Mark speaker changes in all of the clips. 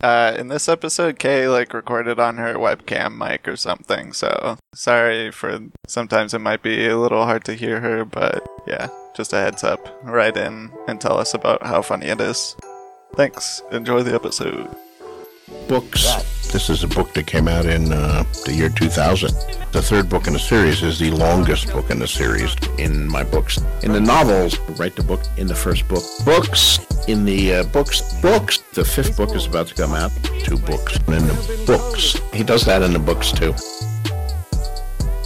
Speaker 1: Uh, in this episode, Kay like recorded on her webcam mic or something. So sorry for sometimes it might be a little hard to hear her, but yeah, just a heads up. Write in and tell us about how funny it is. Thanks. Enjoy the episode.
Speaker 2: books. This is a book that came out in uh, the year 2000. The third book in the series is the longest book in the series in my books. In the novels, write the book in the first book. Books in the uh, books. Books. The fifth book is about to come out. Two books in the books. He does that in the books too.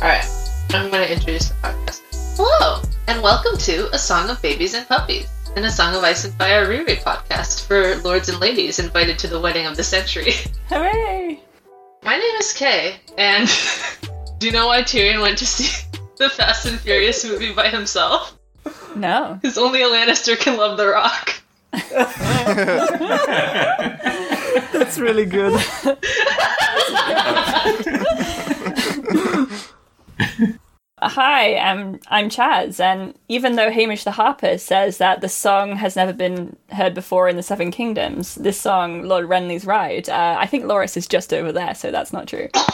Speaker 3: All right, I'm going to introduce the podcast. Hello, and welcome to A Song of Babies and Puppies, and A Song of Ice and Fire Riri podcast for lords and ladies invited to the wedding of the century.
Speaker 4: Hooray!
Speaker 3: My name is Kay, and do you know why Tyrion went to see the Fast and Furious movie by himself?
Speaker 4: No.
Speaker 3: Because only a Lannister can love The Rock.
Speaker 4: That's really good. Hi, I'm I'm Chaz, and even though Hamish the Harper says that the song has never been heard before in the Seven Kingdoms, this song, Lord Renly's Ride, uh, I think Loris is just over there, so that's not true.
Speaker 3: No,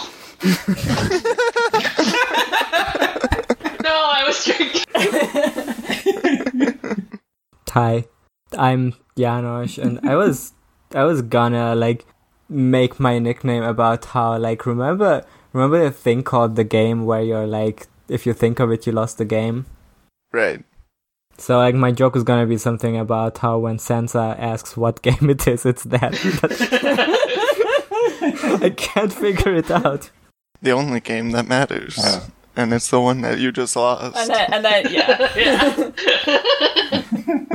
Speaker 3: I was drinking.
Speaker 5: Hi, I'm Janosch, and I was I was gonna like make my nickname about how like remember remember the thing called the game where you're like if you think of it you lost the game.
Speaker 1: Right.
Speaker 5: So like my joke was gonna be something about how when Sansa asks what game it is, it's that. I can't figure it out.
Speaker 1: The only game that matters. And it's the one that you just lost.
Speaker 4: And then, and then yeah,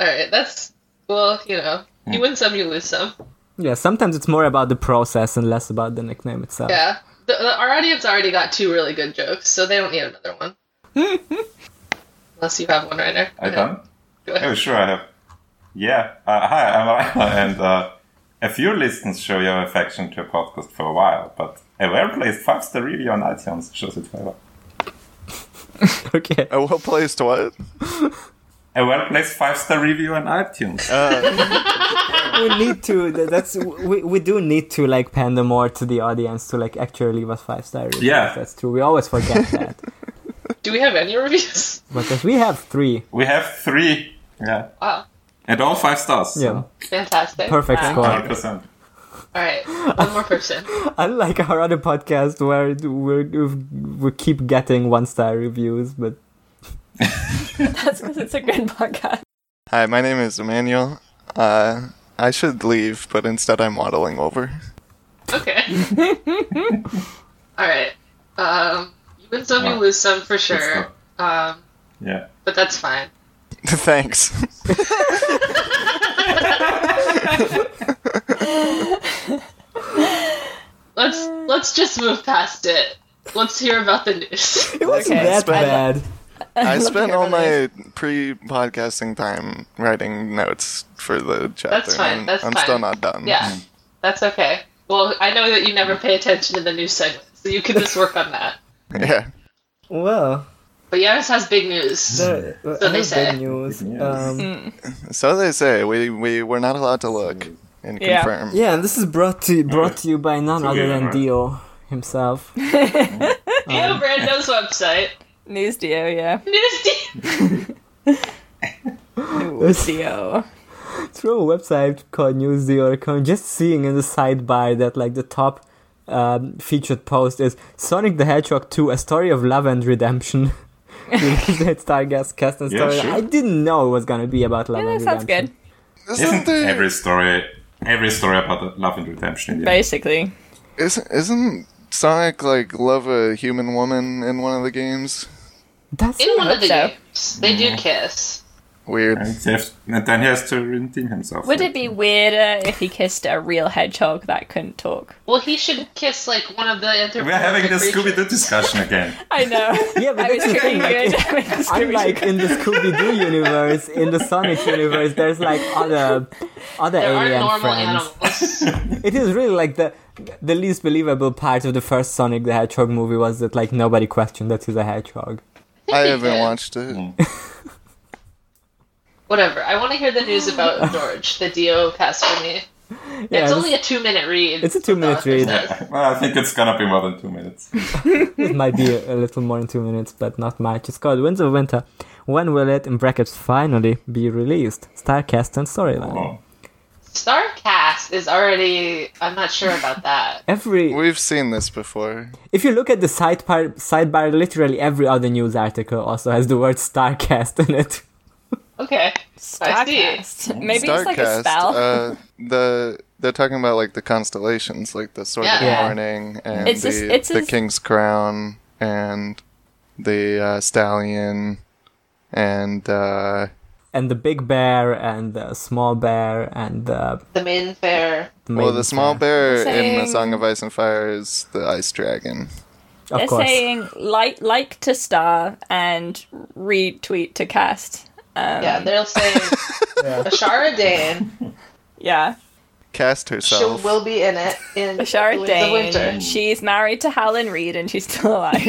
Speaker 3: All right, that's, well, you know, you win some, you lose some.
Speaker 5: Yeah, sometimes it's more about the process and less about the nickname itself.
Speaker 3: Yeah. The, the, our audience already got two really good jokes, so they don't need another one. Unless you have one, Reiner.
Speaker 6: I
Speaker 3: Okay.
Speaker 6: done?
Speaker 3: Go ahead.
Speaker 6: Oh, sure, I have. Yeah. Uh, hi, I'm Raima, and uh, a few listeners show your affection to a podcast for a while, but a well-placed five-star review on iTunes shows it favor.
Speaker 5: Okay.
Speaker 1: A well placed what?
Speaker 6: A well-placed five-star review on iTunes.
Speaker 4: Uh,
Speaker 5: we need to th- that's we, we do need to like pander more to the audience to like actually leave us five star reviews.
Speaker 6: Yeah.
Speaker 5: that's true we always forget that
Speaker 3: Do we have any reviews?
Speaker 5: but as we have three
Speaker 6: we have three. Yeah.
Speaker 3: Wow.
Speaker 6: And all five stars.
Speaker 5: yeah
Speaker 3: Fantastic.
Speaker 5: perfect
Speaker 4: Wow.
Speaker 5: score
Speaker 6: 100%.
Speaker 3: All right. One more person.
Speaker 5: unlike our other podcast where it- we're, we keep getting one star reviews but
Speaker 4: that's because it's a good podcast.
Speaker 1: Hi, my name is Emmanuel. Uh, I should leave, but instead I'm waddling over.
Speaker 3: Okay. All right. Um, you win some, you
Speaker 6: Wow.
Speaker 3: lose some for
Speaker 6: Good
Speaker 3: sure.
Speaker 6: stuff.
Speaker 3: Um,
Speaker 6: Yeah.
Speaker 3: but that's fine.
Speaker 1: Thanks.
Speaker 3: Let's let's just move past it. Let's hear about the news.
Speaker 5: it wasn't
Speaker 4: Okay.
Speaker 5: that
Speaker 1: Spend-
Speaker 5: bad
Speaker 1: I spent all my
Speaker 4: Carolyn.
Speaker 1: pre-podcasting time writing notes for the chapter.
Speaker 3: fine,
Speaker 1: and
Speaker 3: that's
Speaker 1: I'm
Speaker 3: fine.
Speaker 1: still not done.
Speaker 6: Mm-hmm.
Speaker 3: Yeah, that's okay. Well, I know that you never pay attention to the news segment, so you can just work on that.
Speaker 1: Yeah.
Speaker 5: well
Speaker 3: But Yaris has big news.
Speaker 5: there, so
Speaker 3: they say.
Speaker 5: news
Speaker 6: Good news.
Speaker 5: um
Speaker 1: So they say we we were not allowed to look and
Speaker 4: Yeah.
Speaker 1: confirm.
Speaker 5: Yeah, and this is brought to brought to you by none
Speaker 6: So we
Speaker 5: other than
Speaker 6: are-
Speaker 5: Dio himself.
Speaker 6: Um,
Speaker 3: Theo Brando's website.
Speaker 4: News Dio, yeah.
Speaker 3: News D-
Speaker 5: It's
Speaker 4: Dio.
Speaker 5: through a website called News Dio account, just seeing in the sidebar that like the top um, featured post is Sonic the Hedgehog 2: A Story of Love and Redemption. Released at Stargast cast and
Speaker 6: Yeah,
Speaker 5: story.
Speaker 6: sure.
Speaker 5: I didn't know it was gonna be about love
Speaker 4: Yeah,
Speaker 5: and
Speaker 4: that sounds
Speaker 5: redemption.
Speaker 4: good.
Speaker 1: Isn't
Speaker 6: Isn't
Speaker 1: there,
Speaker 6: every story every story about love and redemption? Yeah.
Speaker 4: Basically.
Speaker 1: isn't, isn't Sonic like love a human woman in one of the games?
Speaker 5: That's
Speaker 3: In one of the
Speaker 4: so.
Speaker 3: games, they
Speaker 6: Mm-hmm.
Speaker 3: do kiss.
Speaker 1: Weird.
Speaker 6: And, he has- and then he has to redeem himself.
Speaker 4: Would it be weirder if he kissed a real hedgehog that couldn't talk?
Speaker 3: Well, he should kiss like one of the anthropomorphic.
Speaker 6: We're having the
Speaker 3: creatures.
Speaker 6: Scooby Doo discussion again.
Speaker 4: I know.
Speaker 5: Yeah, but
Speaker 4: I was
Speaker 5: that's the
Speaker 4: treating
Speaker 5: thing. Like,
Speaker 4: you. as-
Speaker 5: Unlike in the Scooby Doo universe, in the Sonic universe, there's like other other
Speaker 3: There are
Speaker 5: alien
Speaker 3: normal
Speaker 5: Oh, friends.
Speaker 3: animals.
Speaker 5: It is really like the the least believable part of the first Sonic the Hedgehog movie was that like nobody questioned that he's a hedgehog.
Speaker 1: I haven't watched it.
Speaker 3: Whatever. I want to hear the news about George, the Dio cast for me. it's
Speaker 5: this-
Speaker 3: only a two minute read.
Speaker 5: It's a two-minute
Speaker 3: That's what
Speaker 5: read.
Speaker 3: it says.
Speaker 6: Well, I think it's gonna be more than two minutes.
Speaker 5: it might be a, a little more than two minutes, but not much. It's called Winds of Winter. When will it, in brackets, finally be released? Starcast and storyline.
Speaker 6: Oh.
Speaker 3: Starcast is already. I'm not sure about that.
Speaker 5: Every
Speaker 1: We've seen this before.
Speaker 5: if you look at the sidebar, sidebar, literally every other news article also has the word Starcast in it.
Speaker 3: Okay. I see.
Speaker 4: Starcast. Maybe it's like a spell.
Speaker 1: uh, the they're talking about like the constellations, like the Sword
Speaker 3: Yeah.
Speaker 1: of
Speaker 5: Yeah.
Speaker 1: Morning and
Speaker 4: It's
Speaker 1: the,
Speaker 4: just- it's
Speaker 1: the
Speaker 4: just-
Speaker 1: King's Crown and the uh, Stallion and uh,
Speaker 5: And the big bear and the small bear and the
Speaker 3: The main fair.
Speaker 1: well, Oh, the
Speaker 5: maiden
Speaker 1: small
Speaker 5: bear,
Speaker 1: bear in the
Speaker 4: Saying-
Speaker 1: Song of Ice and Fire is the Ice Dragon.
Speaker 5: of
Speaker 4: They're
Speaker 5: course.
Speaker 4: saying like like to star and retweet to cast.
Speaker 3: yeah, they'll say Ashara Dane
Speaker 4: Yeah,
Speaker 1: Cast
Speaker 3: she
Speaker 1: herself.
Speaker 3: will be in it in
Speaker 4: Bashara
Speaker 3: the
Speaker 4: Dane.
Speaker 3: winter.
Speaker 4: She's married to Helen Reed and she's still alive.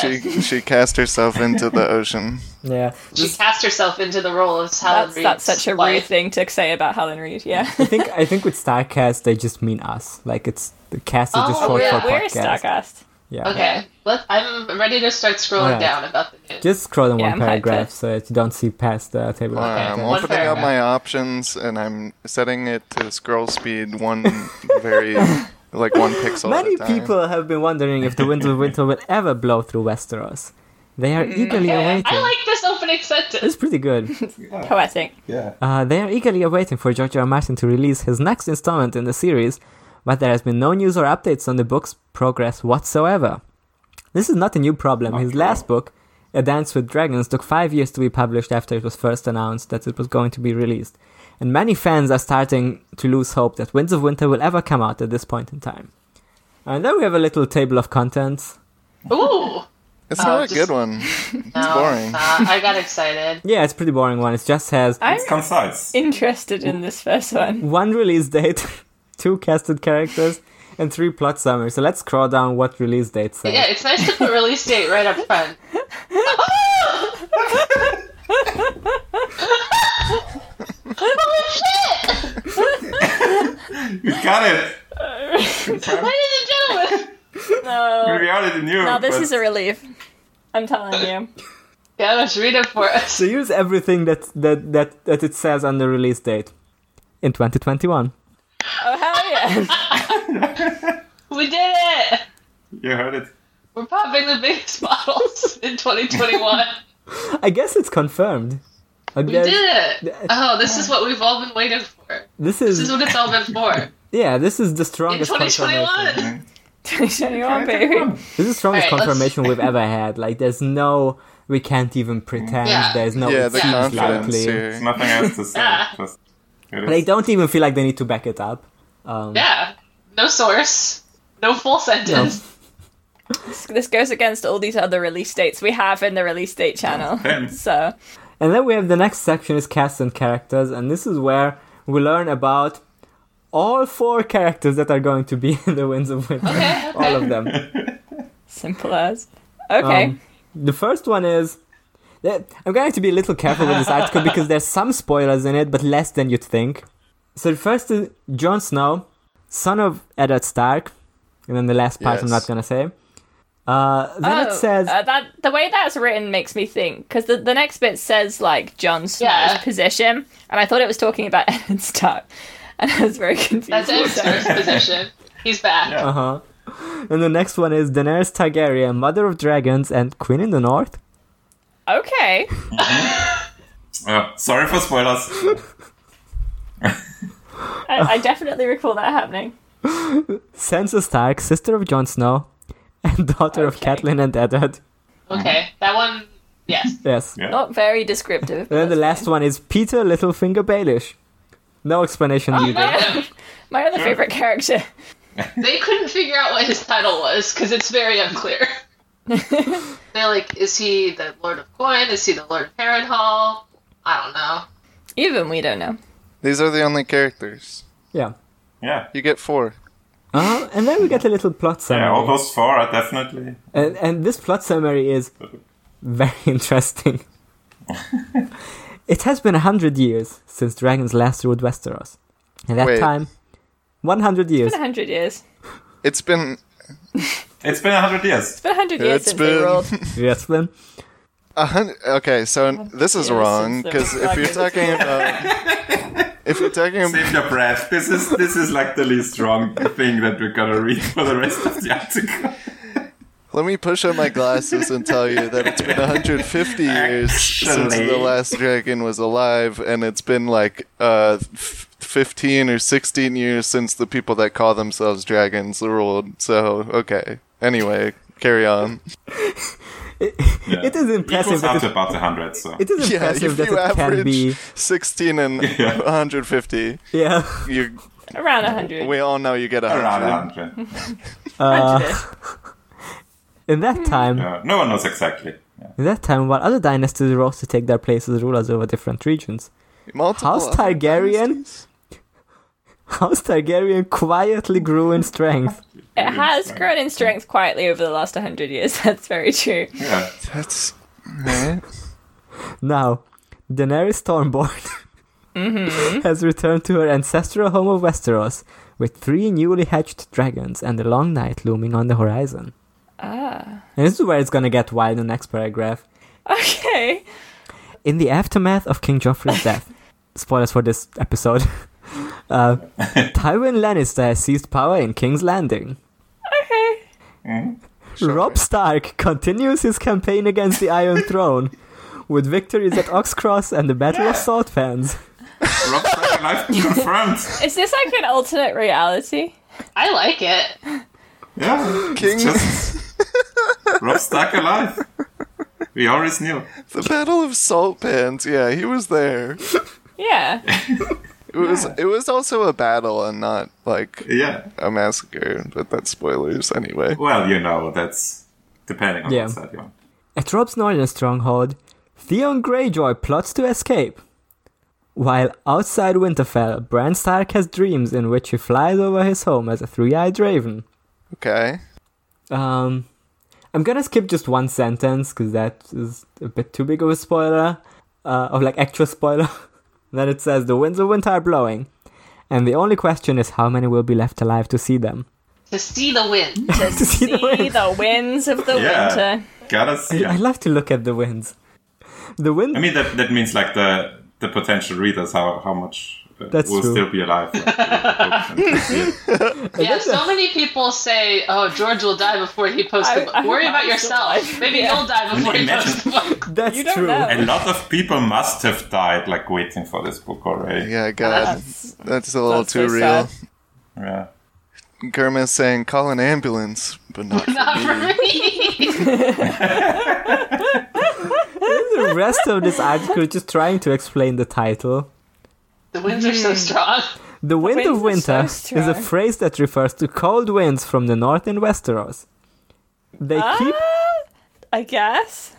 Speaker 1: She she cast herself into the ocean.
Speaker 5: yeah.
Speaker 3: She cast herself into the role of Helen
Speaker 4: that's
Speaker 3: Reed's
Speaker 4: that's such a rude
Speaker 3: wife.
Speaker 4: thing to say about Helen Reed. Yeah,
Speaker 5: I think I think with Starcast they just mean us. Like it's the cast is just
Speaker 3: Oh,
Speaker 5: short
Speaker 3: yeah,
Speaker 5: for
Speaker 4: we're
Speaker 5: podcast.
Speaker 4: Starcast.
Speaker 5: Yeah.
Speaker 3: Okay, let, I'm ready to start scrolling
Speaker 5: Alright.
Speaker 3: down about the news.
Speaker 5: Just scroll in
Speaker 4: Yeah,
Speaker 5: one
Speaker 4: I'm hyped
Speaker 5: paragraph
Speaker 4: for-
Speaker 5: so that you don't see past the table. of
Speaker 1: Alright, I'm
Speaker 5: contents.
Speaker 3: One
Speaker 1: opening up
Speaker 3: paragraph.
Speaker 1: my options and I'm setting it to scroll speed one very like one pixel.
Speaker 5: Many
Speaker 1: at a time.
Speaker 5: people have been wondering if the winds of winter will ever blow through Westeros. They
Speaker 4: Mm,
Speaker 5: are eagerly
Speaker 3: Okay,
Speaker 5: awaiting.
Speaker 3: I like this opening
Speaker 5: it's
Speaker 3: sentence.
Speaker 5: pretty good.
Speaker 4: Poetic.
Speaker 6: Yeah.
Speaker 5: Uh, they are eagerly awaiting for George R. R. Martin to release his next installment in the series, but there has been no news or updates on the book's progress whatsoever. This is not a new problem. His last book, A Dance with Dragons, took five years to be published after it was first announced that it was going to be released, and many fans are starting to lose hope that Winds of Winter will ever come out at this point in time. And then we have a little table of contents.
Speaker 3: Ooh,
Speaker 1: It's not
Speaker 3: Oh,
Speaker 1: a
Speaker 3: just-
Speaker 1: good one.
Speaker 3: no,
Speaker 1: boring.
Speaker 3: uh, I got excited.
Speaker 5: Yeah, it's a pretty boring one. It just says
Speaker 4: I'm
Speaker 6: It's concise.
Speaker 4: interested in this first one.
Speaker 5: one release date, two casted characters, and three plot summaries. So let's scroll down what release date says.
Speaker 3: Yeah, it's nice to put release date right up front. Holy shit!
Speaker 6: You got it!
Speaker 3: Ladies and gentlemen!
Speaker 4: No,
Speaker 6: We already knew.
Speaker 4: now this
Speaker 6: but-
Speaker 4: is a relief. I'm telling you.
Speaker 3: Ganesh, read it for us.
Speaker 5: So here's everything that that that that it says on the release date in 2021.
Speaker 4: Oh hell yeah!
Speaker 3: We did it!
Speaker 6: You heard it.
Speaker 3: We're popping the biggest bottles in 2021.
Speaker 5: I guess it's confirmed. Like
Speaker 3: We
Speaker 5: there's-
Speaker 3: did it! Oh, this is what we've all been waiting for.
Speaker 5: This
Speaker 3: This is
Speaker 5: is
Speaker 3: what it's all been for.
Speaker 5: yeah. This is the
Speaker 3: In
Speaker 5: strongest confirmation.
Speaker 3: 2021!
Speaker 4: 2021 baby.
Speaker 5: This is the strongest
Speaker 3: Alright, let's-
Speaker 5: confirmation we've ever had. Like there's no we can't even pretend.
Speaker 3: Yeah.
Speaker 5: There's no
Speaker 1: yeah,
Speaker 5: it
Speaker 1: the
Speaker 5: seems
Speaker 1: confidence
Speaker 5: likely.
Speaker 6: There's
Speaker 1: here.
Speaker 6: nothing else to say.
Speaker 3: Yeah.
Speaker 6: Just here it
Speaker 5: They
Speaker 6: is.
Speaker 5: don't even feel like they need to back it up. Um,
Speaker 3: Yeah. No source. No full sentence.
Speaker 4: This, this goes against all these other release dates we have in the release date channel. So
Speaker 5: And then we have the next section is cast and characters, and this is where we learn about all four characters that are going to be in the Winds of Winter.
Speaker 3: Okay,
Speaker 5: All of
Speaker 3: okay.
Speaker 5: them.
Speaker 4: simple as. Okay.
Speaker 5: Um, the first one is. that- I'm going to be a little careful with this article because there's some spoilers in it, but less than you'd think. So the first is Jon Snow, son of Eddard Stark, and then the last part I'm
Speaker 1: Yes.
Speaker 5: not going to say. Uh, then
Speaker 4: Oh,
Speaker 5: it says
Speaker 4: uh, that the way that's written makes me think because the, the next bit says like Jon Snow's
Speaker 3: Yeah.
Speaker 4: position, and I thought it was talking about Eddard Stark, and I was very confused.
Speaker 3: That's
Speaker 4: what
Speaker 3: Ed's first position. He's back.
Speaker 6: Yeah.
Speaker 5: Uh huh. And the next one is Daenerys Targaryen, mother of dragons and queen in the north.
Speaker 4: Okay.
Speaker 6: Uh, sorry for spoilers.
Speaker 4: I, I definitely recall that happening.
Speaker 5: Sansa Stark, sister of Jon Snow, and daughter of
Speaker 4: Okay.
Speaker 5: Catelyn and Eddard.
Speaker 3: Okay. That one, yes.
Speaker 5: Yes.
Speaker 6: Yeah.
Speaker 4: Not very descriptive.
Speaker 5: And then the last one is Peter Littlefinger Baelish. No explanation
Speaker 1: Oh,
Speaker 5: needed.
Speaker 3: Yeah.
Speaker 4: My other favorite character.
Speaker 3: They couldn't figure out what his title was because it's very unclear. They're like, is he the Lord of Coin? Is he the Lord of Harrenhal? I don't know.
Speaker 4: Even we don't know.
Speaker 1: These are the only characters.
Speaker 5: Yeah.
Speaker 6: Yeah.
Speaker 1: You get four.
Speaker 5: Uh-huh. And then we get a little plot summary.
Speaker 6: Yeah, all those four are definitely.
Speaker 5: And, and this plot summary is very interesting. it has been a hundred years since dragons last ruled Westeros. At that
Speaker 1: Wait.
Speaker 5: time, 100 years.
Speaker 4: It's been 100 years.
Speaker 1: It's been
Speaker 6: It's been 100 years.
Speaker 4: It's been 100 years
Speaker 1: It's
Speaker 4: since they
Speaker 1: been-
Speaker 4: ruled.
Speaker 5: Yes, Lynn.
Speaker 1: A hun- okay, so this is
Speaker 4: Yeah,
Speaker 1: wrong
Speaker 4: since
Speaker 1: because
Speaker 4: the-
Speaker 1: if you're talking
Speaker 4: okay.
Speaker 1: about if you're talking
Speaker 6: Save
Speaker 1: about
Speaker 6: your breath. This is this is like the least wrong thing that we're gonna read for the rest of the article.
Speaker 1: let me push up my glasses and tell you that it's been 150 years since
Speaker 6: Actually.
Speaker 1: the last dragon was alive, and it's been like uh, f- 15 or 16 years since the people that call themselves dragons ruled. So okay, anyway, carry on.
Speaker 6: Yeah.
Speaker 5: It is
Speaker 6: It was
Speaker 5: impressive.
Speaker 6: up
Speaker 5: It
Speaker 6: to
Speaker 5: is,
Speaker 6: about 100, so.
Speaker 5: it is
Speaker 1: Yeah, if
Speaker 5: impressive that
Speaker 1: you
Speaker 5: it can be.
Speaker 1: average 16 and 150,
Speaker 5: Yeah.
Speaker 1: you
Speaker 4: Around 100.
Speaker 1: we all know you get
Speaker 6: Around
Speaker 1: 100.
Speaker 6: 100.
Speaker 5: Uh, In
Speaker 1: Hmm.
Speaker 5: that time,
Speaker 6: Yeah. No one knows exactly. Yeah.
Speaker 5: in that time, while other dynasties rose to take their place as rulers over different regions,
Speaker 1: Multiple
Speaker 5: House
Speaker 1: other
Speaker 5: Targaryen?
Speaker 1: dynasties?
Speaker 5: House Targaryen quietly grew in strength.
Speaker 4: It has grown in strength quietly over the last 100 years. That's very true.
Speaker 6: Yeah.
Speaker 1: That's right.
Speaker 5: Now, Daenerys Stormborn
Speaker 1: Mm-hmm.
Speaker 5: has returned to her ancestral home of Westeros with three newly hatched dragons and a long night looming on the horizon. Ah. And this is where it's gonna get wild in the next paragraph.
Speaker 4: Okay.
Speaker 5: In the aftermath of King Joffrey's death, spoilers for this episode, uh, Tywin Lannister has seized power in King's Landing.
Speaker 4: Okay.
Speaker 6: Mm-hmm.
Speaker 5: Rob Stark continues his campaign against the Iron Throne with victories at Oxcross and the Battle of Saltpans.
Speaker 6: Rob Stark Life confirmed.
Speaker 4: Is this like an alternate reality?
Speaker 3: I like it.
Speaker 6: Yeah.
Speaker 1: King
Speaker 6: Just Rob Stark alive. We always knew.
Speaker 1: The Battle of Salt Pans, yeah, he was there.
Speaker 4: Yeah.
Speaker 1: It was it was also a battle and not like
Speaker 6: Yeah.
Speaker 1: a massacre, but that's spoilers anyway.
Speaker 6: Well, you know, that's depending on
Speaker 5: Yeah.
Speaker 6: what side you're on.
Speaker 5: At Rob's northern stronghold, Theon Greyjoy plots to escape. While outside Winterfell, Bran Stark has dreams in which he flies over his home as a three-eyed raven.
Speaker 1: Okay.
Speaker 5: Um, I'm gonna skip just one sentence because that is a bit too big of a spoiler, uh, of like actual spoiler. then it says the winds of winter are blowing, and the only question is how many will be left alive to see them.
Speaker 3: To see the wind.
Speaker 5: to see
Speaker 4: See the winds of the
Speaker 6: Yeah.
Speaker 4: winter.
Speaker 6: Gotta see.
Speaker 5: I
Speaker 6: it.
Speaker 5: love to look at the winds. The wind.
Speaker 6: I mean, that, that means like the the potential readers, how, how much uh,
Speaker 5: That's
Speaker 6: will
Speaker 5: true.
Speaker 6: still be alive. like, uh,
Speaker 3: Yeah, so many people say, "Oh, George will die before he posts the
Speaker 4: I-
Speaker 3: book."
Speaker 4: I
Speaker 3: Worry
Speaker 4: hope
Speaker 3: about
Speaker 4: I'm still
Speaker 3: yourself.
Speaker 4: alive.
Speaker 3: Maybe
Speaker 4: Yeah.
Speaker 3: you'll die before you
Speaker 6: Imagine.
Speaker 3: post the book.
Speaker 5: that's
Speaker 4: You don't
Speaker 5: true.
Speaker 4: know.
Speaker 6: A lot of people must have died like waiting for this book already.
Speaker 1: Yeah, God. That's, a little
Speaker 4: that's
Speaker 1: too
Speaker 4: so
Speaker 1: real.
Speaker 6: Yeah.
Speaker 1: Kermit's saying, call an ambulance, but not for
Speaker 3: Not
Speaker 1: me.
Speaker 3: for me.
Speaker 5: The rest of this article is just trying to explain the title.
Speaker 3: the winds are
Speaker 4: Hmm.
Speaker 3: so strong.
Speaker 5: The wind of
Speaker 4: winds are
Speaker 5: winter
Speaker 4: so
Speaker 5: is a
Speaker 4: strong.
Speaker 5: phrase that refers to cold winds from the north in Westeros. They keep
Speaker 4: Ah, I guess.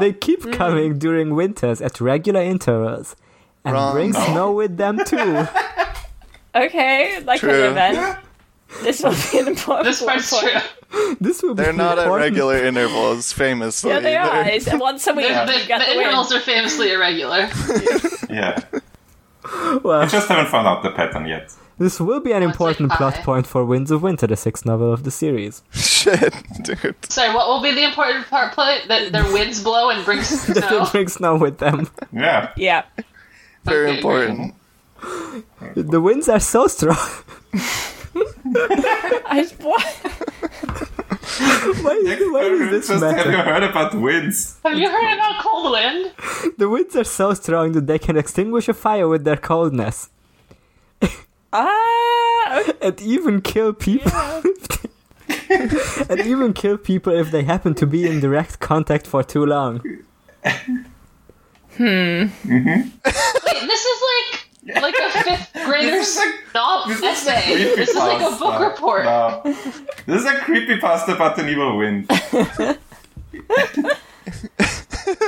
Speaker 5: They keep coming during winters at regular intervals and
Speaker 1: Wrong.
Speaker 5: bring
Speaker 1: No.
Speaker 5: snow with them too.
Speaker 4: Okay, like
Speaker 1: True.
Speaker 4: an event. This will be an important
Speaker 3: This part's
Speaker 4: one.
Speaker 3: true.
Speaker 5: this will be
Speaker 1: They're not at
Speaker 5: important.
Speaker 1: regular intervals, famously.
Speaker 4: Yeah, they are.
Speaker 1: They're-
Speaker 4: It's once a week.
Speaker 3: The,
Speaker 4: you get
Speaker 3: the,
Speaker 4: the,
Speaker 3: the
Speaker 4: wind.
Speaker 3: intervals are famously irregular.
Speaker 6: Yeah. I
Speaker 5: Well,
Speaker 6: just haven't found out the pattern yet.
Speaker 5: this will be an
Speaker 3: Once
Speaker 5: important
Speaker 3: I
Speaker 5: plot
Speaker 3: die.
Speaker 5: point for Winds of Winter, the sixth novel of the series.
Speaker 1: Shit, dude.
Speaker 3: Sorry, what will be the important part? Play that their winds blow and bring
Speaker 5: They
Speaker 3: snow.
Speaker 5: bring snow with them.
Speaker 6: Yeah.
Speaker 4: Yeah.
Speaker 1: Very
Speaker 3: Okay,
Speaker 1: important.
Speaker 5: The winds are so strong.
Speaker 4: I, what?
Speaker 5: why, is- why does this
Speaker 6: just have you
Speaker 5: matter?
Speaker 6: heard about winds?
Speaker 3: Have you heard about cold wind?
Speaker 5: The winds are so strong that they can extinguish a fire with their coldness
Speaker 4: Ah, okay.
Speaker 5: and even kill people. and even kill people if they happen to be in direct contact for too long.
Speaker 3: Wait, this is like like a fifth grader's novel essay.
Speaker 6: Creepypasta.
Speaker 3: This is like a book report.
Speaker 6: No. This is a creepypasta about an evil wind.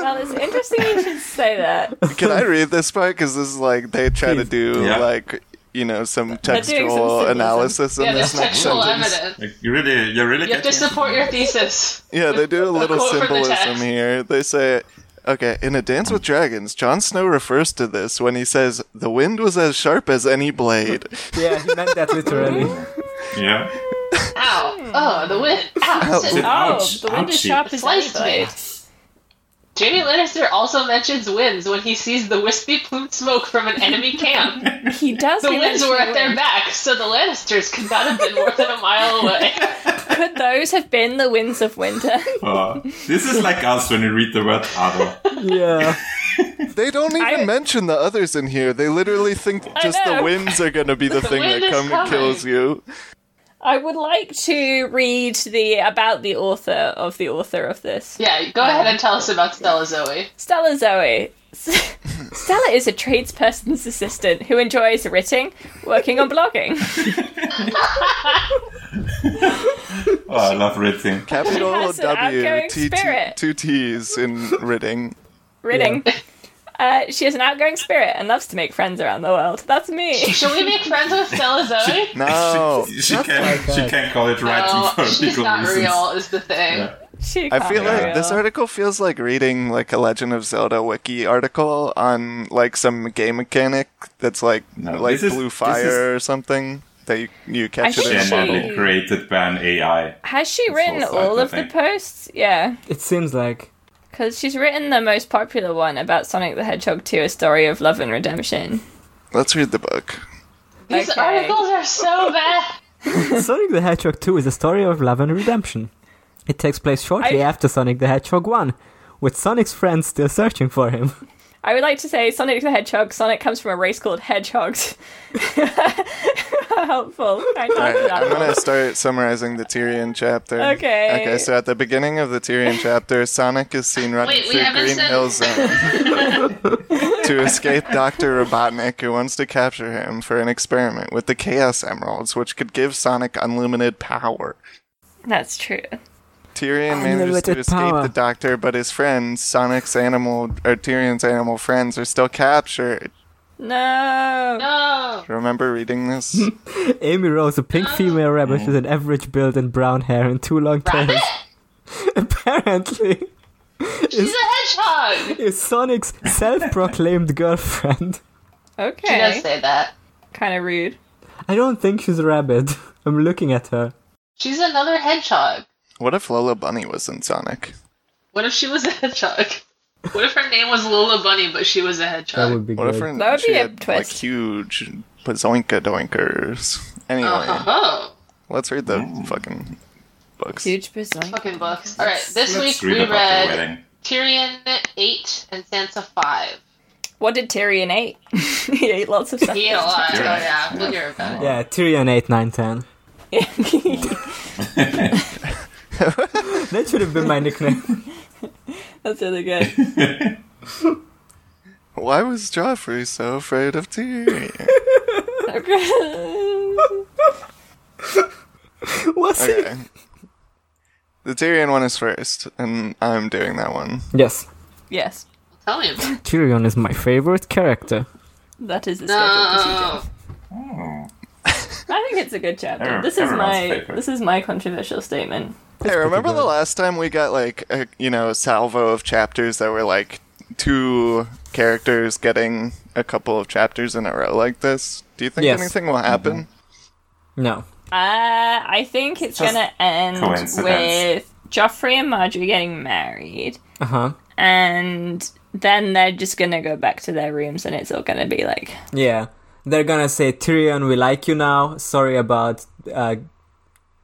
Speaker 4: Well, it's interesting you should say that. Oh,
Speaker 1: Can I read this part? Because this is like, they try to do,
Speaker 6: Yeah.
Speaker 1: like, you know, some
Speaker 4: doing some
Speaker 1: textual
Speaker 4: symbolism.
Speaker 1: analysis in
Speaker 3: Yeah,
Speaker 1: this
Speaker 3: there's
Speaker 1: next
Speaker 3: textual
Speaker 1: sentence.
Speaker 3: evidence.
Speaker 6: Like, you really, you really
Speaker 3: You have
Speaker 6: getting
Speaker 3: to support your thesis.
Speaker 1: Yeah, they do a little
Speaker 3: quote from the
Speaker 1: symbolism
Speaker 3: text.
Speaker 1: here. They say, Okay, in A Dance with Dragons, Jon Snow refers to this when he says, The wind was as sharp as any blade.
Speaker 5: Yeah, he meant that literally.
Speaker 6: Yeah.
Speaker 3: Ow! Oh, the wind. Ow!
Speaker 6: Ouch.
Speaker 3: Shit.
Speaker 4: Oh,
Speaker 6: Ouch,
Speaker 4: the wind is
Speaker 6: ouchie.
Speaker 4: sharp as
Speaker 3: Sliced
Speaker 4: anybody.
Speaker 3: me. Jamie Lannister also mentions winds when he sees the wispy plumed smoke from an enemy camp.
Speaker 4: He does.
Speaker 3: The winds
Speaker 4: mention
Speaker 3: were at their
Speaker 4: wind.
Speaker 3: back, so the Lannisters could not have been more than a mile away.
Speaker 4: Could those have been the winds of winter?
Speaker 6: Uh, this is like us when you read the word other.
Speaker 5: Yeah.
Speaker 1: They don't even
Speaker 4: I-
Speaker 1: mention the others in here. They literally think just the
Speaker 4: know.
Speaker 1: winds are gonna be the,
Speaker 3: The
Speaker 1: thing that
Speaker 3: wind is
Speaker 1: comes and
Speaker 3: coming.
Speaker 1: kills you.
Speaker 4: I would like to read the about the author of the author of this.
Speaker 3: Yeah, go ahead and tell
Speaker 4: Um,
Speaker 3: us about Stella Zoe.
Speaker 4: Stella Zoe. S- Stella is a tradesperson's assistant who enjoys writing, working on blogging.
Speaker 6: Oh, I love reading.
Speaker 1: Capital
Speaker 4: has an
Speaker 1: W,
Speaker 4: outgoing
Speaker 1: T, T,
Speaker 4: spirit.
Speaker 1: two T's in ridding.
Speaker 4: Ridding. Uh, she has an outgoing spirit and loves to make friends around the world. That's me.
Speaker 3: Should we make friends with Stella Zoe?
Speaker 1: No.
Speaker 6: she, she can she can call it writing for
Speaker 3: No, she's
Speaker 6: legal
Speaker 3: not
Speaker 6: reasons.
Speaker 3: real, is the thing.
Speaker 6: Yeah.
Speaker 4: She
Speaker 1: I
Speaker 4: can't
Speaker 1: feel
Speaker 3: Uh,
Speaker 4: be
Speaker 1: like
Speaker 4: real.
Speaker 1: this article feels like reading like a Legend of Zelda wiki article on like some game mechanic that's like
Speaker 6: No,
Speaker 1: like
Speaker 6: this is-
Speaker 1: blue
Speaker 6: this
Speaker 1: fire or something that you, you catch it
Speaker 4: think
Speaker 1: in a
Speaker 4: she-
Speaker 1: bottle.
Speaker 6: Generally created by an AI.
Speaker 4: Has she written
Speaker 6: also
Speaker 4: all
Speaker 6: the
Speaker 4: of the
Speaker 6: thing.
Speaker 4: posts? Yeah.
Speaker 5: It seems like.
Speaker 4: Because she's written the most popular one about Sonic the Hedgehog 2, A Story of Love and Redemption.
Speaker 1: Let's read the book.
Speaker 3: These
Speaker 4: Okay.
Speaker 3: articles are so bad.
Speaker 5: Sonic the Hedgehog 2 is a story of love and redemption. It takes place shortly
Speaker 4: I-
Speaker 5: after Sonic the Hedgehog 1, with Sonic's friends still searching for him.
Speaker 4: I would like to say Sonic the Hedgehog. Sonic comes from a race called Hedgehogs. Helpful. I
Speaker 1: All right, I'm
Speaker 4: know
Speaker 1: gonna start summarizing the Tyrion chapter.
Speaker 4: Okay.
Speaker 1: Okay, so at the beginning of the Tyrion chapter, Sonic is seen running
Speaker 3: Wait, we
Speaker 1: through
Speaker 3: haven't
Speaker 1: Green
Speaker 3: said-
Speaker 1: Hill Zone to escape Doctor Robotnik, who wants to capture him for an experiment with the Chaos Emeralds, which could give Sonic unlimited power.
Speaker 4: That's true.
Speaker 1: Tyrion manages to
Speaker 5: Unlimited
Speaker 1: escape
Speaker 5: power.
Speaker 1: the Doctor, but his friends, Sonic's animal or Tyrion's animal friends, are still captured.
Speaker 4: No.
Speaker 3: No.
Speaker 1: Remember reading this?
Speaker 5: Amy Rose, a pink female rabbit with an average build and brown hair and two long tails,
Speaker 3: Rabbit?
Speaker 5: apparently
Speaker 3: She's a hedgehog.
Speaker 5: is Sonic's self-proclaimed girlfriend.
Speaker 3: She
Speaker 4: Okay.
Speaker 3: does say that.
Speaker 4: Kind of rude.
Speaker 5: I don't think she's a rabbit. I'm looking at her.
Speaker 3: She's another hedgehog.
Speaker 1: what if Lola Bunny was in Sonic?
Speaker 3: What if she was a hedgehog? What if her name was Lola Bunny, but she was a
Speaker 5: That
Speaker 3: hedgehog?
Speaker 5: would be
Speaker 1: What if
Speaker 5: good.
Speaker 1: her,
Speaker 4: That would
Speaker 1: she
Speaker 4: be a
Speaker 1: had, like
Speaker 4: twist.
Speaker 1: huge bazoinka doinkers? Anyway,
Speaker 3: Oh,
Speaker 4: Uh-huh.
Speaker 3: oh,
Speaker 1: let's read the fucking books.
Speaker 4: Huge bazooka.
Speaker 3: oh. Fucking books. All right, this
Speaker 6: Let's
Speaker 3: week
Speaker 6: read
Speaker 3: we
Speaker 6: about the
Speaker 3: read
Speaker 6: wedding.
Speaker 3: Tyrion eight and Sansa five.
Speaker 4: What did Tyrion eat? he ate lots of stuff.
Speaker 3: He ate a lot. Oh
Speaker 6: Tyrion.
Speaker 3: yeah, we'll hear about it.
Speaker 5: Yeah, Tyrion 8, 9, 10. That should have been my nickname.
Speaker 4: That's really good.
Speaker 1: Why was Joffrey so afraid of Tyrion?
Speaker 5: Was he?
Speaker 1: okay. The Tyrion one is first, and I'm doing that one.
Speaker 5: Yes.
Speaker 4: yes.
Speaker 3: Tell me about it.
Speaker 5: Tyrion is my favorite character.
Speaker 4: That is the scheduled
Speaker 3: No.
Speaker 4: procedure. I think it's a good chapter.
Speaker 6: Everyone-
Speaker 4: This is
Speaker 6: everyone's
Speaker 4: my
Speaker 6: favorite.
Speaker 4: this is my controversial statement.
Speaker 1: Hey, remember the
Speaker 5: good.
Speaker 1: last time we got like a you know a salvo of chapters that were like two characters getting a couple of chapters in a row like this? Do you think
Speaker 5: Yes. Mm-hmm.
Speaker 1: anything will happen?
Speaker 5: No.
Speaker 4: Uh, I think it's
Speaker 6: Just
Speaker 4: gonna end
Speaker 6: coincidence.
Speaker 4: with Joffrey and Marjorie getting married,
Speaker 5: Uh
Speaker 6: Uh-huh.
Speaker 5: huh.
Speaker 4: and then they're just gonna go back to their rooms, and it's all gonna be like,
Speaker 5: Yeah. They're gonna say, Tyrion, we like you now. Sorry about, uh,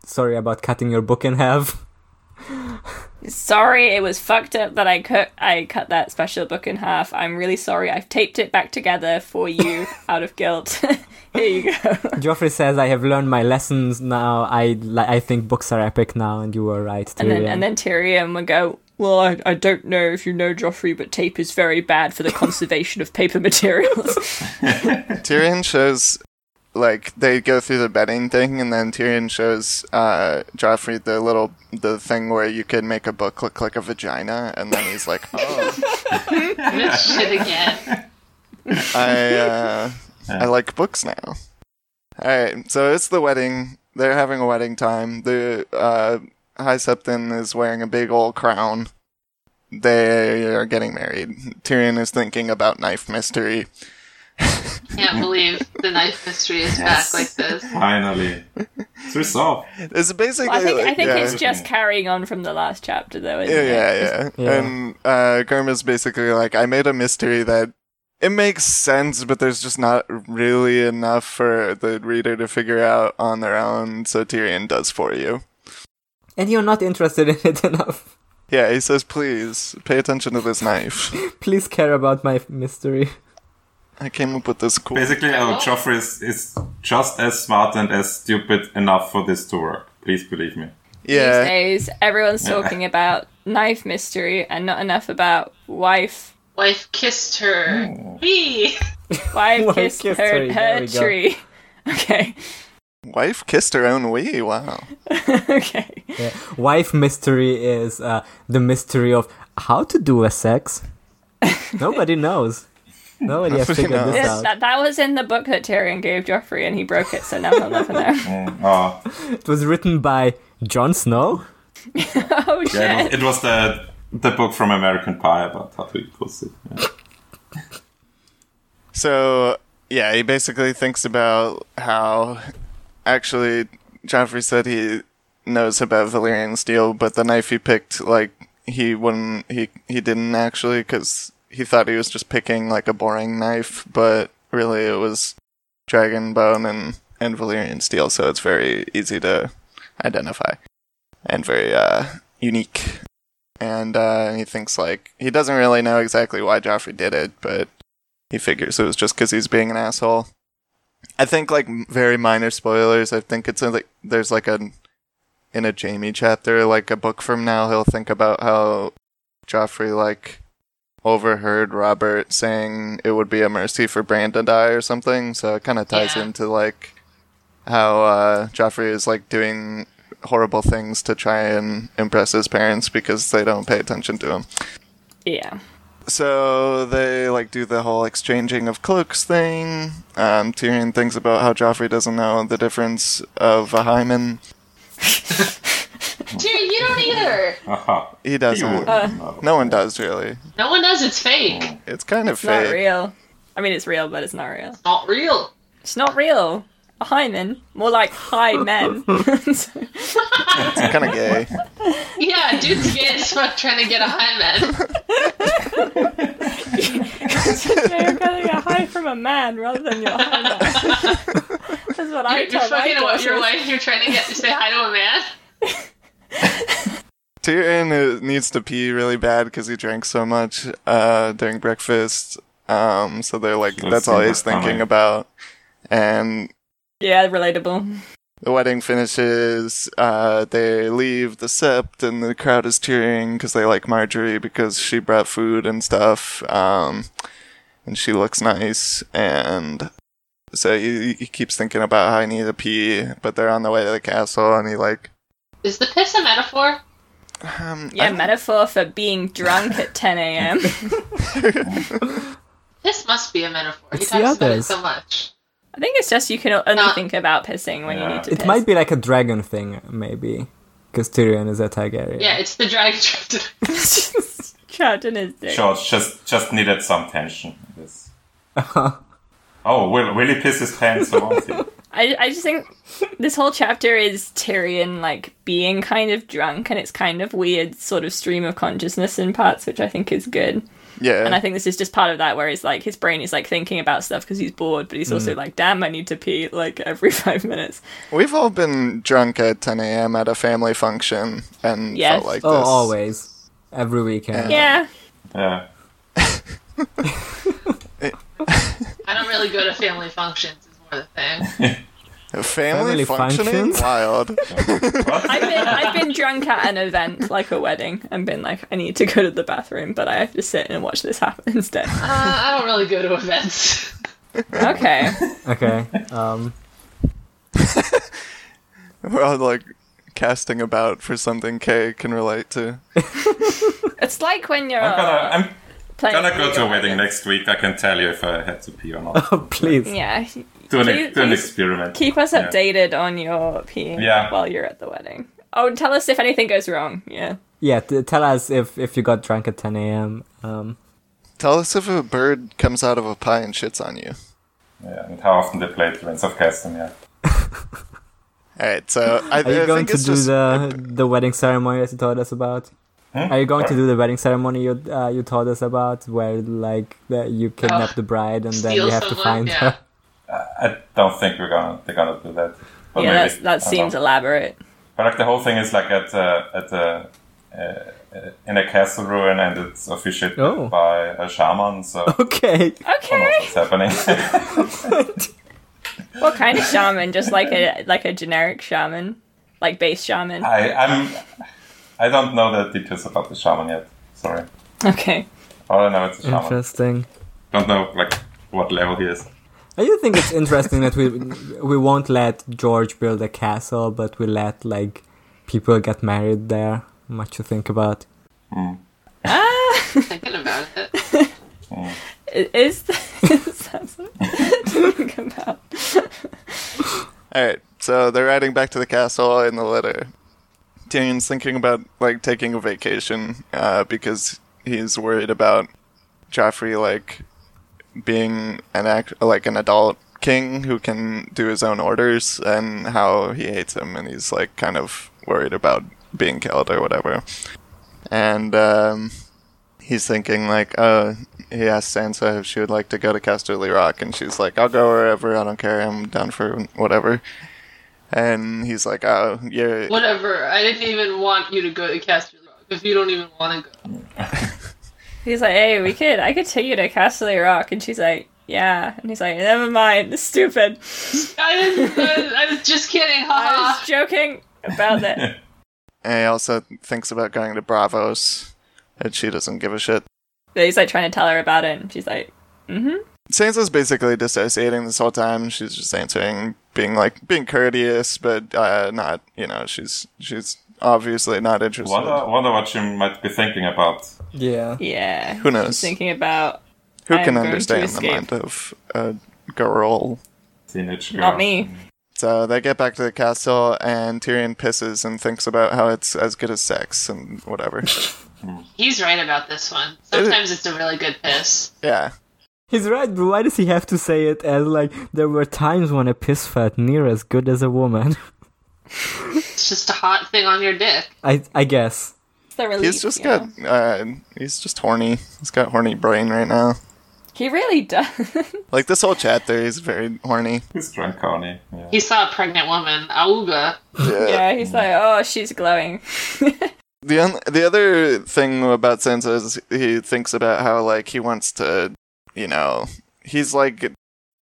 Speaker 5: sorry about cutting your book in half.
Speaker 4: "Sorry, it was fucked up that I cut I cut that special book in half. I'm really sorry. I've taped it back together for you out of guilt. Here you go."
Speaker 5: Joffrey says, I have learned my lessons now. I, li- I think books are epic now, and you were right, Tyrion.
Speaker 4: And then, and then Tyrion would go, Well, I, I don't know if you know Joffrey, but tape is very bad for the conservation of paper materials.
Speaker 1: Tyrion shows like they go through the betting thing, and then Tyrion shows uh, Joffrey the little the thing where you can make a book look like a vagina, and then he's like, "Oh,
Speaker 3: This shit again.
Speaker 1: I uh, I like books now." All right, so it's the wedding. They're having a wedding time. The uh, High Septon is wearing a big old crown. They are getting married. Tyrion is thinking about knife mystery.
Speaker 3: Can't believe the knife mystery is back like this.
Speaker 6: Finally, it's resolved.
Speaker 1: It's basically.
Speaker 4: I think, I
Speaker 1: like-
Speaker 4: think
Speaker 1: yeah.
Speaker 4: it's just carrying on from the last chapter, though. Isn't
Speaker 1: Yeah,
Speaker 4: it?
Speaker 1: yeah, yeah.
Speaker 5: Yeah.
Speaker 1: And uh, Garma's basically like, I made a mystery that it makes sense, but there's just not really enough for the reader to figure out on their own. So Tyrion does for you.
Speaker 5: And you're not interested in it enough.
Speaker 1: Yeah, he says, please pay attention to this knife.
Speaker 5: Please care about my mystery.
Speaker 1: I came up with this cool.
Speaker 6: Basically, uh, Joffrey is, is just as smart and as stupid enough for this to work. Please believe me.
Speaker 4: These
Speaker 1: yeah,
Speaker 4: days, everyone's talking about knife mystery and not enough about wife.
Speaker 3: Wife kissed
Speaker 5: Mm.
Speaker 3: her. Wee!
Speaker 4: Wife,
Speaker 5: Wife
Speaker 4: kissed,
Speaker 5: kissed
Speaker 4: her,
Speaker 5: tree, there
Speaker 4: her
Speaker 5: we go.
Speaker 4: tree. Okay,
Speaker 1: wife kissed her own wee. Wow.
Speaker 4: okay.
Speaker 5: Yeah. Wife mystery is uh, the mystery of how to do a sex. Nobody knows. Nobody has
Speaker 1: Nobody
Speaker 5: figured this
Speaker 1: knows.
Speaker 4: Yes,
Speaker 5: out.
Speaker 4: that, that was in the book that Tyrion gave Joffrey, and he broke it, so now I'm not there.
Speaker 6: Oh,
Speaker 5: It was written by Jon Snow.
Speaker 4: oh
Speaker 6: yeah,
Speaker 4: shit!
Speaker 6: it was, it was the the book from American Pie about how to eat pussy. Yeah.
Speaker 1: So yeah, he basically thinks about how actually Joffrey said he knows about Valyrian steel, but the knife he picked, like he wouldn't, he he didn't actually because he thought he was just picking like a boring knife, but really it was dragon bone and and Valyrian steel, so it's very easy to identify and very uh, unique. And uh, he thinks like he doesn't really know exactly why Joffrey did it, but he figures it was just because he's being an asshole. I think like m- very minor spoilers. I think it's in, like there's like a in a Jamie chapter, like a book from now, he'll think about how Joffrey like overheard Robert saying it would be a mercy for Bran to die or something. So it kind of ties
Speaker 3: Yeah.
Speaker 1: into like how uh, Joffrey is like doing horrible things to try and impress his parents because they don't pay attention to him.
Speaker 4: Yeah.
Speaker 1: So they like do the whole exchanging of cloaks thing. Um, Tyrion thinks about how Joffrey doesn't know the difference of a hymen.
Speaker 3: Tyrion, you don't either!
Speaker 6: Aha.
Speaker 1: He doesn't.
Speaker 6: You wouldn't
Speaker 4: Oh.
Speaker 6: know.
Speaker 1: No one does really.
Speaker 3: No one does, it's fake.
Speaker 1: It's kind of
Speaker 4: It's not
Speaker 1: fake.
Speaker 4: real. I mean, it's real, but it's not real.
Speaker 3: Not real.
Speaker 4: It's not real. A hymen, more like high men.
Speaker 1: It's kind of gay.
Speaker 3: Yeah, dude's gay as fuck trying to get a high man.
Speaker 4: So you're getting a high from a man rather than your high man. That's what I
Speaker 3: You're, you're
Speaker 4: tell my
Speaker 3: fucking what, your
Speaker 4: daughters.
Speaker 3: wife, you're trying to get to say hi to a man?
Speaker 1: Tyrion uh, needs to pee really bad because he drank so much uh, during breakfast. Um, so they're like,
Speaker 6: Should've
Speaker 1: that's all
Speaker 6: seen
Speaker 1: he's
Speaker 6: that coming.
Speaker 1: thinking about. And
Speaker 4: Yeah, relatable.
Speaker 1: The wedding finishes. Uh, they leave the sept, and the crowd is cheering because they like Marjorie because she brought food and stuff. Um, and she looks nice, and so he, he keeps thinking about how I need a pee. But they're on the way to the castle, and he like,
Speaker 3: Is the piss a metaphor?
Speaker 1: um,
Speaker 4: Yeah, metaphor for being drunk at 10 a.m.
Speaker 3: This must be a metaphor.
Speaker 5: It's
Speaker 3: he
Speaker 5: the
Speaker 3: talks about it
Speaker 5: others.
Speaker 3: so much.
Speaker 4: I think it's just you can only
Speaker 3: Nah.
Speaker 4: think about pissing when you
Speaker 6: Yeah.
Speaker 4: need to
Speaker 5: It
Speaker 4: piss.
Speaker 5: might be like a dragon thing, maybe, because Tyrion is a Targaryen.
Speaker 3: Yeah, it's the dragon trap.
Speaker 4: Trapped in his dick.
Speaker 6: George just just needed some tension. Yes. oh, Will really piss his pants so won't he?
Speaker 4: I, I just think this whole chapter is Tyrion like being kind of drunk and it's kind of weird sort of stream of consciousness in parts, which I think is good.
Speaker 1: yeah,
Speaker 4: And I think this is just part of that where he's like, his brain is like thinking about stuff because he's bored, but he's
Speaker 6: Mm.
Speaker 4: also like, damn, I need to pee like every five minutes.
Speaker 1: we've all been drunk at 10 a.m. at a family function and
Speaker 4: Yes.
Speaker 1: felt like
Speaker 5: Oh,
Speaker 1: this.
Speaker 5: always. Every weekend.
Speaker 4: Yeah.
Speaker 6: Yeah.
Speaker 3: I don't really go to family functions, is more the thing.
Speaker 1: Family,
Speaker 5: Family
Speaker 1: functioning,
Speaker 5: functions?
Speaker 1: wild.
Speaker 4: I've been, I've been drunk at an event, like a wedding, and been like, I need to go to the bathroom, but I have to sit and watch this happen instead.
Speaker 3: Uh, I don't really go to events.
Speaker 4: Okay.
Speaker 5: Okay. Um,
Speaker 1: We're all like casting about for something Kay can relate to.
Speaker 4: It's like when you're
Speaker 6: I'm gonna I'm
Speaker 4: playing.
Speaker 6: gonna go to a wedding next week. I can tell you if I had to pee or not.
Speaker 1: Oh,
Speaker 5: please.
Speaker 4: Yeah.
Speaker 6: Do an,
Speaker 4: Please-
Speaker 6: do an
Speaker 4: please
Speaker 6: experiment.
Speaker 4: Keep us
Speaker 6: Yeah.
Speaker 4: updated on your peeing
Speaker 6: Yeah.
Speaker 4: while you're at the wedding. Oh, and tell us if anything goes wrong. Yeah.
Speaker 5: yeah, t- tell us if if you got drunk at 10 a.m. Um,
Speaker 1: Tell us if a bird comes out of a pie and shits on you.
Speaker 6: Yeah, and how often they played Prince of Castamere.
Speaker 1: All right, so I,
Speaker 5: are you
Speaker 1: I
Speaker 5: going
Speaker 1: think
Speaker 5: to
Speaker 1: it's
Speaker 5: do
Speaker 1: just
Speaker 5: the the wedding ceremony that you told us about? Are you going to do the wedding ceremony you uh, you told us about, where like the, you kidnap the bride and then
Speaker 3: Steal
Speaker 5: you have to
Speaker 3: someone,
Speaker 5: find
Speaker 3: yeah.
Speaker 5: her?
Speaker 6: I don't think we're gonna they're gonna do that. But
Speaker 4: yeah,
Speaker 6: maybe.
Speaker 4: that's,
Speaker 6: I
Speaker 4: that
Speaker 6: don't
Speaker 4: seems
Speaker 6: know.
Speaker 4: elaborate.
Speaker 6: But like the whole thing is like at uh, at uh, uh, uh, in a castle ruin, and it's officiated
Speaker 5: Oh.
Speaker 6: by a shaman. So I
Speaker 5: Okay,
Speaker 6: don't know
Speaker 4: Okay.
Speaker 6: what's happening.
Speaker 4: what kind of shaman? Just like a like a generic shaman, like base shaman.
Speaker 6: I I'm I don't know the details about the shaman yet. Sorry,
Speaker 4: Okay.
Speaker 6: all I know it's a shaman.
Speaker 5: interesting.
Speaker 6: Don't know like what level he is.
Speaker 5: I do think it's interesting that we we won't let George build a castle, but we let like people get married there. Much to think about.
Speaker 4: Ah,
Speaker 3: Thinking about it.
Speaker 4: is this something to think about?
Speaker 1: All right, so they're riding back to the castle in the litter. Tyrion's thinking about like taking a vacation uh, because he's worried about Joffrey like being an act like an adult king who can do his own orders and how he hates him and he's like kind of worried about being killed or whatever. And um, he's thinking like, uh, he asked Sansa if she would like to go to Casterly Rock, and she's like, I'll go wherever. I don't care. I'm down for whatever. And he's like, oh, you're
Speaker 3: Whatever. I didn't even want you to go to Castle Rock if you don't even want to go.
Speaker 4: He's like, hey, we could, I could take you to Castle Rock, and she's like, yeah, and he's like, never mind, it's stupid.
Speaker 3: I didn't. I, was- I was just kidding.
Speaker 4: I
Speaker 3: Haha.
Speaker 4: was joking about that.
Speaker 1: And he also thinks about going to Bravos, and she doesn't give a shit.
Speaker 4: But he's like trying to tell her about it, and she's like,
Speaker 1: Sansa's basically dissociating this whole time. She's just answering, being like, being courteous, but uh, not, you know, she's she's obviously not interested.
Speaker 6: Wonder wonder what you might be thinking about.
Speaker 5: Yeah.
Speaker 4: yeah.
Speaker 1: Who knows?
Speaker 4: She's thinking about
Speaker 1: Who
Speaker 4: I'm
Speaker 1: can
Speaker 4: going to
Speaker 1: understand the
Speaker 4: escape.
Speaker 1: mind of a girl?
Speaker 6: Teenage girl.
Speaker 4: not me.
Speaker 1: So they get back to the castle, and Tyrion pisses and thinks about how it's as good as sex and whatever.
Speaker 3: He's right about this one. Sometimes it's a really good piss.
Speaker 1: yeah.
Speaker 5: He's right, but why does he have to say it as like there were times when a piss felt near as good as a woman?
Speaker 3: It's just a hot thing on your dick.
Speaker 5: I I guess.
Speaker 4: It's the relief.
Speaker 1: He's just
Speaker 4: you know?
Speaker 1: got, uh, he's just horny. He's got horny brain right now.
Speaker 4: He really does.
Speaker 1: Like this whole chapter, he's very horny.
Speaker 6: He's drunk, Connie. Yeah.
Speaker 3: He saw a pregnant woman. Auga.
Speaker 4: yeah, he's like, oh, she's glowing.
Speaker 1: The un- the other thing about Sansa is he thinks about how like he wants to, you know, he's like,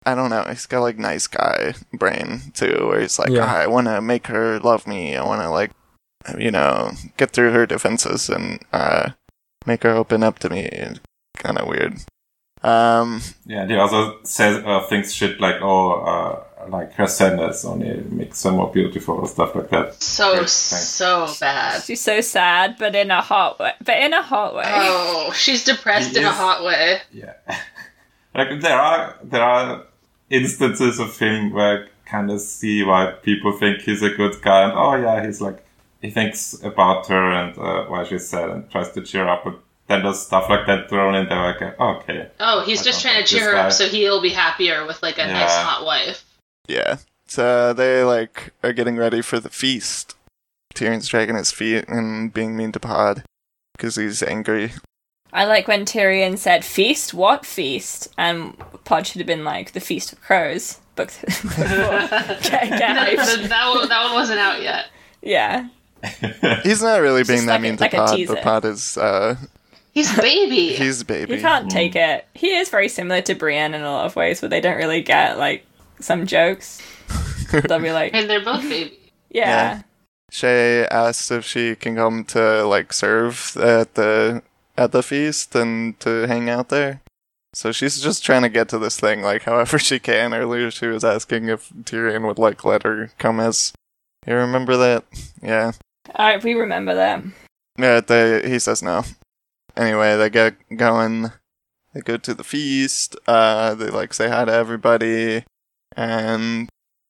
Speaker 1: I don't know, he's got like nice guy brain too, where he's like,
Speaker 5: Yeah.
Speaker 1: "Ah, I want to make her love me, I want to like, you know, get through her defenses and uh, make her open up to me. Kind of weird. Um,
Speaker 6: Yeah, and he also says uh, things shit like, "Oh, uh, like her sandals only makes her more beautiful" or stuff like that.
Speaker 3: So
Speaker 6: Great, thanks.
Speaker 3: so bad.
Speaker 4: she's so sad, but in a hot way. But in a hot way.
Speaker 3: Oh, she's depressed
Speaker 6: He
Speaker 3: in a
Speaker 6: is-
Speaker 3: hot way.
Speaker 6: Yeah, like there are there are instances of him where I kind of see why people think he's a good guy, and oh yeah, he's like he thinks about her and uh, why she's sad and tries to cheer her up, but then there's stuff like that thrown in there. Like, oh, okay,
Speaker 3: Oh, he's
Speaker 6: I
Speaker 3: just
Speaker 6: don't
Speaker 3: trying to
Speaker 6: like
Speaker 3: cheer
Speaker 6: this
Speaker 3: her
Speaker 6: guy.
Speaker 3: up so he'll be happier with like a nice
Speaker 6: Yeah.
Speaker 3: hot wife.
Speaker 1: Yeah. So they like are getting ready for the feast. Tyrion's dragging his feet and being mean to Pod because he's angry.
Speaker 4: I like when Tyrion said, "Feast? What feast?" And Pod should have been like, "The Feast of Crows." Book. get, get
Speaker 3: No,
Speaker 4: hyped.
Speaker 3: that, that one, that one wasn't out yet.
Speaker 4: Yeah.
Speaker 1: He's not really being
Speaker 4: just
Speaker 1: that
Speaker 4: like a-
Speaker 1: mean to
Speaker 4: like a
Speaker 1: Pod,
Speaker 4: teaser.
Speaker 1: but Pod is uh
Speaker 3: He's a baby.
Speaker 1: he's a baby.
Speaker 4: He can't
Speaker 1: Hmm.
Speaker 4: take it. He is very similar to Brienne in a lot of ways, but they don't really get like some jokes. They'll be like,
Speaker 3: and they're both baby.
Speaker 4: yeah.
Speaker 1: Shay asks if she can come to like serve at the at the feast and to hang out there. So she's just trying to get to this thing like however she can. Earlier she was asking if Tyrion would like let her come as you remember that? Yeah.
Speaker 4: All right, we remember that.
Speaker 1: Yeah, they, he says no. Anyway, they get going. They go to the feast. Uh, they like say hi to everybody, and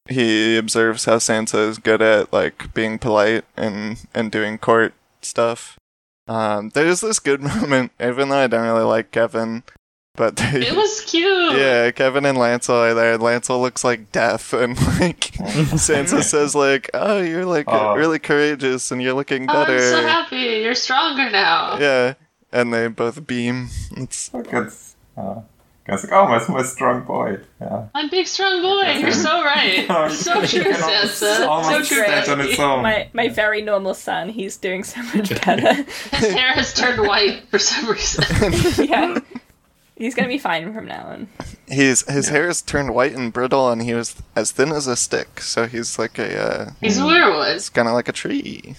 Speaker 1: he observes how Sansa is good at like being polite and and doing court stuff. Um, there's this good moment, even though I don't really like Kevin, but they,
Speaker 3: It was cute.
Speaker 1: yeah, Kevin and Lancel are there, and Lancel looks like deaf, and like Sansa says, like, "Oh, you're like
Speaker 6: Aw.
Speaker 1: really courageous, and you're looking
Speaker 3: Oh,
Speaker 1: better."
Speaker 3: I'm so happy. You're stronger now.
Speaker 1: Yeah, and they both beam. It's
Speaker 6: Look at uh, guys like, oh, my, my strong boy. Yeah.
Speaker 3: I'm big, strong boy. You're so right. so true, Sansa. uh, So
Speaker 6: Almost
Speaker 3: true.
Speaker 6: stands on its
Speaker 3: Andy.
Speaker 1: Um,
Speaker 6: own.
Speaker 4: My my very normal son, he's doing so much better.
Speaker 3: His hair has turned white for some reason.
Speaker 4: yeah. He's gonna be fine from now on.
Speaker 1: he's his hair is turned white and brittle, and he was as thin as a stick, so he's like a uh,
Speaker 3: He's a werewolf,
Speaker 1: it's kind of like a tree.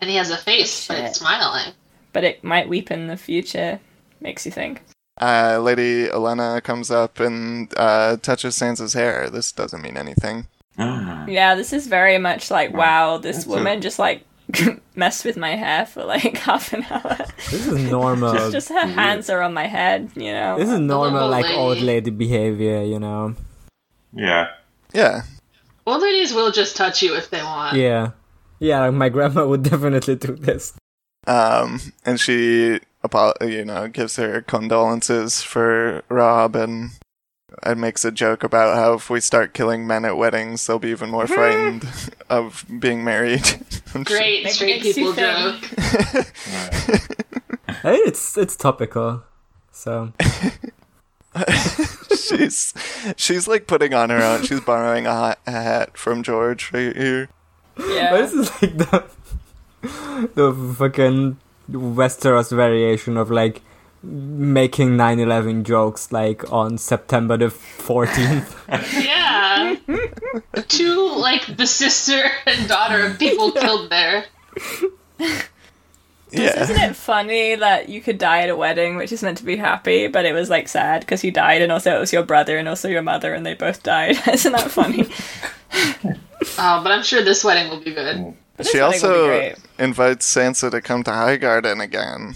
Speaker 3: and he has a face, but it's smiling.
Speaker 4: But it might weep in the future. Makes you think.
Speaker 1: Uh, Lady Elena comes up and uh, touches Sansa's hair. This doesn't mean anything.
Speaker 6: Ah.
Speaker 4: Yeah, this is very much like wow, this
Speaker 6: That's
Speaker 4: woman
Speaker 6: a-
Speaker 4: just like messed with my hair for like half an hour.
Speaker 5: This is normal.
Speaker 4: just her hands are on my head, you know.
Speaker 5: Uh, This is normal,
Speaker 3: old
Speaker 5: like
Speaker 3: lady.
Speaker 5: old lady behavior, you know.
Speaker 6: yeah.
Speaker 1: Yeah,
Speaker 3: Old ladies will just touch you if they want.
Speaker 5: Yeah, yeah. Like my grandma would definitely do this.
Speaker 1: um, and she apo- you know gives her condolences for Rob and and makes a joke about how if we start killing men at weddings, they'll be even more frightened of being married. I'm sure-
Speaker 3: Great
Speaker 4: Makes-
Speaker 3: straight
Speaker 4: makes
Speaker 3: people
Speaker 4: you
Speaker 3: joke.
Speaker 4: think.
Speaker 5: I mean, it's it's topical. So
Speaker 1: she's she's like putting on her own. She's borrowing a, hot, a hat from George right here.
Speaker 5: but
Speaker 4: Yeah.
Speaker 5: this is like the the fucking Westeros variation of like making 9/11 jokes like on September the 14th.
Speaker 3: Yeah. Two, like, the sister and daughter of people killed there.
Speaker 1: Yeah.
Speaker 4: Isn't it funny that you could die at a wedding, which is meant to be happy, but it was like sad because you died, and also it was your brother and also your mother, and they both died. Isn't that funny?
Speaker 3: Oh, but I'm sure this wedding will be good.
Speaker 4: But
Speaker 1: She
Speaker 4: this wedding will be
Speaker 1: also
Speaker 4: great.
Speaker 1: invites Sansa to come to High Garden again.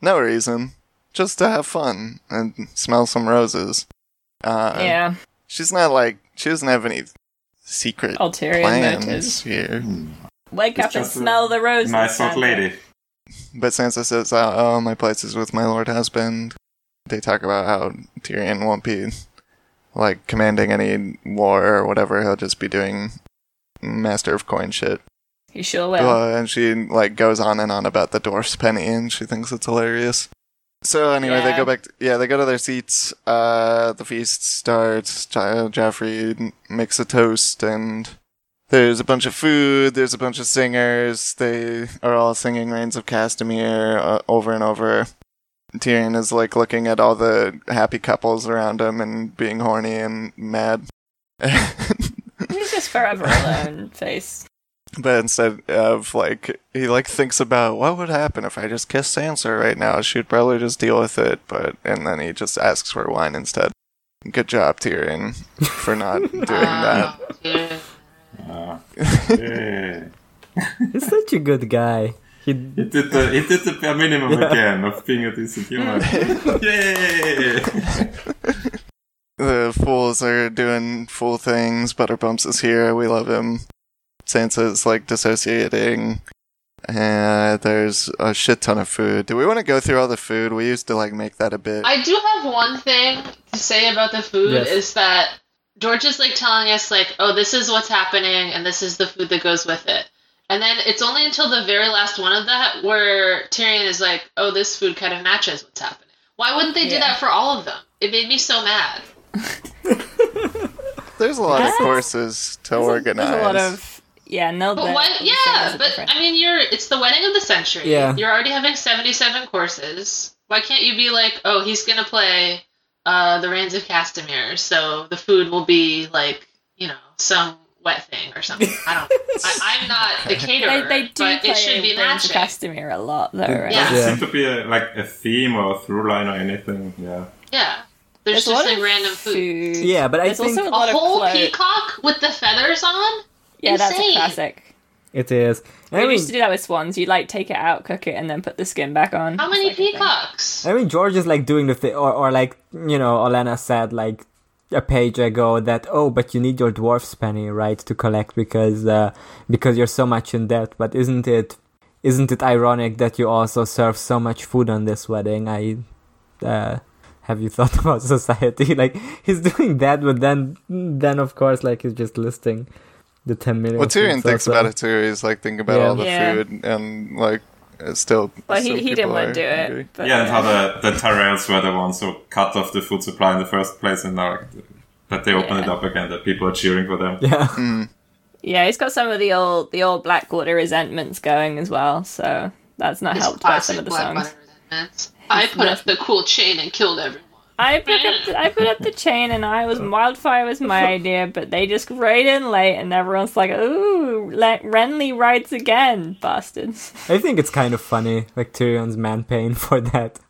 Speaker 1: No reason, just to have fun and smell some roses. Uh,
Speaker 4: yeah,
Speaker 1: She's not like she doesn't have any secret
Speaker 4: ulterior motives.
Speaker 1: plans here.
Speaker 4: Wake up and
Speaker 6: just a
Speaker 4: smell the roses.
Speaker 6: Nice old
Speaker 4: Santa.
Speaker 6: lady.
Speaker 1: But Sansa says, "Oh, oh, my place is with my lord husband." They talk about how Tyrion won't be like commanding any war or whatever. He'll just be doing master of coin shit.
Speaker 4: You sure will.
Speaker 1: Uh, and she like goes on and on about the dwarf's penny, and she thinks it's hilarious. So anyway, they
Speaker 4: Yeah.
Speaker 1: go back. To, yeah, they go to their seats. Uh, the feast starts. Jo- Joffrey makes a toast, and there's a bunch of food. There's a bunch of singers. They are all singing "Reigns of Castamere" uh, over and over. Tyrion is like looking at all the happy couples around him and being horny and mad.
Speaker 4: He's just forever alone face.
Speaker 1: But instead of like, he like thinks about what would happen if I just kissed Sansa right now. She'd probably just deal with it. But and then he just asks for wine instead. Good job, Tyrion, for not doing that.
Speaker 3: Oh, dear.
Speaker 6: Ah. Yay.
Speaker 5: He's such a good guy. He
Speaker 6: He did the he did the bare minimum again of being a decent human. Yay!
Speaker 1: The fools are doing fool things. Butterbumps is here. We love him. Sansa's like dissociating. Uh, there's a shit ton of food. Do we want to go through all the food? We used to like make that a bit.
Speaker 3: I do have one thing to say about the food
Speaker 5: Yes.
Speaker 3: is that George is like telling us like, oh, this is what's happening and this is the food that goes with it. And then it's only until the very last one of that where Tyrion is like, oh, this food kind of matches what's happening. Why wouldn't they do
Speaker 4: Yeah.
Speaker 3: that for all of them? It made me so mad.
Speaker 1: There's a lot of
Speaker 4: Yes.
Speaker 1: courses to organize.
Speaker 4: There's a lot of yeah, no.
Speaker 3: But what? Yeah, but I mean, you're it's the wedding of the century.
Speaker 5: Yeah.
Speaker 3: You're already having 77 courses. Why can't you be like, oh, he's going to play uh, the Reigns of Castamere, so the food will be like, you know, some wet thing or something. I don't I, I'm not the caterer,
Speaker 4: they, they do
Speaker 3: but
Speaker 4: play
Speaker 3: it should be
Speaker 4: Reigns of
Speaker 3: matching.
Speaker 4: Castamere a lot though, right?
Speaker 3: Yeah.
Speaker 6: Does
Speaker 5: Yeah.
Speaker 6: seem to be a, like a theme or a through line or anything. Yeah.
Speaker 3: yeah. There's,
Speaker 4: a lot
Speaker 3: just like
Speaker 4: of
Speaker 3: random food.
Speaker 5: Yeah, but I
Speaker 4: There's
Speaker 5: think-
Speaker 4: also a
Speaker 3: A
Speaker 4: lot
Speaker 3: whole
Speaker 4: of clothes.
Speaker 3: peacock with the feathers on?
Speaker 4: Yeah, that's a
Speaker 3: Insane.
Speaker 4: classic.
Speaker 5: it is. I
Speaker 4: We
Speaker 5: mean,
Speaker 4: used to do that with swans. You like take it out, cook it, and then put the skin back on.
Speaker 3: How
Speaker 4: It's
Speaker 3: many
Speaker 4: like a thing.
Speaker 3: peacocks?
Speaker 5: I mean, George is like doing the thing, or, or like you know, Olena said like a page ago that oh, but you need your dwarf's penny right to collect because uh, because you're so much in debt. But isn't it isn't it ironic that you also serve so much food on this wedding? I, uh, have you thought about society? like he's doing that, but then, then of course, like he's just listing the ten million.
Speaker 1: Well, Tyrion
Speaker 5: foods
Speaker 1: thinks
Speaker 5: also.
Speaker 1: about it too. He's like thinking about
Speaker 5: Yeah.
Speaker 1: all the
Speaker 4: Yeah.
Speaker 1: food and like it's still.
Speaker 4: Well, he,
Speaker 1: still
Speaker 4: he
Speaker 1: people
Speaker 4: didn't want
Speaker 1: are
Speaker 4: to do
Speaker 1: hungry.
Speaker 4: it. But
Speaker 6: Yeah, and how the, the Tyrells were the ones who cut off the food supply in the first place, and now like, that they open it
Speaker 4: Yeah.
Speaker 6: up again, that people are cheering for them.
Speaker 5: Yeah.
Speaker 1: Mm.
Speaker 4: Yeah, he's got some of the old the old Blackwater resentments going as well, so that's not helped by some of the
Speaker 3: Black
Speaker 4: songs.
Speaker 3: Butter Resentments. I put up the cool chain and killed everyone.
Speaker 4: I put up the, I put up the chain, and I was wildfire was my idea, but they just right in late, and everyone's like, "Ooh, Le- Renly rides again, bastards."
Speaker 5: I think it's kind of funny, like Tyrion's man pain for that.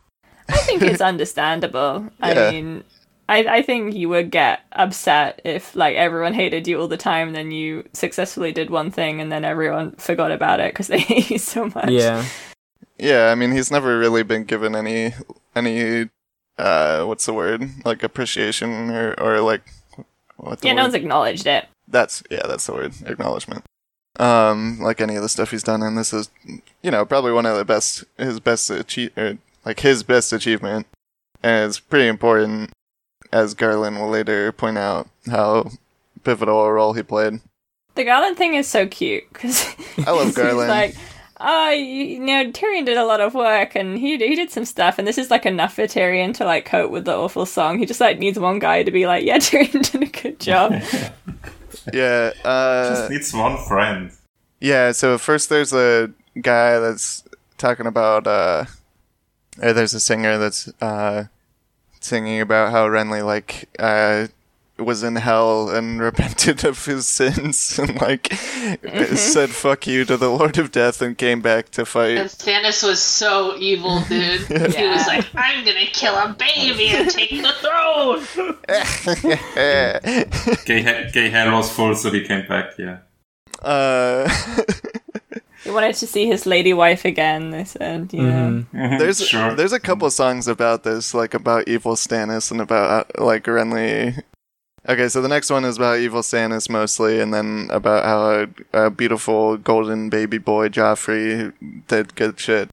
Speaker 4: I think it's understandable.
Speaker 1: Yeah.
Speaker 4: I mean, I I think you would get upset if like everyone hated you all the time, then you successfully did one thing, and then everyone forgot about it because they hate you so much.
Speaker 5: Yeah.
Speaker 1: Yeah, I mean, he's never really been given any any uh what's the word like appreciation or or like what the
Speaker 4: yeah,
Speaker 1: word?
Speaker 4: no one's acknowledged it.
Speaker 1: that's yeah that's the word acknowledgement. Um, like any of the stuff he's done, and this is you know probably one of the best his best achieve or like his best achievement, and it's pretty important as Garland will later point out how pivotal a role he played.
Speaker 4: The Garland thing is so cute because
Speaker 1: I love Garland.
Speaker 4: like, oh, you, you know, Tyrion did a lot of work and he he did some stuff, and this is like enough for Tyrion to like cope with the awful song. He just like needs one guy to be like, yeah, Tyrion did a good job.
Speaker 1: yeah, uh,
Speaker 6: Just needs one friend.
Speaker 1: Yeah, so first there's a guy that's talking about uh or there's a singer that's uh singing about how Renly like uh was in hell and repented of his sins and like said fuck you to the Lord of Death and came back to
Speaker 3: And
Speaker 1: fight.
Speaker 3: Stannis was so evil, dude. He was like, I'm gonna kill a baby and take the throne!
Speaker 6: Gay, he- gay hell was full, so he came back, yeah.
Speaker 1: uh
Speaker 4: he wanted to see his lady wife again. They said, yeah.
Speaker 5: Mm-hmm.
Speaker 1: There's
Speaker 6: Mm-hmm. Sure.
Speaker 1: there's a couple songs about this, like about evil Stannis and about uh, like Renly. Okay, so the next one is about evil Stannis mostly, and then about how a, a beautiful golden baby boy Joffrey did good shit.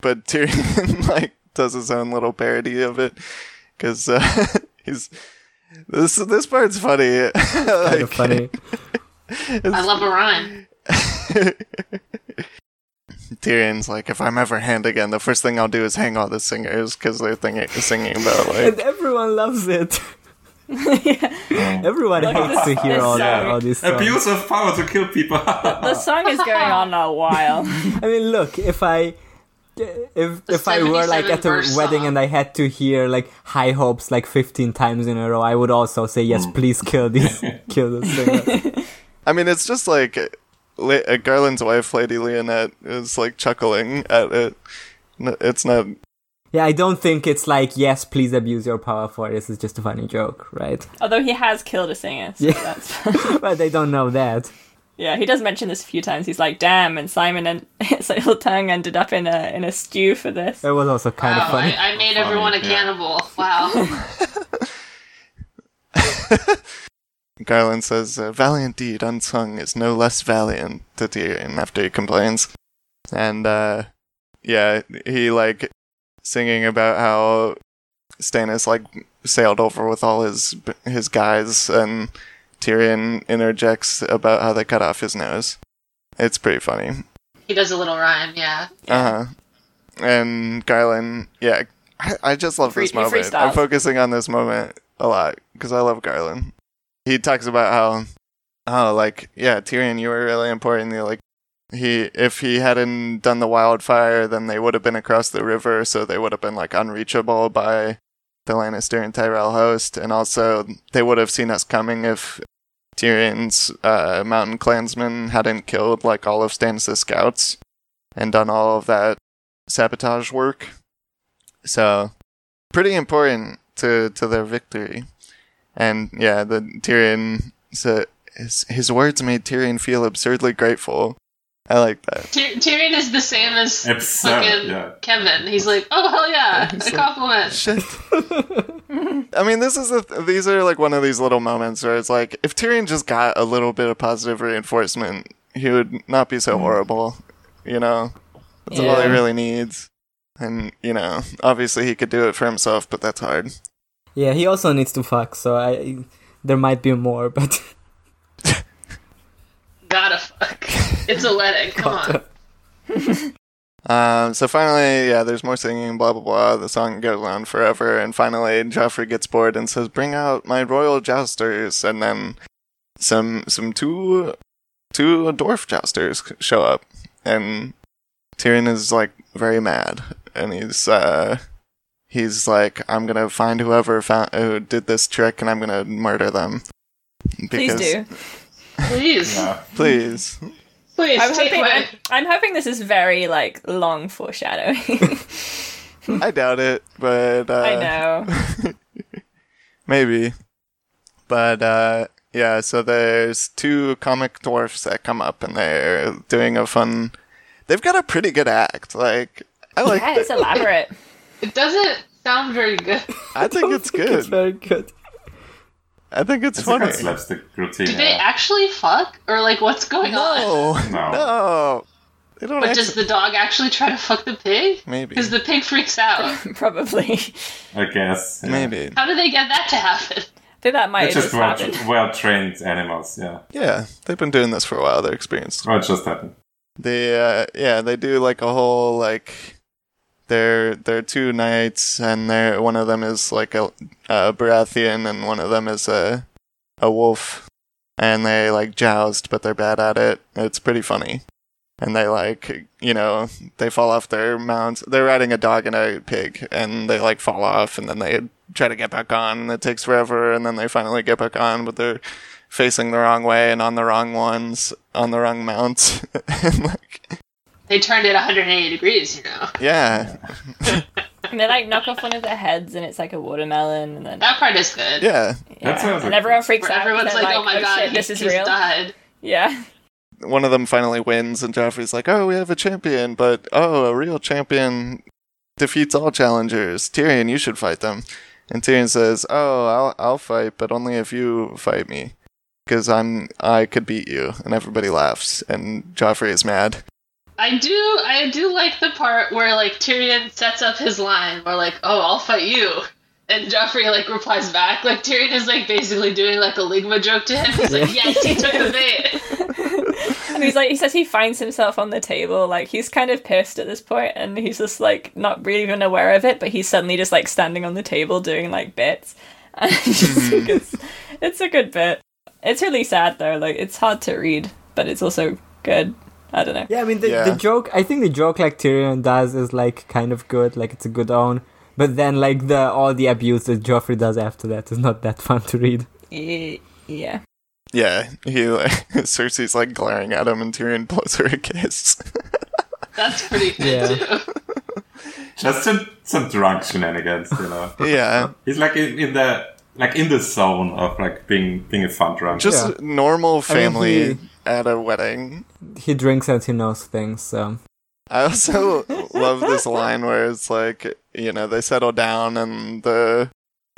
Speaker 1: But Tyrion like does his own little parody of it because uh, he's this this part's funny.
Speaker 5: Kind
Speaker 1: like,
Speaker 5: of funny.
Speaker 3: I love a rhyme.
Speaker 1: Tyrion's like, if I'm ever hand again, the first thing I'll do is hang all the singers because they're thinking, singing about like
Speaker 5: And everyone loves it.
Speaker 4: Yeah.
Speaker 5: Everyone hates to hear all, that, all these songs.
Speaker 6: Mm. Abuse of power to kill people.
Speaker 4: The song is going on a while.
Speaker 5: I mean, look, if I
Speaker 3: The
Speaker 5: if if I were like at a
Speaker 3: 77 verse
Speaker 5: wedding
Speaker 3: song.
Speaker 5: and I had to hear like high hopes like 15 times in a row, I would also say yes, please kill these kill this singer.
Speaker 1: I mean, it's just like Le- uh, Garland's wife, Lady Leonette, is like chuckling at it. N- It's not.
Speaker 5: yeah, I don't think it's like yes, please abuse your power for this. It's just a funny joke, right?
Speaker 4: Although he has killed a singer, so
Speaker 5: Yeah.
Speaker 4: that's
Speaker 5: but they don't know that.
Speaker 4: Yeah, he does mention this a few times. He's like, "Damn!" and Simon and his little tongue ended up in a in a stew for this.
Speaker 5: That was also kind of
Speaker 3: Wow,
Speaker 5: funny.
Speaker 3: I, I made everyone a
Speaker 6: yeah.
Speaker 3: cannibal. Wow.
Speaker 1: Garland says, "A valiant deed unsung is no less valiant to Tyrion after he complains. And, uh, yeah, he like singing about how Stannis like sailed over with all his his guys, and Tyrion interjects about how they cut off his nose. It's pretty funny.
Speaker 3: He does a little rhyme, yeah.
Speaker 1: Uh huh. And Garland, yeah, I, I just love this
Speaker 4: Free- he
Speaker 1: moment. I'm
Speaker 4: freestyles.
Speaker 1: focusing on this moment a lot because I love Garland. He talks about how, oh, like yeah, Tyrion, you were really important. You're like he, if he hadn't done the wildfire, then they would have been across the river, so they would have been like unreachable by the Lannister and Tyrell host, and also they would have seen us coming if Tyrion's uh, mountain clansmen hadn't killed like all of Stannis' scouts and done all of that sabotage work. So pretty important to to their victory. And yeah, the Tyrion so his, his words made Tyrion feel absurdly grateful. I like that.
Speaker 3: Tyr- Tyrion is the same as
Speaker 6: Absurd,
Speaker 3: fucking
Speaker 6: yeah.
Speaker 3: Kevin. He's like, oh, hell yeah, a
Speaker 1: He's like-
Speaker 3: compliment.
Speaker 1: Shit. I mean, this is a th- these are like one of these little moments where it's like if Tyrion just got a little bit of positive reinforcement, he would not be so horrible, you know. That's all he
Speaker 4: Yeah.
Speaker 1: really needs. And, you know, obviously he could do it for himself, but that's hard.
Speaker 5: Yeah, he also needs to fuck, so I there might be more, but
Speaker 3: Gotta fuck. It's a wedding. Come on.
Speaker 1: Um, so finally, yeah, there's more singing, blah, blah, blah. The song goes on forever. And finally, Joffrey gets bored and says, Bring out my royal jousters. And then some, some two, two dwarf jousters c- show up. And Tyrion is like very mad. And he's, uh, he's like, I'm gonna find whoever found, who did this trick and I'm gonna murder them.
Speaker 4: Please
Speaker 1: Because-
Speaker 4: do.
Speaker 3: Please.
Speaker 6: Yeah.
Speaker 1: Please.
Speaker 3: Please
Speaker 4: I'm
Speaker 3: take
Speaker 4: hoping, I'm,
Speaker 3: my
Speaker 4: I'm hoping this is very like long foreshadowing.
Speaker 1: I doubt it, but, uh.
Speaker 4: I know.
Speaker 1: Maybe. But uh yeah, so there's two comic dwarfs that come up and they're doing a fun They've got a pretty good act. Like I like
Speaker 4: Yeah, it's
Speaker 1: it.
Speaker 4: elaborate.
Speaker 3: It doesn't sound very good.
Speaker 1: I think it's
Speaker 5: it's
Speaker 1: good.
Speaker 5: very good.
Speaker 1: I think it's,
Speaker 6: It's a
Speaker 1: funny.
Speaker 6: good slapstick routine.
Speaker 3: Do they
Speaker 6: Yeah.
Speaker 3: actually fuck? Or, like, what's going on?
Speaker 1: No.
Speaker 6: No.
Speaker 1: No. They don't
Speaker 3: But
Speaker 1: actually
Speaker 3: does the dog actually try to fuck the pig?
Speaker 1: maybe.
Speaker 3: Because the pig freaks out.
Speaker 4: Probably.
Speaker 6: I guess. yeah.
Speaker 1: Maybe.
Speaker 3: How do they get that to happen?
Speaker 4: I think that might
Speaker 6: They're
Speaker 4: have just
Speaker 6: just well,
Speaker 4: happened.
Speaker 6: well trained animals, yeah.
Speaker 1: Yeah, they've been doing this for a while. They're experienced.
Speaker 6: Well, it just happened.
Speaker 1: they uh, yeah they do like a whole like they're they're two knights and they're one of them is like a, a Baratheon and one of them is a a wolf and they like joust but they're bad at it it's pretty funny and they like you know they fall off their mounts they're riding a dog and a pig and they like fall off and then they try to get back on and it takes forever and then they finally get back on but they're facing the wrong way and on the wrong ones on the wrong mounts and like
Speaker 3: They turned it 180 degrees, you know.
Speaker 1: yeah
Speaker 4: And they like knock off one of their heads, and it's like a watermelon, and then
Speaker 3: That part is good.
Speaker 1: yeah
Speaker 6: That
Speaker 4: yeah.
Speaker 6: sounds
Speaker 4: and
Speaker 6: like-
Speaker 4: everyone freaks
Speaker 3: Where
Speaker 4: out. 'cause
Speaker 3: everyone's
Speaker 4: they're
Speaker 3: like, oh my god,
Speaker 4: shit,
Speaker 3: he-
Speaker 4: this is
Speaker 3: he's
Speaker 4: real."
Speaker 3: died.
Speaker 4: Yeah,
Speaker 1: one of them finally wins and joffrey's like oh we have a champion but oh a real champion defeats all challengers tyrion you should fight them and tyrion says oh i'll, I'll fight but only if you fight me because i'm i could beat you and everybody laughs and joffrey is mad
Speaker 3: I do, I do like the part where like Tyrion sets up his line, where like, "Oh, I'll fight you," and Joffrey like replies back, like Tyrion is like basically doing like a ligma joke to him. He's like, "Yes, he took the bait."
Speaker 4: and he's like, he says he finds himself on the table, like he's kind of pissed at this point, and he's just like not really even aware of it, but he's suddenly just like standing on the table doing like bits. And it's, just like, it's, it's a good bit. It's really sad though. Like it's hard to read, but it's also good. I don't know.
Speaker 5: Yeah, I mean the,
Speaker 1: Yeah.
Speaker 5: the joke. I think the joke like Tyrion does is like kind of good, like it's a good own. But then like the all the abuse that Joffrey does after that is not that fun to read.
Speaker 4: Yeah. yeah.
Speaker 1: yeah he like cersei's like glaring at him and tyrion blows her a kiss
Speaker 3: That's pretty good
Speaker 5: Yeah.
Speaker 3: too.
Speaker 6: Just some, some drunk shenanigans, you know.
Speaker 1: yeah
Speaker 6: He's like in, in the like in the zone of like being being a fun drunk.
Speaker 1: just
Speaker 5: Yeah.
Speaker 1: normal
Speaker 5: I mean,
Speaker 1: family
Speaker 5: he-
Speaker 1: at a wedding.
Speaker 5: He drinks and he knows things, so
Speaker 1: I also love this line where it's like, you know, they settle down and the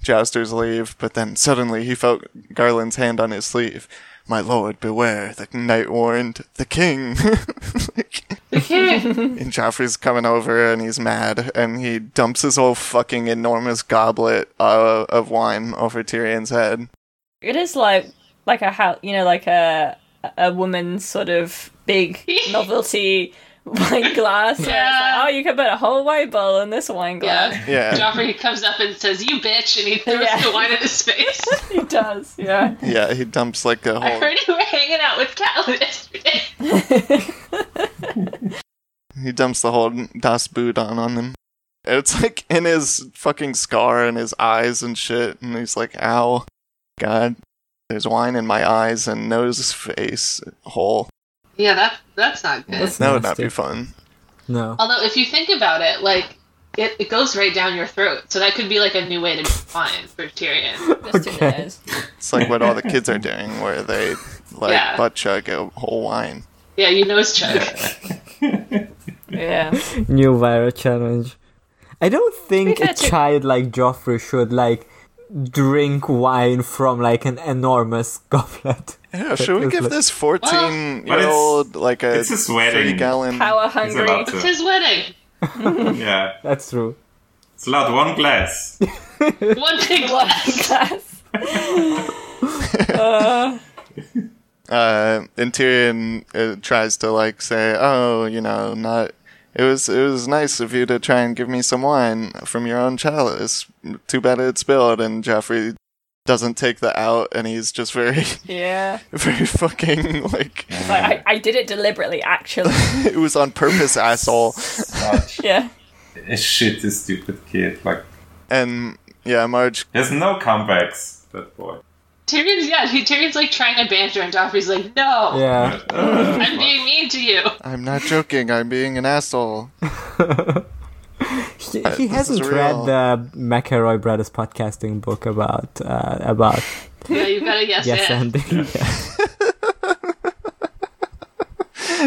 Speaker 1: jousters leave, but then suddenly he felt Garland's hand on his sleeve. My lord, beware! The knight warned the king. Like,
Speaker 3: Okay.
Speaker 1: and Joffrey's coming over, and he's mad, and he dumps his whole fucking enormous goblet uh, of wine over Tyrion's head.
Speaker 4: It is like like a how you know like a a woman's sort of big novelty wine glass. where it's like,
Speaker 3: Yeah.
Speaker 4: oh, you can put a whole wine bowl in this wine glass.
Speaker 3: Yeah.
Speaker 1: Yeah,
Speaker 3: Joffrey comes up and says, "You bitch," and he throws
Speaker 4: Yeah.
Speaker 3: the wine in his face.
Speaker 4: He does. Yeah.
Speaker 1: yeah, he dumps like a
Speaker 3: I
Speaker 1: whole.
Speaker 3: heard you were hanging out with Catelyn yesterday.
Speaker 1: He dumps the whole Das Boot on on him. It's like in his fucking scar and his eyes and shit, and he's like, "Ow, God, there's wine in my eyes and nose face hole."
Speaker 3: Yeah, that that's not good.
Speaker 5: that's
Speaker 1: That would not
Speaker 5: nasty.
Speaker 1: be fun.
Speaker 5: No,
Speaker 4: Um,
Speaker 3: Although, if you think about it, like it, it goes right down your throat, so that could be like a new way to be fine for Tyrion.
Speaker 4: Just who
Speaker 5: Okay.
Speaker 4: knows?
Speaker 1: It's like what all the kids are doing, where they like
Speaker 3: Yeah.
Speaker 1: butt chug a whole wine.
Speaker 3: Yeah, you nose chug.
Speaker 4: Yeah.
Speaker 5: new viral challenge. I don't think
Speaker 4: fair
Speaker 5: a
Speaker 4: to-
Speaker 5: child like Joffrey should like drink wine from like an enormous goblet.
Speaker 1: Yeah, should we
Speaker 5: It's
Speaker 1: give
Speaker 5: like-
Speaker 1: this 14 year old like a
Speaker 6: it's his wedding.
Speaker 1: 30 gallon?
Speaker 4: Power
Speaker 6: He's
Speaker 4: hungry.
Speaker 6: about
Speaker 3: It's
Speaker 6: to.
Speaker 3: his wedding.
Speaker 6: Yeah.
Speaker 5: That's true.
Speaker 6: It's allowed one glass.
Speaker 3: One big glass.
Speaker 4: Class.
Speaker 1: Uh, and Tyrion uh, tries to like say, "Oh, you know, not." It was it was nice of you to try and give me some wine from your own chalice. Too bad it spilled. And Joffrey doesn't take that out, and he's just very
Speaker 4: Yeah.
Speaker 1: very fucking like
Speaker 4: It's like, I, I did it deliberately, actually.
Speaker 1: it was on purpose, asshole.
Speaker 6: Such
Speaker 4: Yeah.
Speaker 6: a shitty, stupid kid. Like,
Speaker 1: And yeah, Marge
Speaker 6: there's no comebacks, that boy.
Speaker 3: Tyrion's yeah, he- Tyrion's like trying to banter, and Joffrey's like, "No,
Speaker 5: Yeah.
Speaker 3: I'm being mean to you."
Speaker 1: I'm not joking. I'm being an asshole.
Speaker 5: He,
Speaker 1: this
Speaker 5: he
Speaker 1: is
Speaker 5: hasn't
Speaker 1: real.
Speaker 5: read the McElroy Brothers podcasting book about uh, about
Speaker 3: Yeah, you've got a yes,
Speaker 5: yes
Speaker 3: and.
Speaker 5: ending. Yeah.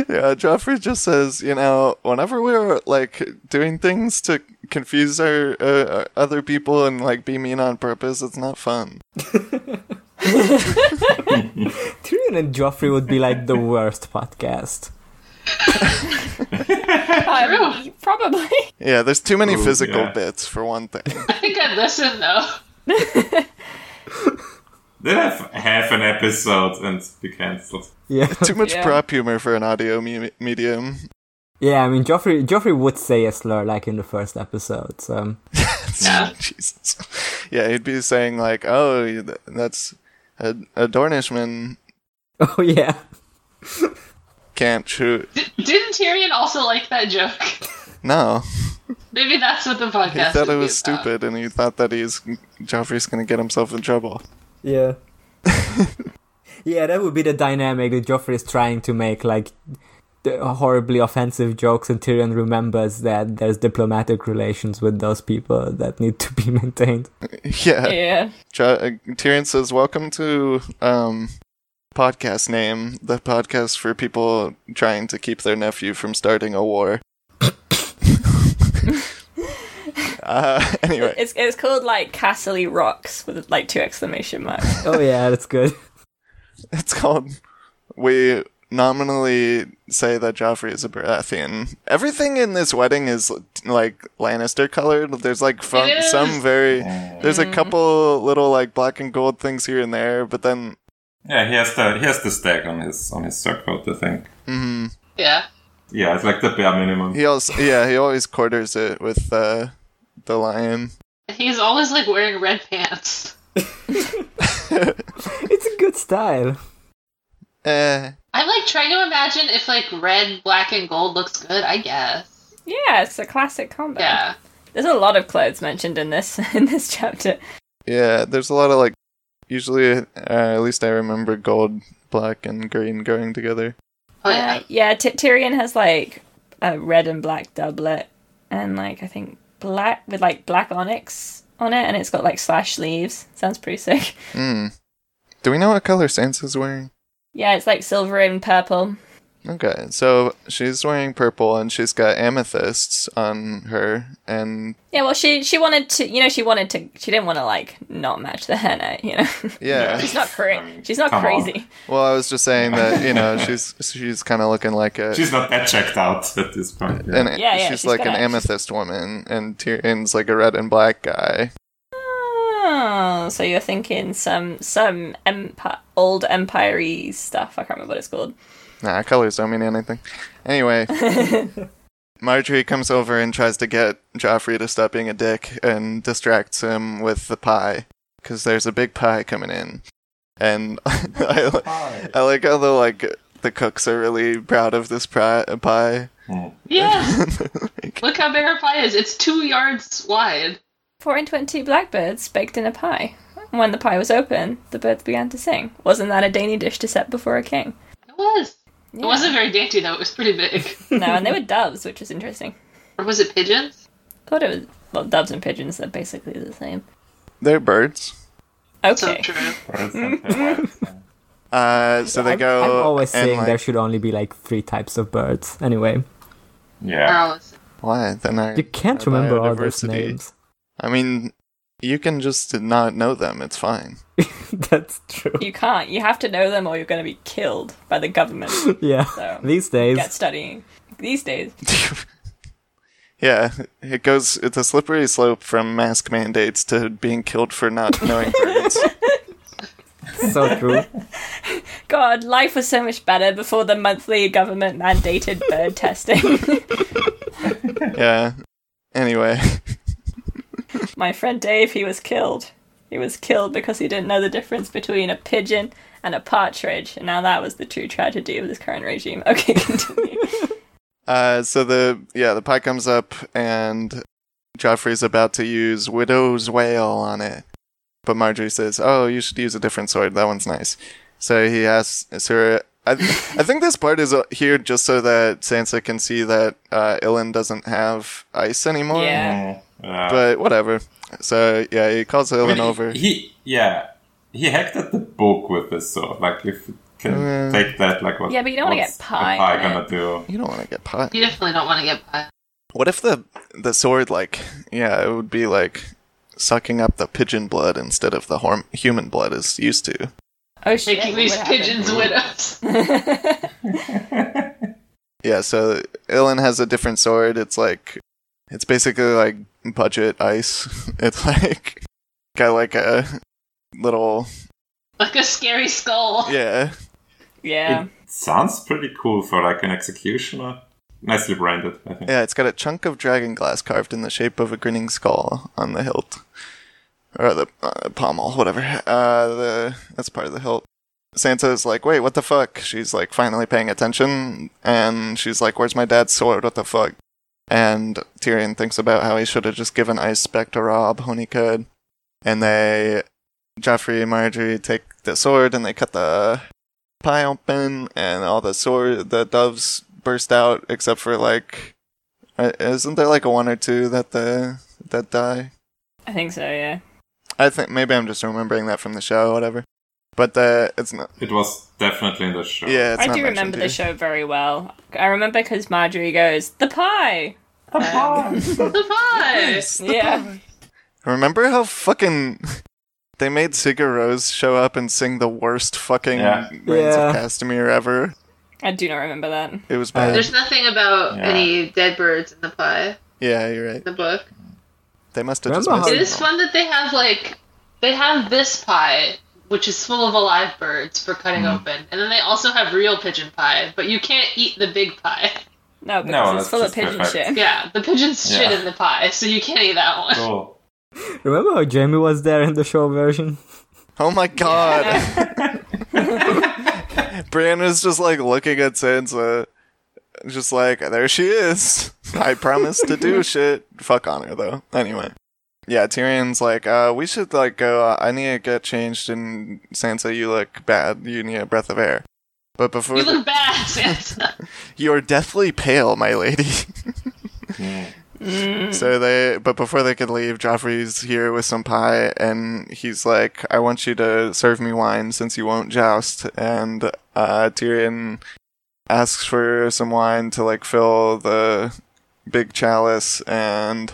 Speaker 1: Yeah, Joffrey just says, you know, whenever we're like doing things to confuse our, uh, our other people and like be mean on purpose, it's not fun.
Speaker 5: Tyrion and Joffrey would be like the worst podcast.
Speaker 4: Um, probably.
Speaker 1: Yeah, there's too many
Speaker 6: Ooh,
Speaker 1: physical
Speaker 6: yeah.
Speaker 1: bits for one thing.
Speaker 3: I think I'd listen though.
Speaker 6: They have half an episode and be cancelled.
Speaker 5: Yeah.
Speaker 1: too much
Speaker 4: Yeah.
Speaker 1: prop humor for an audio me- medium.
Speaker 5: Yeah, I mean Joffrey Joffrey would say a slur like in the first episode. So um,
Speaker 3: Yeah.
Speaker 1: Jesus. Yeah, he'd be saying like, "Oh, th- that's a, a Dornishman
Speaker 5: Oh yeah.
Speaker 1: can't shoot."
Speaker 3: D- didn't Tyrion also like that joke?
Speaker 1: No,
Speaker 3: Maybe that's what the
Speaker 1: he
Speaker 3: podcast.
Speaker 1: thought it
Speaker 3: would be
Speaker 1: was
Speaker 3: about.
Speaker 1: stupid, and he thought that he's Joffrey's gonna get himself in trouble.
Speaker 5: Yeah. yeah, that would be the dynamic that Joffrey is trying to make, like the horribly offensive jokes, and Tyrion remembers that there's diplomatic relations with those people that need to be maintained.
Speaker 1: Yeah.
Speaker 4: Yeah.
Speaker 1: Jo- uh, Tyrion says, "Welcome to um, podcast name, the podcast for people trying to keep their nephew from starting a war." uh, anyway,
Speaker 4: It's, it's called like Castley Rocks with like two exclamation marks.
Speaker 5: Oh yeah, that's good.
Speaker 1: it's called. We nominally say that Joffrey is a Baratheon. Everything in this wedding is like Lannister colored. There's like fun-
Speaker 3: It is. Mm-hmm.
Speaker 1: some very. There's a couple little like black and gold things here and there, but then
Speaker 6: Yeah, he has the he has the stack on his on his surcoat, I think.
Speaker 1: mm-hmm.
Speaker 3: Yeah.
Speaker 6: Yeah, it's like the bare minimum.
Speaker 1: He also, yeah, he always quarters it with uh, the lion.
Speaker 3: And he's always like wearing red pants.
Speaker 5: It's a good style.
Speaker 1: Eh,
Speaker 3: I'm like trying to imagine if like red, black, and gold looks good. I guess.
Speaker 4: Yeah, it's a classic combo.
Speaker 3: Yeah.
Speaker 4: There's a lot of clothes mentioned in this in this chapter.
Speaker 1: yeah, there's a lot of like, usually, uh, at least I remember gold, black, and green going together.
Speaker 3: Oh yeah.
Speaker 4: Uh, yeah, Ty- Tyrion has like a red and black doublet, and like I think black with like black onyx on it, and it's got like slash sleeves. Sounds pretty sick.
Speaker 1: Mm. Do we know what color Sansa's wearing?
Speaker 4: Yeah, it's like silver and purple.
Speaker 1: Okay, so she's wearing purple and she's got amethysts on her, and
Speaker 4: Yeah, well, she she wanted to, you know, she wanted to, she didn't want to like not match the henna, you know.
Speaker 1: yeah.
Speaker 4: she's not cra- she's not
Speaker 6: Come on.
Speaker 4: crazy.
Speaker 1: Well, I was just saying that you know she's she's kind of looking like a
Speaker 6: She's not that checked out at this point. Yeah.
Speaker 1: an,
Speaker 4: Yeah, yeah,
Speaker 1: she's
Speaker 4: she's
Speaker 1: like an
Speaker 4: got a-
Speaker 1: amethyst woman, and Tyrion's like a red and black guy.
Speaker 4: Oh, so you're thinking some some empire, old empire stuff. I can't remember what it's called.
Speaker 1: Nah, colors don't mean anything. Anyway, Marjorie comes over and tries to get Joffrey to stop being a dick and distracts him with the pie because there's a big pie coming in, and I, li- I like how the like the cooks are really proud of this pri- pie.
Speaker 3: Yeah.
Speaker 1: Like,
Speaker 3: Look how big her pie is. It's two yards wide.
Speaker 4: Four and twenty blackbirds baked in a pie. When the pie was open, the birds began to sing. Wasn't that a dainty dish to set before a king?
Speaker 3: It was.
Speaker 4: Yeah.
Speaker 3: It wasn't very dainty though. It was pretty big.
Speaker 4: No, and they were doves, which was interesting.
Speaker 3: or was it pigeons?
Speaker 4: thought it was well, doves and pigeons are basically the same.
Speaker 1: they're birds.
Speaker 3: So
Speaker 4: Okay.
Speaker 3: true.
Speaker 1: Uh, so they go.
Speaker 5: I'm always
Speaker 1: and,
Speaker 5: saying
Speaker 1: like,
Speaker 5: there should only be like three types of birds. Anyway,
Speaker 6: yeah.
Speaker 3: Oh, it's-
Speaker 1: why then I
Speaker 5: you can't
Speaker 1: our
Speaker 5: remember all those
Speaker 1: biodiversity.
Speaker 5: names.
Speaker 1: I mean, You can just not know them. It's fine.
Speaker 5: That's true.
Speaker 4: You can't. You have to know them or you're going to be killed by the government.
Speaker 5: Yeah.
Speaker 4: So,
Speaker 5: These days,
Speaker 4: Get studying. These days.
Speaker 1: Yeah, it goes. It's a slippery slope from mask mandates to being killed for not knowing birds.
Speaker 5: so true.
Speaker 4: God, life was so much better before the monthly government mandated bird testing.
Speaker 1: Yeah. Anyway,
Speaker 4: My friend Dave, he was killed. He was killed because he didn't know the difference between a pigeon and a partridge. And now that was the true tragedy of this current regime. Okay, continue.
Speaker 1: uh, so the yeah the pie comes up and Joffrey's about to use Widow's Wail on it, but Marjorie says, "Oh, you should use a different sword. That one's nice." So he asks her. I, I think this part is uh, here just so that Sansa can see that uh, Ilan doesn't have ice anymore.
Speaker 4: Yeah.
Speaker 6: Mm, yeah.
Speaker 1: But whatever. So yeah, he calls
Speaker 6: I mean,
Speaker 1: Ilan
Speaker 6: he-
Speaker 1: over.
Speaker 6: He yeah, he hacked at the book with this sword. Like if you can
Speaker 1: Yeah.
Speaker 6: take that, like what?
Speaker 4: Yeah, but you don't wanna
Speaker 6: what's
Speaker 4: get pie
Speaker 6: a pie
Speaker 4: on
Speaker 6: gonna do?
Speaker 1: You don't want to get pot.
Speaker 3: You definitely don't want to get by.
Speaker 1: What if the the sword like yeah, it would be like sucking up the pigeon blood instead of the horm- human blood is used to.
Speaker 4: Oh shit!
Speaker 3: Making these
Speaker 4: what
Speaker 3: pigeons widows.
Speaker 4: happened?
Speaker 1: Yeah, so Ilan has a different sword. It's like it's basically like budget ice. It's like got like a little
Speaker 3: Like a scary skull.
Speaker 1: yeah.
Speaker 4: yeah.
Speaker 6: It sounds pretty cool for like an executioner. Nicely branded, I think.
Speaker 1: Yeah, it's got a chunk of dragon glass carved in the shape of a grinning skull on the hilt. Or the uh, pommel, whatever. Uh, the That's part of the hilt. Santa's like, wait, what the fuck? She's like, finally paying attention. And she's like, where's my dad's sword? What the fuck? And Tyrion thinks about how he should have just given Ice Spec to Rob when he could. And they, Joffrey and Marjorie take the sword and they cut the pie open, and all the sword, the doves burst out, except for like, uh, isn't there like a one or two that the that die?
Speaker 4: I think so. Yeah.
Speaker 1: I think maybe I'm just remembering that from the show, whatever. But the it's not.
Speaker 6: It was definitely in the show.
Speaker 1: Yeah, it's
Speaker 4: I
Speaker 1: not
Speaker 4: do
Speaker 1: mentioned
Speaker 4: remember
Speaker 1: here.
Speaker 4: the show very well. I remember because Marjorie goes the pie. Um,
Speaker 3: The pie!
Speaker 1: Yes, the
Speaker 4: Yeah.
Speaker 1: Remember how fucking they made Sigur Rose show up and sing the worst fucking
Speaker 6: Yeah.
Speaker 1: Reigns
Speaker 5: Yeah.
Speaker 1: of Castamere ever?
Speaker 4: I do not remember that.
Speaker 1: It was bad.
Speaker 3: There's nothing about
Speaker 6: Yeah.
Speaker 3: any dead birds in the pie
Speaker 1: yeah, you're right.
Speaker 3: in the book.
Speaker 1: They must have just
Speaker 5: Remember
Speaker 1: missed
Speaker 3: It
Speaker 5: how-
Speaker 3: is
Speaker 1: all.
Speaker 3: fun that they have like they have this pie, which is full of alive birds for cutting
Speaker 6: Mm-hmm.
Speaker 3: open, and then they also have real pigeon pie, but you can't eat the big pie.
Speaker 4: No, because it's
Speaker 6: that's
Speaker 4: full of
Speaker 6: just
Speaker 4: pigeon
Speaker 6: perfect.
Speaker 4: shit.
Speaker 3: Yeah, the pigeons
Speaker 6: Yeah.
Speaker 3: shit in the pie, so you can't eat that one.
Speaker 6: Cool.
Speaker 5: Remember how Jamie was there in the show version?
Speaker 1: Oh my god. Brianna's just like looking at Sansa, just like, there she is. I promised to do shit. Fuck on her though. Anyway. Yeah, Tyrion's like, uh, we should like go, uh, I need to get changed and Sansa, you look bad. You need a breath of air. But before
Speaker 3: You
Speaker 1: th-
Speaker 3: look bad, Sansa.
Speaker 1: you are deathly pale, my lady.
Speaker 4: Mm.
Speaker 1: So they, but before they could leave, Joffrey's here with some pie, and he's like, "I want you to serve me wine since you won't joust." And uh, Tyrion asks for some wine to like fill the big chalice, and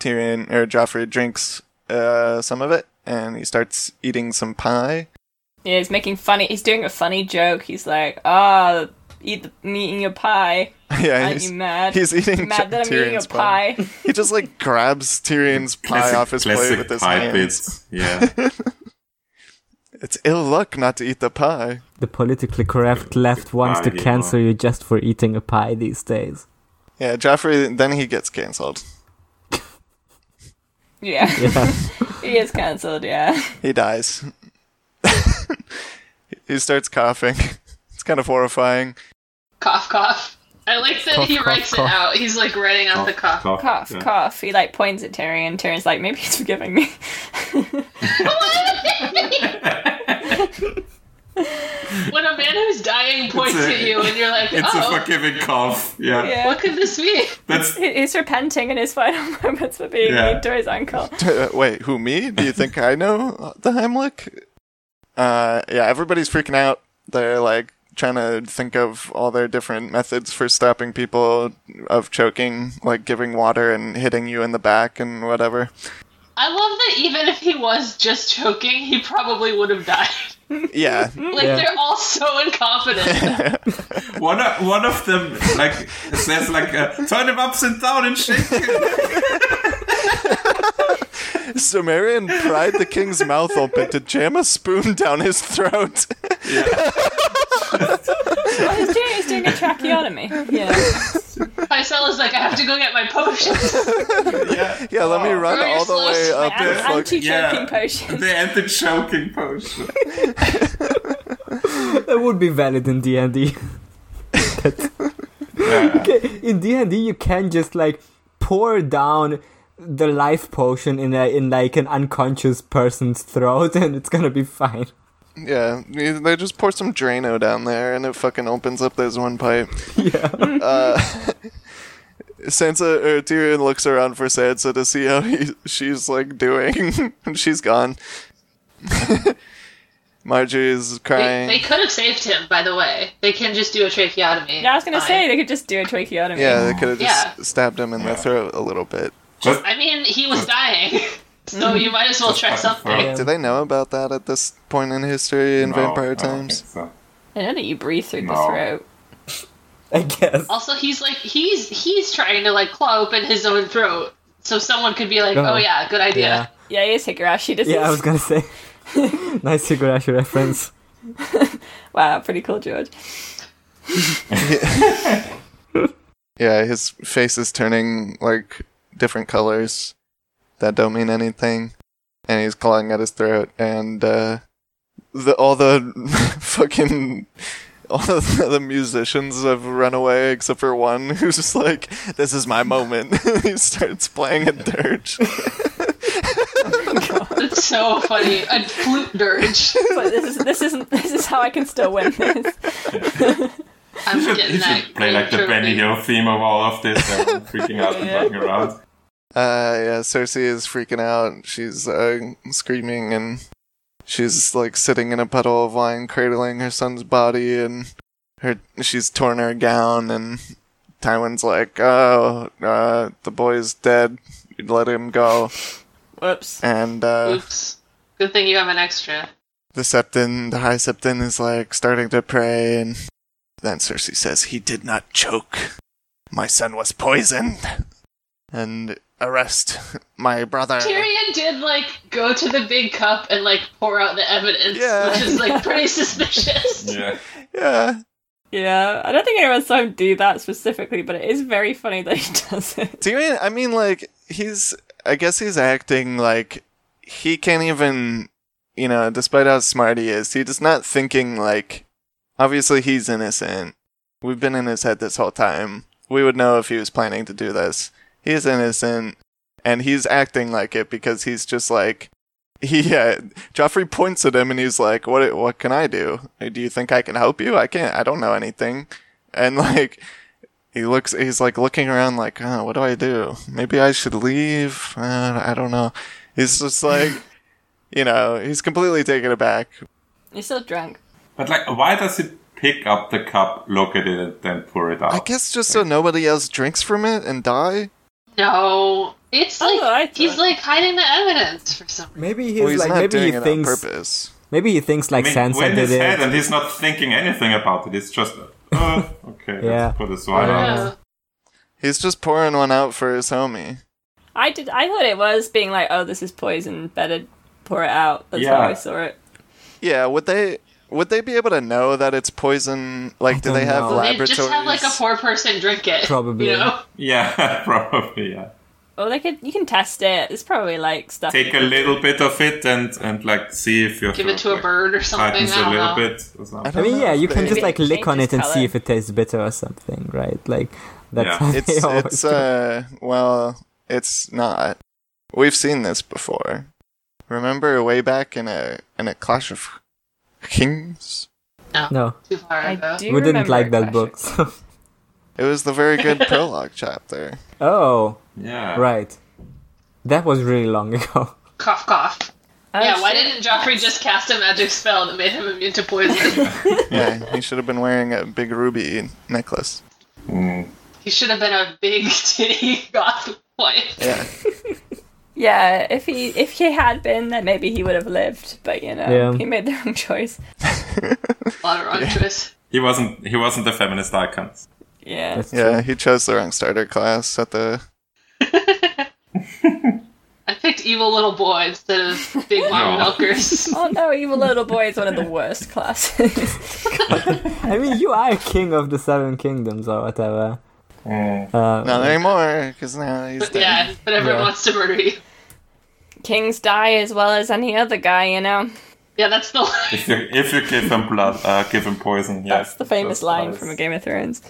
Speaker 1: Tyrion or Joffrey drinks uh, some of it, and he starts eating some pie.
Speaker 4: Yeah, he's making funny. He's doing a funny joke. He's like, "Ah, eat the, I'm eating your pie.
Speaker 1: yeah,
Speaker 4: Aren't
Speaker 1: he's,
Speaker 4: you mad?
Speaker 1: he's eating
Speaker 4: mad that I'm eating your
Speaker 1: Tyrion's pie.
Speaker 4: pie."
Speaker 1: He just like grabs Tyrion's pie
Speaker 6: Classic-
Speaker 1: off his plate
Speaker 6: classic
Speaker 1: with his
Speaker 6: pie
Speaker 1: hands.
Speaker 6: bits. Yeah.
Speaker 1: It's ill luck not to eat the pie.
Speaker 5: The politically correct left wants to
Speaker 6: Pie, yeah.
Speaker 5: cancel you just for eating a pie these days.
Speaker 1: Yeah, Joffrey, then he gets cancelled.
Speaker 4: Yeah,
Speaker 5: Yeah.
Speaker 4: he is cancelled. Yeah,
Speaker 1: He dies. he starts coughing. It's kind of horrifying.
Speaker 3: cough, cough. I like that
Speaker 5: Cough,
Speaker 3: he
Speaker 5: cough,
Speaker 3: writes
Speaker 5: cough.
Speaker 3: it out. He's like writing out the cough.
Speaker 4: cough,
Speaker 6: yeah.
Speaker 4: cough. He like points at Tyrion. Tyrion's like, "Maybe he's forgiving me."
Speaker 3: When a man who's dying points
Speaker 6: It's a-
Speaker 3: at you and you're like,
Speaker 6: It's a
Speaker 3: oh,
Speaker 6: forgiving cough. Yeah.
Speaker 4: yeah,
Speaker 3: what could this be?
Speaker 6: That's
Speaker 4: He- he's repenting in his final moments for being
Speaker 6: Yeah.
Speaker 4: mean to his uncle.
Speaker 1: Uh, wait, who, me? Do you think I know the Heimlich? Uh, yeah, everybody's freaking out. They're like trying to think of all their different methods for stopping people of choking, like giving water and hitting you in the back and whatever.
Speaker 3: I love that even if he was just joking, he probably would have died.
Speaker 1: Yeah.
Speaker 3: Like
Speaker 5: Yeah.
Speaker 3: they're all so incompetent.
Speaker 6: One of, one of them like says like uh, turn him upside down and shake him.
Speaker 1: Sumerian pried the king's mouth open to jam a spoon down his throat.
Speaker 4: What he's doing is doing a tracheotomy. Yeah.
Speaker 3: Mycella's like, I have to go get my potions.
Speaker 6: Yeah.
Speaker 1: Yeah, let me run
Speaker 3: Very
Speaker 1: all the
Speaker 3: Oh, slow
Speaker 1: way up
Speaker 4: And
Speaker 1: and fuck-
Speaker 4: anti choking
Speaker 6: Yeah.
Speaker 4: potion.
Speaker 6: They end the choking potion.
Speaker 5: That would be valid in D and D.
Speaker 6: Yeah.
Speaker 5: In D and D, you can just like pour down the life potion in a in like an unconscious person's throat, and it's gonna be fine.
Speaker 1: Yeah, they just pour some Drano down there, and it fucking opens up this one pipe. Uh,
Speaker 5: Yeah,
Speaker 1: Sansa or Tyrion looks around for Sansa to see how he, she's like doing, and she's gone. Marjorie's
Speaker 3: they,
Speaker 1: crying.
Speaker 3: they could have saved him, by the way. They can just do a tracheotomy.
Speaker 4: Yeah, I was gonna
Speaker 3: Fine.
Speaker 4: say they could just do a tracheotomy.
Speaker 1: yeah, they could have just
Speaker 3: Yeah.
Speaker 1: stabbed him in the throat a little bit.
Speaker 6: Just
Speaker 3: I mean, he was dying, so you might as well try
Speaker 6: fucking
Speaker 3: something.
Speaker 6: throw it.
Speaker 1: Do they know about that at this point in history in
Speaker 6: No, I
Speaker 1: Vampire
Speaker 6: don't
Speaker 1: Times?
Speaker 6: think Oh, so.
Speaker 4: I know that you breathe through
Speaker 6: No.
Speaker 4: the throat.
Speaker 5: I guess.
Speaker 4: Oh,
Speaker 3: Also, he's like he's he's trying to like claw open his own throat, so someone could be like,
Speaker 5: Oh.
Speaker 3: "Oh yeah, good idea."
Speaker 5: Yeah,
Speaker 4: Yeah, he is Higurashi disease.
Speaker 5: yeah. I was gonna say, nice Higurashi reference.
Speaker 4: Wow, pretty cool, George.
Speaker 1: Yeah, his face is turning like different colors that don't mean anything, and he's clawing at his throat, and uh, the all the fucking all the, the musicians have run away except for one who's just like, "This is my moment." he starts playing a dirge.
Speaker 3: It's so funny. A flute dirge.
Speaker 4: But this is this isn't this is how I can still win this.
Speaker 3: I'm
Speaker 6: You should,
Speaker 3: getting
Speaker 6: you
Speaker 3: that.
Speaker 6: should play like the
Speaker 3: trophy.
Speaker 6: Benny Hill theme of all of this. Everyone freaking out and
Speaker 4: Yeah.
Speaker 6: running around.
Speaker 1: Uh, yeah, Cersei is freaking out. She's uh, screaming and she's like sitting in a puddle of wine, cradling her son's body, and her she's torn her gown. And Tywin's like, "Oh, uh, the boy's dead. Let him go."
Speaker 4: Whoops.
Speaker 1: And uh,
Speaker 3: Oops. Good thing you have an extra.
Speaker 1: the Septon, the High Septon, is like starting to pray, and then Cersei says, "He did not choke. My son was poisoned." And arrest my brother.
Speaker 3: Tyrion did like go to the big cup and like pour out the evidence,
Speaker 1: Yeah.
Speaker 3: which is like pretty suspicious.
Speaker 6: Yeah.
Speaker 1: Yeah.
Speaker 4: Yeah, I don't think anyone saw him do that specifically, but it is very funny that he does it.
Speaker 1: Tyrion, I mean, like, he's, I guess he's acting like he can't even, you know, despite how smart he is, he's not thinking, like, obviously he's innocent. We've been in his head this whole time. We would know if he was planning to do this. He is innocent, and he's acting like it because he's just like, he, yeah, Joffrey points at him and he's like, what, what can I do? Do you think I can help you? I can't, I don't know anything. And like, he looks he's like looking around like oh, what do i do maybe i should leave uh, i don't know he's just like you know he's completely taken aback
Speaker 4: You're still drunk.
Speaker 6: But like, why does he pick up the cup, look at it, and then pour it out?
Speaker 5: Oh,
Speaker 1: i guess just so nobody else drinks from it and die
Speaker 3: No, it's
Speaker 4: Oh,
Speaker 3: like
Speaker 4: I thought-
Speaker 3: he's like hiding the evidence for some.
Speaker 5: Maybe he's,
Speaker 1: well, he's
Speaker 5: like
Speaker 1: not
Speaker 5: maybe
Speaker 1: doing
Speaker 5: he
Speaker 1: it on
Speaker 5: thinks
Speaker 1: purpose
Speaker 5: maybe he thinks
Speaker 6: I
Speaker 5: like
Speaker 6: mean, we're
Speaker 5: Sansa
Speaker 6: in his
Speaker 5: did
Speaker 6: head,
Speaker 5: it.
Speaker 6: and he's not thinking anything about it. It's just, uh, okay,
Speaker 5: Yeah.
Speaker 6: let's put this wine
Speaker 5: Yeah.
Speaker 6: out.
Speaker 3: No.
Speaker 1: he's just pouring one out for his homie
Speaker 4: I did. I thought it was being like, oh, this is poison. Better pour it out. That's
Speaker 6: Yeah.
Speaker 4: how I saw it.
Speaker 1: yeah would they would they be able to know that it's poison like
Speaker 5: I
Speaker 1: do they
Speaker 5: don't
Speaker 1: have
Speaker 5: know.
Speaker 3: They
Speaker 1: laboratories
Speaker 3: just have like a poor person drink it.
Speaker 5: Probably.
Speaker 3: You know?
Speaker 6: Yeah, probably. Yeah.
Speaker 4: Well, they could. You can test it. It's probably like stuff.
Speaker 6: Take a little bit of it and and like see if your
Speaker 3: Give it to
Speaker 6: throat,
Speaker 3: a
Speaker 6: like,
Speaker 3: bird or something.
Speaker 6: Tightens a
Speaker 3: I
Speaker 6: little
Speaker 3: don't know.
Speaker 6: bit. Or something.
Speaker 5: I mean, yeah, you can just
Speaker 4: Maybe
Speaker 5: like
Speaker 4: it
Speaker 5: lick on it
Speaker 4: changes
Speaker 5: and see
Speaker 4: colour.
Speaker 5: if it tastes bitter or something, right? Like that's
Speaker 6: Yeah.
Speaker 5: how they
Speaker 1: it's
Speaker 3: Oh,
Speaker 5: always
Speaker 1: it's
Speaker 5: do it.
Speaker 1: uh well it's not we've seen this before remember way back in a in a clash of kings
Speaker 5: No,
Speaker 3: Too far
Speaker 4: I
Speaker 3: ago.
Speaker 4: do
Speaker 5: we
Speaker 4: remember
Speaker 5: didn't like
Speaker 4: it
Speaker 5: that book.
Speaker 4: crashing.
Speaker 5: So.
Speaker 1: it was the very good prologue chapter
Speaker 5: Oh,
Speaker 6: Yeah.
Speaker 5: right, that was really long ago.
Speaker 3: Cough, cough.
Speaker 4: Oh,
Speaker 3: yeah, why
Speaker 4: shit.
Speaker 3: didn't Joffrey just cast a magic spell that made him immune to poison?
Speaker 1: yeah he should have been wearing a big ruby necklace
Speaker 6: Mm.
Speaker 3: he should have been a big titty goth wife.
Speaker 1: yeah
Speaker 4: Yeah, if he if he had been, then maybe he would have lived. But you know,
Speaker 5: Yeah.
Speaker 4: he made the wrong choice.
Speaker 3: A lot of wrong choice.
Speaker 6: He wasn't. He wasn't the feminist icon.
Speaker 4: Yeah,
Speaker 5: That's
Speaker 1: Yeah,
Speaker 5: true.
Speaker 1: he chose the wrong starter class at the.
Speaker 3: I picked evil little boy instead of big mom
Speaker 6: No.
Speaker 3: milkers.
Speaker 4: Oh no, evil little boy is one of the worst classes.
Speaker 5: I mean, you are king of the Seven Kingdoms or whatever.
Speaker 6: Mm.
Speaker 5: Uh,
Speaker 1: Not anymore, because now he's
Speaker 3: Uh-huh. But
Speaker 1: dead.
Speaker 3: yeah, but everyone
Speaker 5: Yeah.
Speaker 3: wants to murder you.
Speaker 4: Kings die as well as any other guy, you know.
Speaker 3: Yeah, that's the line.
Speaker 6: If you if you give him blood, uh, give him poison. Yeah,
Speaker 4: That's the famous
Speaker 6: just
Speaker 4: line
Speaker 6: nice.
Speaker 4: from Game of Thrones.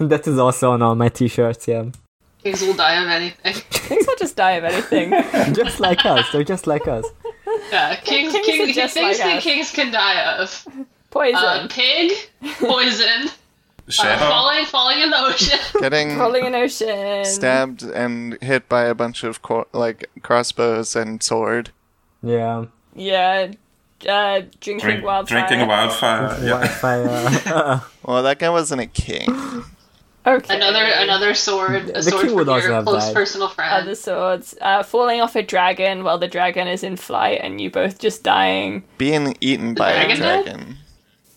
Speaker 5: that is also on all my t-shirts. Yeah,
Speaker 3: Kings will die of anything.
Speaker 4: Kings will just die of anything.
Speaker 3: Um,
Speaker 5: just like us. They're just like us.
Speaker 3: Yeah, kings,
Speaker 4: Kings
Speaker 3: kings,
Speaker 4: are just
Speaker 3: things
Speaker 4: like
Speaker 3: that
Speaker 4: us.
Speaker 3: kings can die of.
Speaker 4: Poison.
Speaker 3: Uh, pig, poison, uh,
Speaker 6: Shadow.
Speaker 3: falling, falling in the ocean.
Speaker 1: Getting
Speaker 4: Rolling an ocean.
Speaker 1: stabbed and hit by a bunch of cor- like crossbows and sword.
Speaker 5: Yeah,
Speaker 4: Yeah. Uh, drinking
Speaker 6: Drink,
Speaker 4: wildfire.
Speaker 6: drinking wildfire. Yeah.
Speaker 5: Wildfire. Uh,
Speaker 1: Well, that guy wasn't a king.
Speaker 4: Okay.
Speaker 3: Another another sword,
Speaker 5: The
Speaker 3: a sword
Speaker 5: king would
Speaker 3: from
Speaker 5: also
Speaker 3: your
Speaker 5: have
Speaker 3: close
Speaker 5: died.
Speaker 3: personal friend.
Speaker 4: Other swords. Uh, falling off a dragon while the dragon is in flight, and you both just dying.
Speaker 1: Being eaten by a
Speaker 3: Dragon Knight?
Speaker 1: dragon.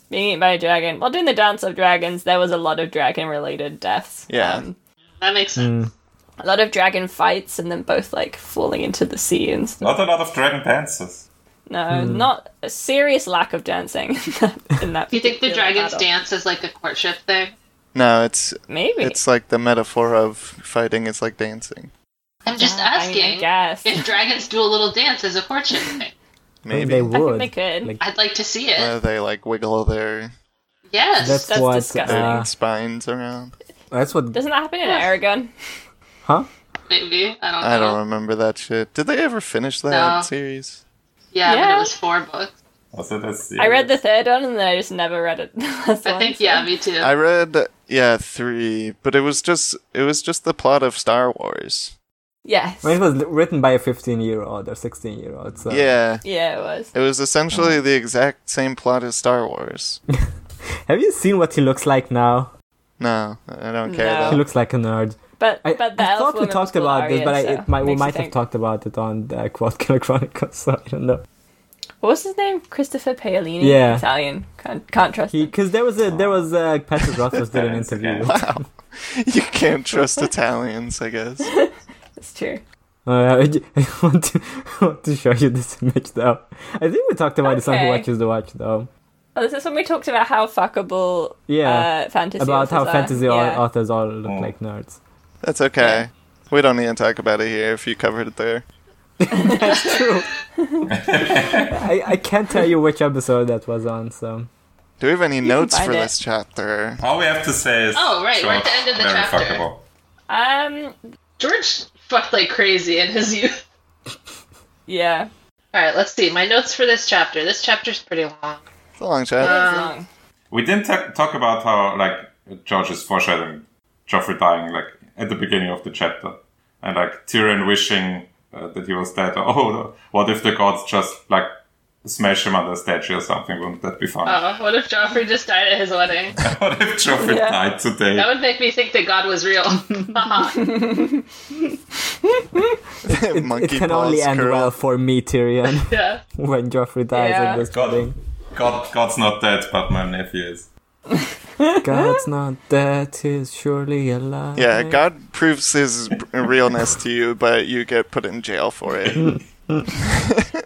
Speaker 4: Being eaten by a dragon. While doing the Dance of Dragons, there was a lot of dragon-related deaths. Um,
Speaker 1: Yeah.
Speaker 3: That makes sense.
Speaker 4: a lot of dragon fights, and then both like falling into the sea and stuff.
Speaker 6: Not a lot of dragon dances.
Speaker 4: No, not a serious lack of dancing in that. In that
Speaker 3: Do you think the
Speaker 4: particular
Speaker 3: dragons
Speaker 4: battle.
Speaker 3: dance is like a courtship thing?
Speaker 1: No, it's
Speaker 4: Maybe.
Speaker 1: it's like the metaphor of fighting is like dancing.
Speaker 3: I'm just
Speaker 4: Yeah, I mean, I,
Speaker 3: asking
Speaker 4: guess.
Speaker 3: if dragons do a little dance as a courtship thing.
Speaker 1: Maybe
Speaker 5: They
Speaker 1: whether
Speaker 5: would.
Speaker 4: I think they could.
Speaker 5: Like,
Speaker 3: I'd like to see it.
Speaker 1: they like wiggle their,
Speaker 3: yes.
Speaker 5: that's,
Speaker 4: That's
Speaker 5: what.
Speaker 4: disgusting.
Speaker 1: their
Speaker 5: Uh,
Speaker 1: spines around.
Speaker 5: that's what.
Speaker 4: Doesn't that happen in Aragon?
Speaker 5: Huh?
Speaker 3: Maybe. I don't know.
Speaker 1: I don't remember that shit. Did they ever finish that
Speaker 3: Uh-huh. No.
Speaker 1: series?
Speaker 3: Yeah, but
Speaker 4: Yeah.
Speaker 3: it was four books.
Speaker 6: Also, that's,
Speaker 4: I read the third one and then I just never read it. the last
Speaker 3: I
Speaker 4: one,
Speaker 3: think
Speaker 4: so-
Speaker 3: yeah, me too.
Speaker 1: I read yeah three, but it was just it was just the plot of Star Wars.
Speaker 4: Yes.
Speaker 5: I mean, it was written by a 15-year-old or 16-year-old. So Oh.
Speaker 1: Yeah,
Speaker 4: Yeah, it was.
Speaker 1: it was essentially the exact same plot as Star Wars.
Speaker 5: Have you seen what he looks like now?
Speaker 1: No, I don't care.
Speaker 4: No.
Speaker 5: He
Speaker 1: Though.
Speaker 5: looks like a nerd.
Speaker 4: But
Speaker 5: I,
Speaker 4: but the
Speaker 5: I
Speaker 4: elf
Speaker 5: thought we
Speaker 4: woman
Speaker 5: talked
Speaker 4: was
Speaker 5: about
Speaker 4: Golarian,
Speaker 5: this, but I,
Speaker 4: so
Speaker 5: it might, we
Speaker 4: makes you
Speaker 5: might have
Speaker 4: think.
Speaker 5: talked about it on the Quad Killer Chronicles. So I don't know.
Speaker 4: What was his name? Christopher Paolini.
Speaker 5: Yeah.
Speaker 4: Italian. Can't, can't trust him.
Speaker 5: Because there was a there was a Patrick Rothfuss did an
Speaker 6: That's okay.
Speaker 5: interview.
Speaker 1: Wow, you can't trust Italians, I guess.
Speaker 4: It's true.
Speaker 5: Uh, I want to I want to show you this image though. I think we talked about this on Who
Speaker 4: Okay.
Speaker 5: Watches the Watch though.
Speaker 4: Oh, this is when we talked about how fuckable
Speaker 5: Yeah,
Speaker 4: uh, fantasy
Speaker 5: about
Speaker 4: authors
Speaker 5: how
Speaker 4: are.
Speaker 5: fantasy au-
Speaker 4: yeah.
Speaker 5: authors all look
Speaker 6: Mm.
Speaker 5: like nerds.
Speaker 1: That's okay. We don't need to talk about it here. If you covered it there,
Speaker 5: That's true. I, I can't tell you which episode that was on. So
Speaker 1: do we have any notes
Speaker 4: find
Speaker 1: for
Speaker 4: it.
Speaker 1: this chapter?
Speaker 6: All we have to say is.
Speaker 3: Oh, right, we're at the
Speaker 6: George,
Speaker 3: end of the
Speaker 6: very
Speaker 3: chapter.
Speaker 6: Fuckable.
Speaker 4: Um,
Speaker 3: George fucked like crazy in his youth.
Speaker 4: yeah. It
Speaker 3: All right, let's see. My notes for this chapter. This chapter's pretty long.
Speaker 1: It's a long chapter.
Speaker 5: Uh,
Speaker 4: was
Speaker 3: Um,
Speaker 4: long.
Speaker 6: We didn't ta- talk about how like George is foreshadowing Joffrey dying like at the beginning of the chapter, and like Tyrion wishing uh, that he was dead. Or, oh, what if the gods just like smash him under a statue or something? Wouldn't that be fun?
Speaker 3: Oh, what if Joffrey just died at his wedding?
Speaker 6: what if Joffrey
Speaker 4: Yeah.
Speaker 6: died today?
Speaker 3: That would make me think that God was real. Haha.
Speaker 1: Monkey
Speaker 5: it can
Speaker 1: paws
Speaker 5: only end
Speaker 1: curl.
Speaker 5: well for me, Tyrion,
Speaker 3: yeah.
Speaker 5: when Joffrey dies
Speaker 4: Yeah.
Speaker 5: in this
Speaker 6: God,
Speaker 5: thing.
Speaker 6: God, God's not dead, but my nephew is.
Speaker 5: God's not dead; he's surely alive.
Speaker 1: Yeah, God proves his realness to you, but you get put in jail for it.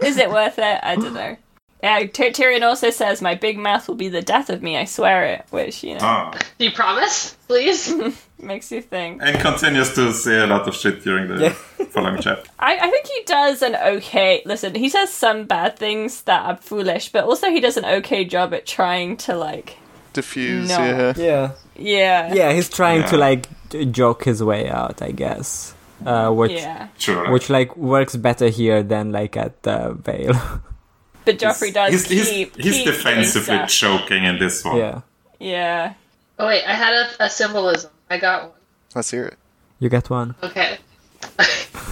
Speaker 4: Is it worth it? I don't know. Yeah, Ty- Tyrion also says, "My big mouth will be the death of me. I swear it," which you know
Speaker 3: Uh.
Speaker 6: Oh.
Speaker 1: Ah.
Speaker 3: Do you promise, please?
Speaker 4: makes you think.
Speaker 6: And continues to say a lot of shit during the following chapter.
Speaker 4: I, I think he does an okay. Listen, he says some bad things that are foolish, but also he does an okay job at trying to like,
Speaker 1: Diffuse,
Speaker 4: No.
Speaker 1: yeah.
Speaker 5: yeah.
Speaker 4: yeah,
Speaker 5: Yeah, he's trying to
Speaker 6: Yeah.
Speaker 5: like j- joke his way out, I guess. Uh, which
Speaker 4: yeah.
Speaker 6: Sure.
Speaker 5: which like works better here than like at the Vale.
Speaker 4: But Joffrey does
Speaker 6: he's, he's,
Speaker 4: keep.
Speaker 6: he's
Speaker 4: keep uh, doing
Speaker 6: defensively
Speaker 4: stuff.
Speaker 6: choking in this one.
Speaker 5: yeah,
Speaker 4: Yeah.
Speaker 3: Oh wait, I had a, a symbolism. I got one.
Speaker 1: Let's hear it.
Speaker 5: you get one.
Speaker 3: Okay.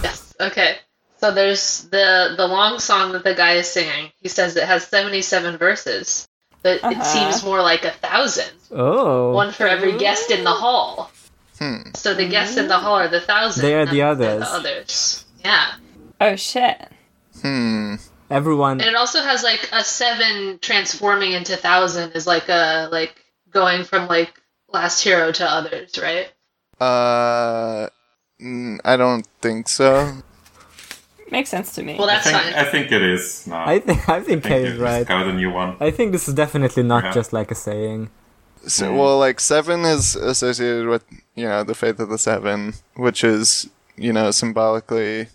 Speaker 3: yes. Okay. So there's the the long song that the guy is singing. He says it has 77 verses, but it
Speaker 4: Uh-huh.
Speaker 3: seems more like a thousand.
Speaker 5: Oh,
Speaker 3: One for every guest in the hall.
Speaker 1: Hmm.
Speaker 3: So the guests in the hall are the thousand.
Speaker 5: They are
Speaker 3: and
Speaker 5: the
Speaker 3: they're The
Speaker 5: others.
Speaker 3: others. Yeah.
Speaker 4: Oh shit.
Speaker 1: Hmm.
Speaker 5: Everyone,
Speaker 3: And it also has like a seven transforming into thousand is like a like going from like last hero to others, right?
Speaker 1: Uh, mm, I don't think so.
Speaker 4: Makes sense to me.
Speaker 3: Well,
Speaker 6: I
Speaker 3: that's
Speaker 6: think
Speaker 3: fine.
Speaker 6: I think it is now.
Speaker 5: I think I think Kay is
Speaker 6: you've
Speaker 5: right.
Speaker 6: discovered a new one.
Speaker 5: I think this is definitely not
Speaker 6: Yeah.
Speaker 5: just like a saying.
Speaker 1: So, well, like seven is associated with you know the faith of the seven, which is you know symbolically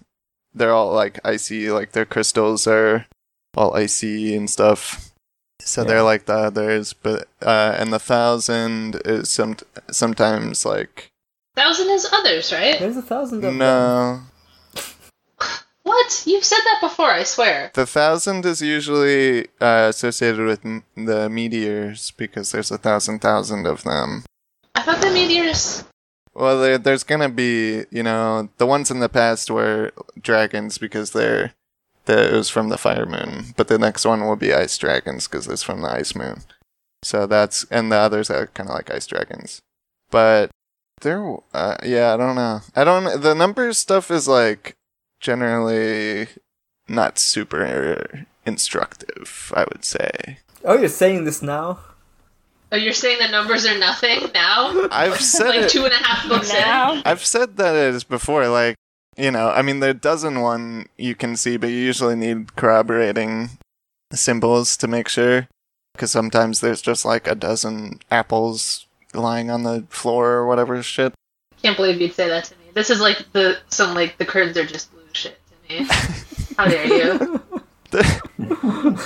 Speaker 1: they're all like icy, like their crystals are all icy and stuff. So
Speaker 5: Yeah.
Speaker 1: they're like the others, but uh, and the thousand is some sometimes like
Speaker 3: Thousand is others, right?
Speaker 5: There's a thousand of them.
Speaker 1: no,
Speaker 3: What? You've said that before, I swear.
Speaker 1: the thousand is usually uh, associated with m- the meteors because there's a thousand thousand of them.
Speaker 3: I thought the meteors.
Speaker 1: Well, there, there's gonna be, you know, the ones in the past were dragons because they're that it was from the fire moon, but the next one will be ice dragons because it's from the ice moon. So that's and the others are kind of like ice dragons, but there, uh, yeah, I don't know. I don't. The number stuff is like generally not super instructive. I would say.
Speaker 5: Oh, you're saying this now?
Speaker 3: Oh, you're saying the numbers are nothing now?
Speaker 1: I've said
Speaker 3: like
Speaker 1: it.
Speaker 3: two and a half books in.
Speaker 4: now.
Speaker 1: I've said that it is before, like, you know, I mean, the dozen one you can see, but you usually need corroborating symbols to make sure. Because sometimes there's just like a dozen apples lying on the floor or whatever shit.
Speaker 3: Can't believe you'd say that to me. This is like the some like the curtains are just blue shit to me. How dare you?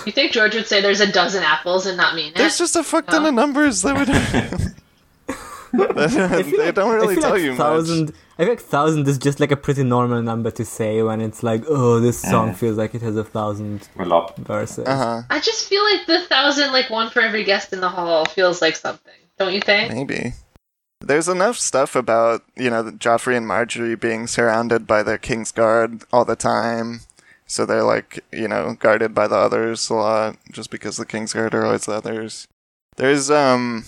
Speaker 3: You think George would say there's a dozen apples and not mean
Speaker 1: There's
Speaker 3: it?
Speaker 1: just a fuck ton of numbers that would.
Speaker 5: I
Speaker 1: that,
Speaker 5: feel
Speaker 1: they
Speaker 5: like-
Speaker 1: don't
Speaker 5: I
Speaker 1: really
Speaker 5: feel
Speaker 1: tell
Speaker 5: like
Speaker 1: you
Speaker 5: thousand,
Speaker 1: much.
Speaker 5: I feel like thousand is just like a pretty normal number to say when it's like, oh, this song feels like it has a thousand
Speaker 6: Well, up.
Speaker 5: verses.
Speaker 1: Uh huh.
Speaker 3: I just feel like the thousand, like one for every guest in the hall, feels like something. Don't you think?
Speaker 1: Maybe. There's enough stuff about, you know, Joffrey and Marjorie being surrounded by their King's Guard all the time. So they're like, you know, guarded by the others a lot, just because the King's Guard are always the others. There's, um,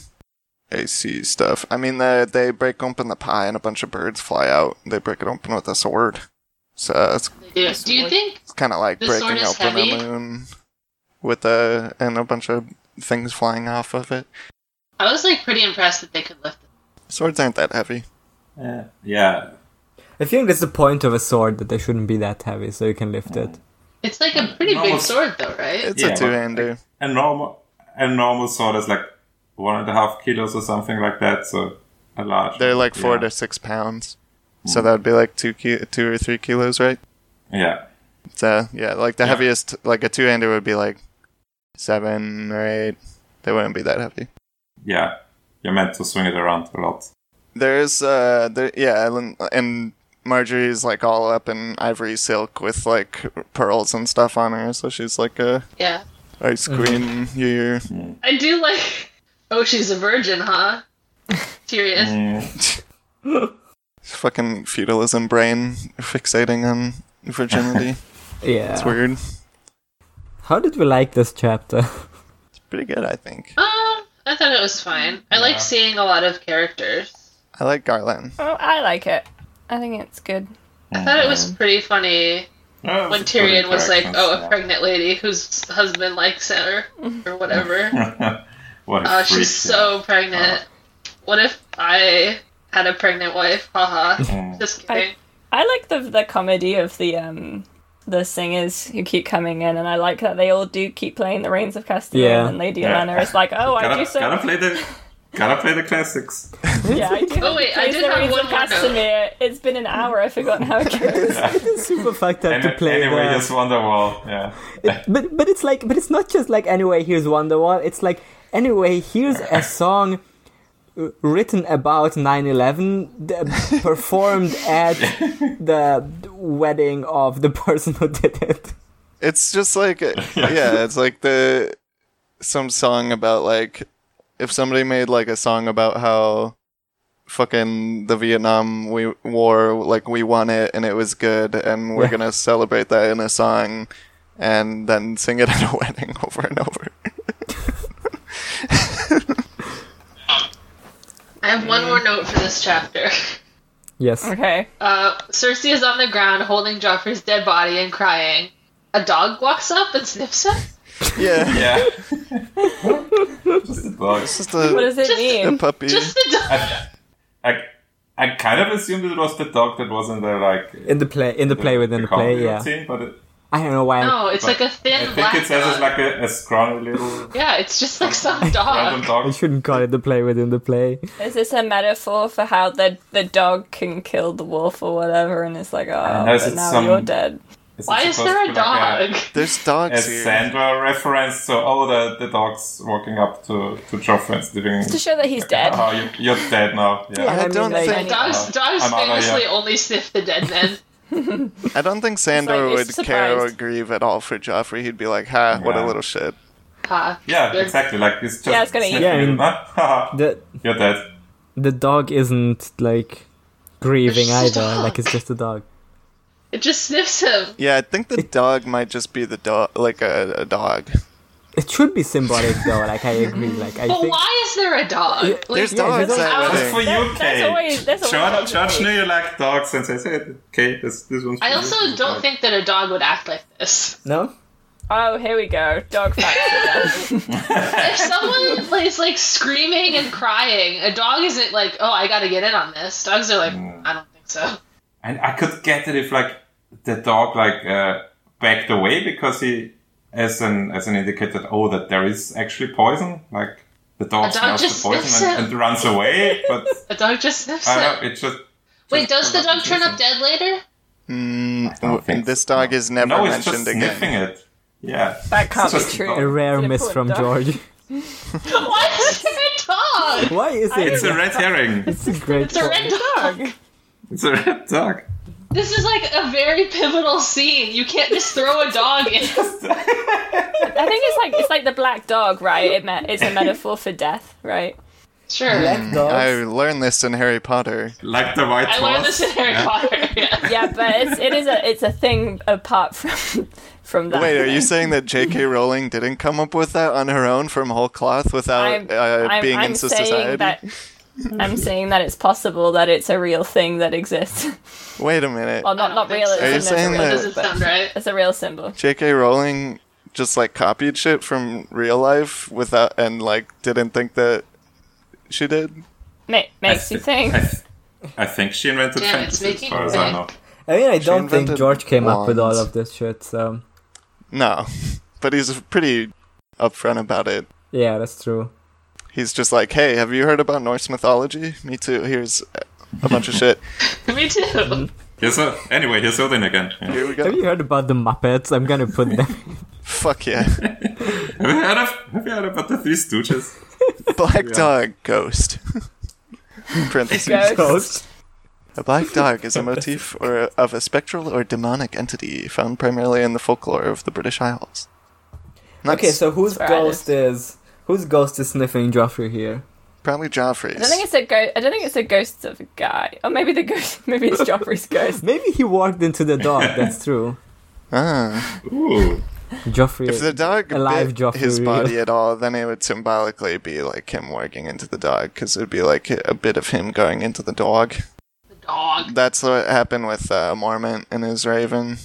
Speaker 1: AC stuff. I mean, they, they break open the pie and a bunch of birds fly out. They break it open with a sword. So it's,
Speaker 3: Do, do you think?
Speaker 1: it's kind of like
Speaker 3: The sword
Speaker 1: breaking
Speaker 3: is
Speaker 1: open
Speaker 3: heavy?
Speaker 1: a moon with a, and a bunch of things flying off of it.
Speaker 3: I was like pretty impressed that they could lift it.
Speaker 1: Swords aren't that heavy.
Speaker 6: Yeah. Uh, yeah.
Speaker 5: I think that's the point of a sword that they shouldn't be that heavy, so you can lift it.
Speaker 3: It's like a pretty big
Speaker 6: Mm, Almost.
Speaker 3: sword, though, right?
Speaker 1: It's
Speaker 6: Yeah,
Speaker 1: a
Speaker 6: but-
Speaker 1: two-hander.
Speaker 6: A normal, a normal sword is like one and a half kilos or something like that. So a large.
Speaker 1: They're like four
Speaker 6: yeah. Hmm.
Speaker 1: to six pounds. So that would be like two ki- two or three kilos, right?
Speaker 6: Yeah.
Speaker 1: So yeah, like the
Speaker 6: Yeah.
Speaker 1: heaviest, like a two hander would be like seven or eight. They wouldn't be that heavy.
Speaker 6: Yeah. You're meant to swing it around a lot.
Speaker 1: There's uh, there yeah, and, and Marjorie's like all up in ivory silk with like pearls and stuff on her, so she's like a
Speaker 3: Yeah.
Speaker 1: ice
Speaker 6: Uh-huh.
Speaker 1: queen here.
Speaker 6: Hmm.
Speaker 3: I do like. Oh, she's a virgin, huh? Serious.
Speaker 6: Mm.
Speaker 1: Fucking feudalism brain fixating on virginity.
Speaker 5: Yeah.
Speaker 1: it's weird.
Speaker 5: How did we like this chapter?
Speaker 1: It's pretty good, I think.
Speaker 3: Uh, I thought it was fine. I like seeing a lot of characters.
Speaker 1: I like Garland.
Speaker 4: Oh, I like it. I think it's good.
Speaker 6: Mm,
Speaker 3: I thought it was pretty funny
Speaker 6: Yeah,
Speaker 3: when
Speaker 6: it's pretty
Speaker 3: Tyrion was like,
Speaker 6: interactions,
Speaker 3: "Oh, a
Speaker 6: yeah.
Speaker 3: pregnant lady whose husband likes her or whatever."
Speaker 6: what a
Speaker 3: Oh,
Speaker 6: freak,
Speaker 3: she's so pregnant.
Speaker 6: Uh-huh.
Speaker 3: What if I had a pregnant wife?
Speaker 6: Mm-hmm.
Speaker 3: Haha. Just kidding.
Speaker 4: I like the the comedy of the um the singers who keep coming in, and I like that they all do keep playing the Reigns of Castile,
Speaker 5: Yeah.
Speaker 4: and Lady
Speaker 6: Yeah.
Speaker 4: Elena is like, oh, I do
Speaker 6: Gotta,
Speaker 4: so.
Speaker 6: gotta play the, gotta play the classics.
Speaker 4: Yeah, I do.
Speaker 3: Oh, wait, I
Speaker 4: Plays
Speaker 3: did
Speaker 4: the
Speaker 3: have
Speaker 4: Reigns
Speaker 3: one
Speaker 4: of
Speaker 3: more note.
Speaker 4: Castamere. It's been an hour. I've forgotten how it goes.
Speaker 5: it's super fucked up
Speaker 6: Any,
Speaker 5: to play
Speaker 6: anyway,
Speaker 5: the-
Speaker 6: just Wonderwall. Yeah.
Speaker 5: it- but but it's like but it's not just like anyway here's Wonderwall. It's like anyway here's a song uh, written about 9/11 d- performed at the wedding of the person who did it.
Speaker 1: it's just like yeah it's like the some song about like if somebody made like a song about how fucking the vietnam we war like we won it and it was good and we're
Speaker 5: Yeah.
Speaker 1: gonna celebrate that in a song and then sing it at a wedding over and over
Speaker 3: I have one more note for this chapter.
Speaker 5: Yes.
Speaker 4: Okay.
Speaker 3: Uh, Cersei is on the ground holding Joffrey's dead body and crying. A dog walks up and sniffs him.
Speaker 1: Yeah.
Speaker 6: Yeah. Just a dog.
Speaker 1: It's just
Speaker 4: What
Speaker 1: a,
Speaker 4: does it
Speaker 3: Just-
Speaker 1: a
Speaker 4: mean?
Speaker 1: puppy.
Speaker 3: Just the dog.
Speaker 6: I, I, I kind of assumed it was the dog that was in the like uh,
Speaker 5: In the play, in the play within the
Speaker 6: comedy
Speaker 5: play, yeah.
Speaker 6: routine, but it,
Speaker 5: I don't know why. I'm,
Speaker 3: No, it's
Speaker 6: but
Speaker 3: like a thin
Speaker 6: I think
Speaker 3: black
Speaker 6: it says
Speaker 3: dog.
Speaker 6: it's like a, a scrawny little
Speaker 3: yeah, it's just like some
Speaker 6: random
Speaker 3: dog.
Speaker 5: I
Speaker 6: dog.
Speaker 5: shouldn't call it the play within the play.
Speaker 4: Is this a metaphor for how the the dog can kill the wolf or whatever, and it's like, oh,
Speaker 6: know, is
Speaker 4: but
Speaker 6: it
Speaker 4: now
Speaker 6: some-
Speaker 4: you're dead.
Speaker 6: It's
Speaker 3: Why is
Speaker 6: supposed
Speaker 3: there
Speaker 6: to
Speaker 3: a
Speaker 6: be like
Speaker 3: dog?
Speaker 1: There's dogs
Speaker 6: a
Speaker 1: here.
Speaker 6: Sandra reference, so oh, the, the dog's walking up to to Joffrey and sleeping.
Speaker 4: To show that he's dead.
Speaker 6: Oh, you, you're dead now. Yeah.
Speaker 5: Yeah.
Speaker 1: I
Speaker 5: I mean,
Speaker 1: don't
Speaker 5: like-
Speaker 1: think
Speaker 3: Dogs, dogs
Speaker 6: Uh, I'm out of
Speaker 3: famously
Speaker 6: here.
Speaker 3: only sniff the dead men.
Speaker 1: I don't think Sandor
Speaker 4: you're
Speaker 1: would care or
Speaker 4: surprised.
Speaker 1: grieve at all for Joffrey. He'd be like, "Ha, what a
Speaker 6: Yeah.
Speaker 1: little shit."
Speaker 3: Ha.
Speaker 6: Yeah,
Speaker 3: They're-
Speaker 6: exactly. Like he's just
Speaker 4: Yeah, it's gonna eat
Speaker 5: you.
Speaker 6: sniffing
Speaker 5: Yeah, I mean-
Speaker 6: him.
Speaker 5: The
Speaker 6: you're dead.
Speaker 5: the dog isn't like grieving
Speaker 3: It's just a
Speaker 5: either.
Speaker 3: dog.
Speaker 5: Like it's just a dog.
Speaker 3: It just sniffs him.
Speaker 1: Yeah, I think the dog might just be the dog, like a, a dog.
Speaker 5: It should be symbolic though. Like I agree. Like I
Speaker 3: But
Speaker 5: think
Speaker 3: why is there a dog? Like,
Speaker 1: There's
Speaker 5: Yeah, there's
Speaker 1: dogs
Speaker 5: al-
Speaker 4: "Oh,
Speaker 1: at
Speaker 6: That's for
Speaker 1: weddings.
Speaker 6: you,
Speaker 4: that's
Speaker 6: Kate.
Speaker 4: always- that's always
Speaker 6: George,
Speaker 4: happened to
Speaker 6: George
Speaker 4: me.
Speaker 6: knew you like dogs, and says, "Hey, Kate, this this one's." for
Speaker 3: I
Speaker 6: you."
Speaker 3: also don't think that a dog would act like this.
Speaker 5: no.
Speaker 4: Oh, here we go. Dog facts. again.
Speaker 3: If someone is like screaming and crying, a dog isn't like, "Oh, I got to get in on this." Dogs are like,
Speaker 6: Mm.
Speaker 3: "I don't think so."
Speaker 6: And I could get it if like the dog like uh, backed away because he, as an as an indicator, that, oh, that there is actually poison. Like the dog,
Speaker 3: A dog
Speaker 6: smells
Speaker 3: just
Speaker 6: the
Speaker 3: sniffs
Speaker 6: poison and,
Speaker 3: it.
Speaker 6: and runs away. But
Speaker 3: A dog just sniffs
Speaker 6: I
Speaker 3: it.
Speaker 6: don't know it just.
Speaker 3: Wait,
Speaker 6: just
Speaker 3: does the
Speaker 6: comes
Speaker 3: dog
Speaker 6: and
Speaker 3: turn up
Speaker 6: sniffs
Speaker 3: dead later?
Speaker 1: Mm, w-
Speaker 6: don't think
Speaker 1: this
Speaker 6: so.
Speaker 1: dog is never
Speaker 6: it. No, it's just
Speaker 1: mentioned
Speaker 6: sniffing
Speaker 1: again.
Speaker 6: it. Yeah,
Speaker 4: That can't
Speaker 6: It's
Speaker 4: be
Speaker 6: just a
Speaker 4: true.
Speaker 6: dog.
Speaker 5: A rare
Speaker 4: Did it
Speaker 5: miss
Speaker 4: pull a
Speaker 5: from
Speaker 4: dog?
Speaker 5: George.
Speaker 3: Why is there a dog?
Speaker 5: why is it?
Speaker 6: it's a red herring.
Speaker 5: It's a great.
Speaker 3: It's a
Speaker 5: point.
Speaker 3: red dog.
Speaker 6: It's a red dog.
Speaker 3: This is like a very pivotal scene. You can't just throw a dog in.
Speaker 4: I think it's like it's like the black dog, right? It me- it's a metaphor for death, right?
Speaker 3: Sure.
Speaker 5: Black dogs.
Speaker 1: I learned this in Harry Potter.
Speaker 6: Like the white
Speaker 3: I learned this in Harry Potter. Yeah.
Speaker 4: Yeah, but it's, it is a it's a thing apart from from that.
Speaker 1: Wait, are you saying that J.K. Rowling didn't come up with that on her own from whole cloth without
Speaker 4: I'm,
Speaker 1: uh,
Speaker 4: I'm-
Speaker 1: being
Speaker 4: I'm
Speaker 1: into
Speaker 4: saying
Speaker 1: society?
Speaker 4: That, I'm saying that it's possible that it's a real thing that exists.
Speaker 1: Wait a minute.
Speaker 4: Well, not
Speaker 3: don't
Speaker 4: not
Speaker 3: think
Speaker 4: real.
Speaker 3: so.
Speaker 4: it's
Speaker 3: Are
Speaker 4: a
Speaker 3: you
Speaker 1: saying
Speaker 4: mythical real,
Speaker 1: that-
Speaker 3: Doesn't
Speaker 4: but
Speaker 3: sound right.
Speaker 4: It's a real symbol.
Speaker 1: J.K. Rowling just like copied shit from real life without and like didn't think that she did.
Speaker 4: Ma- makes you think.
Speaker 6: I, th- I think she invented
Speaker 3: Damn, it's
Speaker 6: fantasy, as
Speaker 3: making
Speaker 6: far
Speaker 3: me
Speaker 6: as I
Speaker 3: think.
Speaker 6: know.
Speaker 5: I mean, I don't think
Speaker 1: invented
Speaker 5: George came up with all
Speaker 1: wands.
Speaker 5: of this shit. So
Speaker 1: No, but he's pretty upfront about it.
Speaker 5: yeah, that's true.
Speaker 1: He's just like, "Hey, have you heard about Norse mythology? Me too. Here's a bunch of shit.
Speaker 3: Me too.
Speaker 6: Here's a, anyway, here's Odin again. Yeah.
Speaker 1: Here we
Speaker 5: Have
Speaker 1: go.
Speaker 5: you heard about the Muppets? I'm gonna put them.
Speaker 1: Fuck yeah.
Speaker 6: Have you heard of Have you heard about the Three Stooges?
Speaker 1: Black dog ghost." Parentheses.
Speaker 4: Ghost.
Speaker 5: Ghost.
Speaker 1: A black dog is a motif or of a spectral or demonic entity found primarily in the folklore of the British Isles. Nuts.
Speaker 5: Okay, so whose
Speaker 4: That's where I
Speaker 5: ghost is? Whose ghost is sniffing Joffrey here?
Speaker 1: probably Joffrey's.
Speaker 4: I don't think it's a ghost. I don't think it's a ghost of a guy. Or maybe the ghost. Maybe it's Joffrey's ghost.
Speaker 5: Maybe he walked into the dog. That's true.
Speaker 1: Ah.
Speaker 6: Ooh,
Speaker 5: Joffrey.
Speaker 1: If the dog
Speaker 5: Alive
Speaker 1: bit his
Speaker 5: Joffrey.
Speaker 1: body at all, then it would symbolically be like him working into the dog, because it would be like a bit of him going into the dog.
Speaker 3: Dog.
Speaker 1: That's what happened with uh, Mormont and his raven.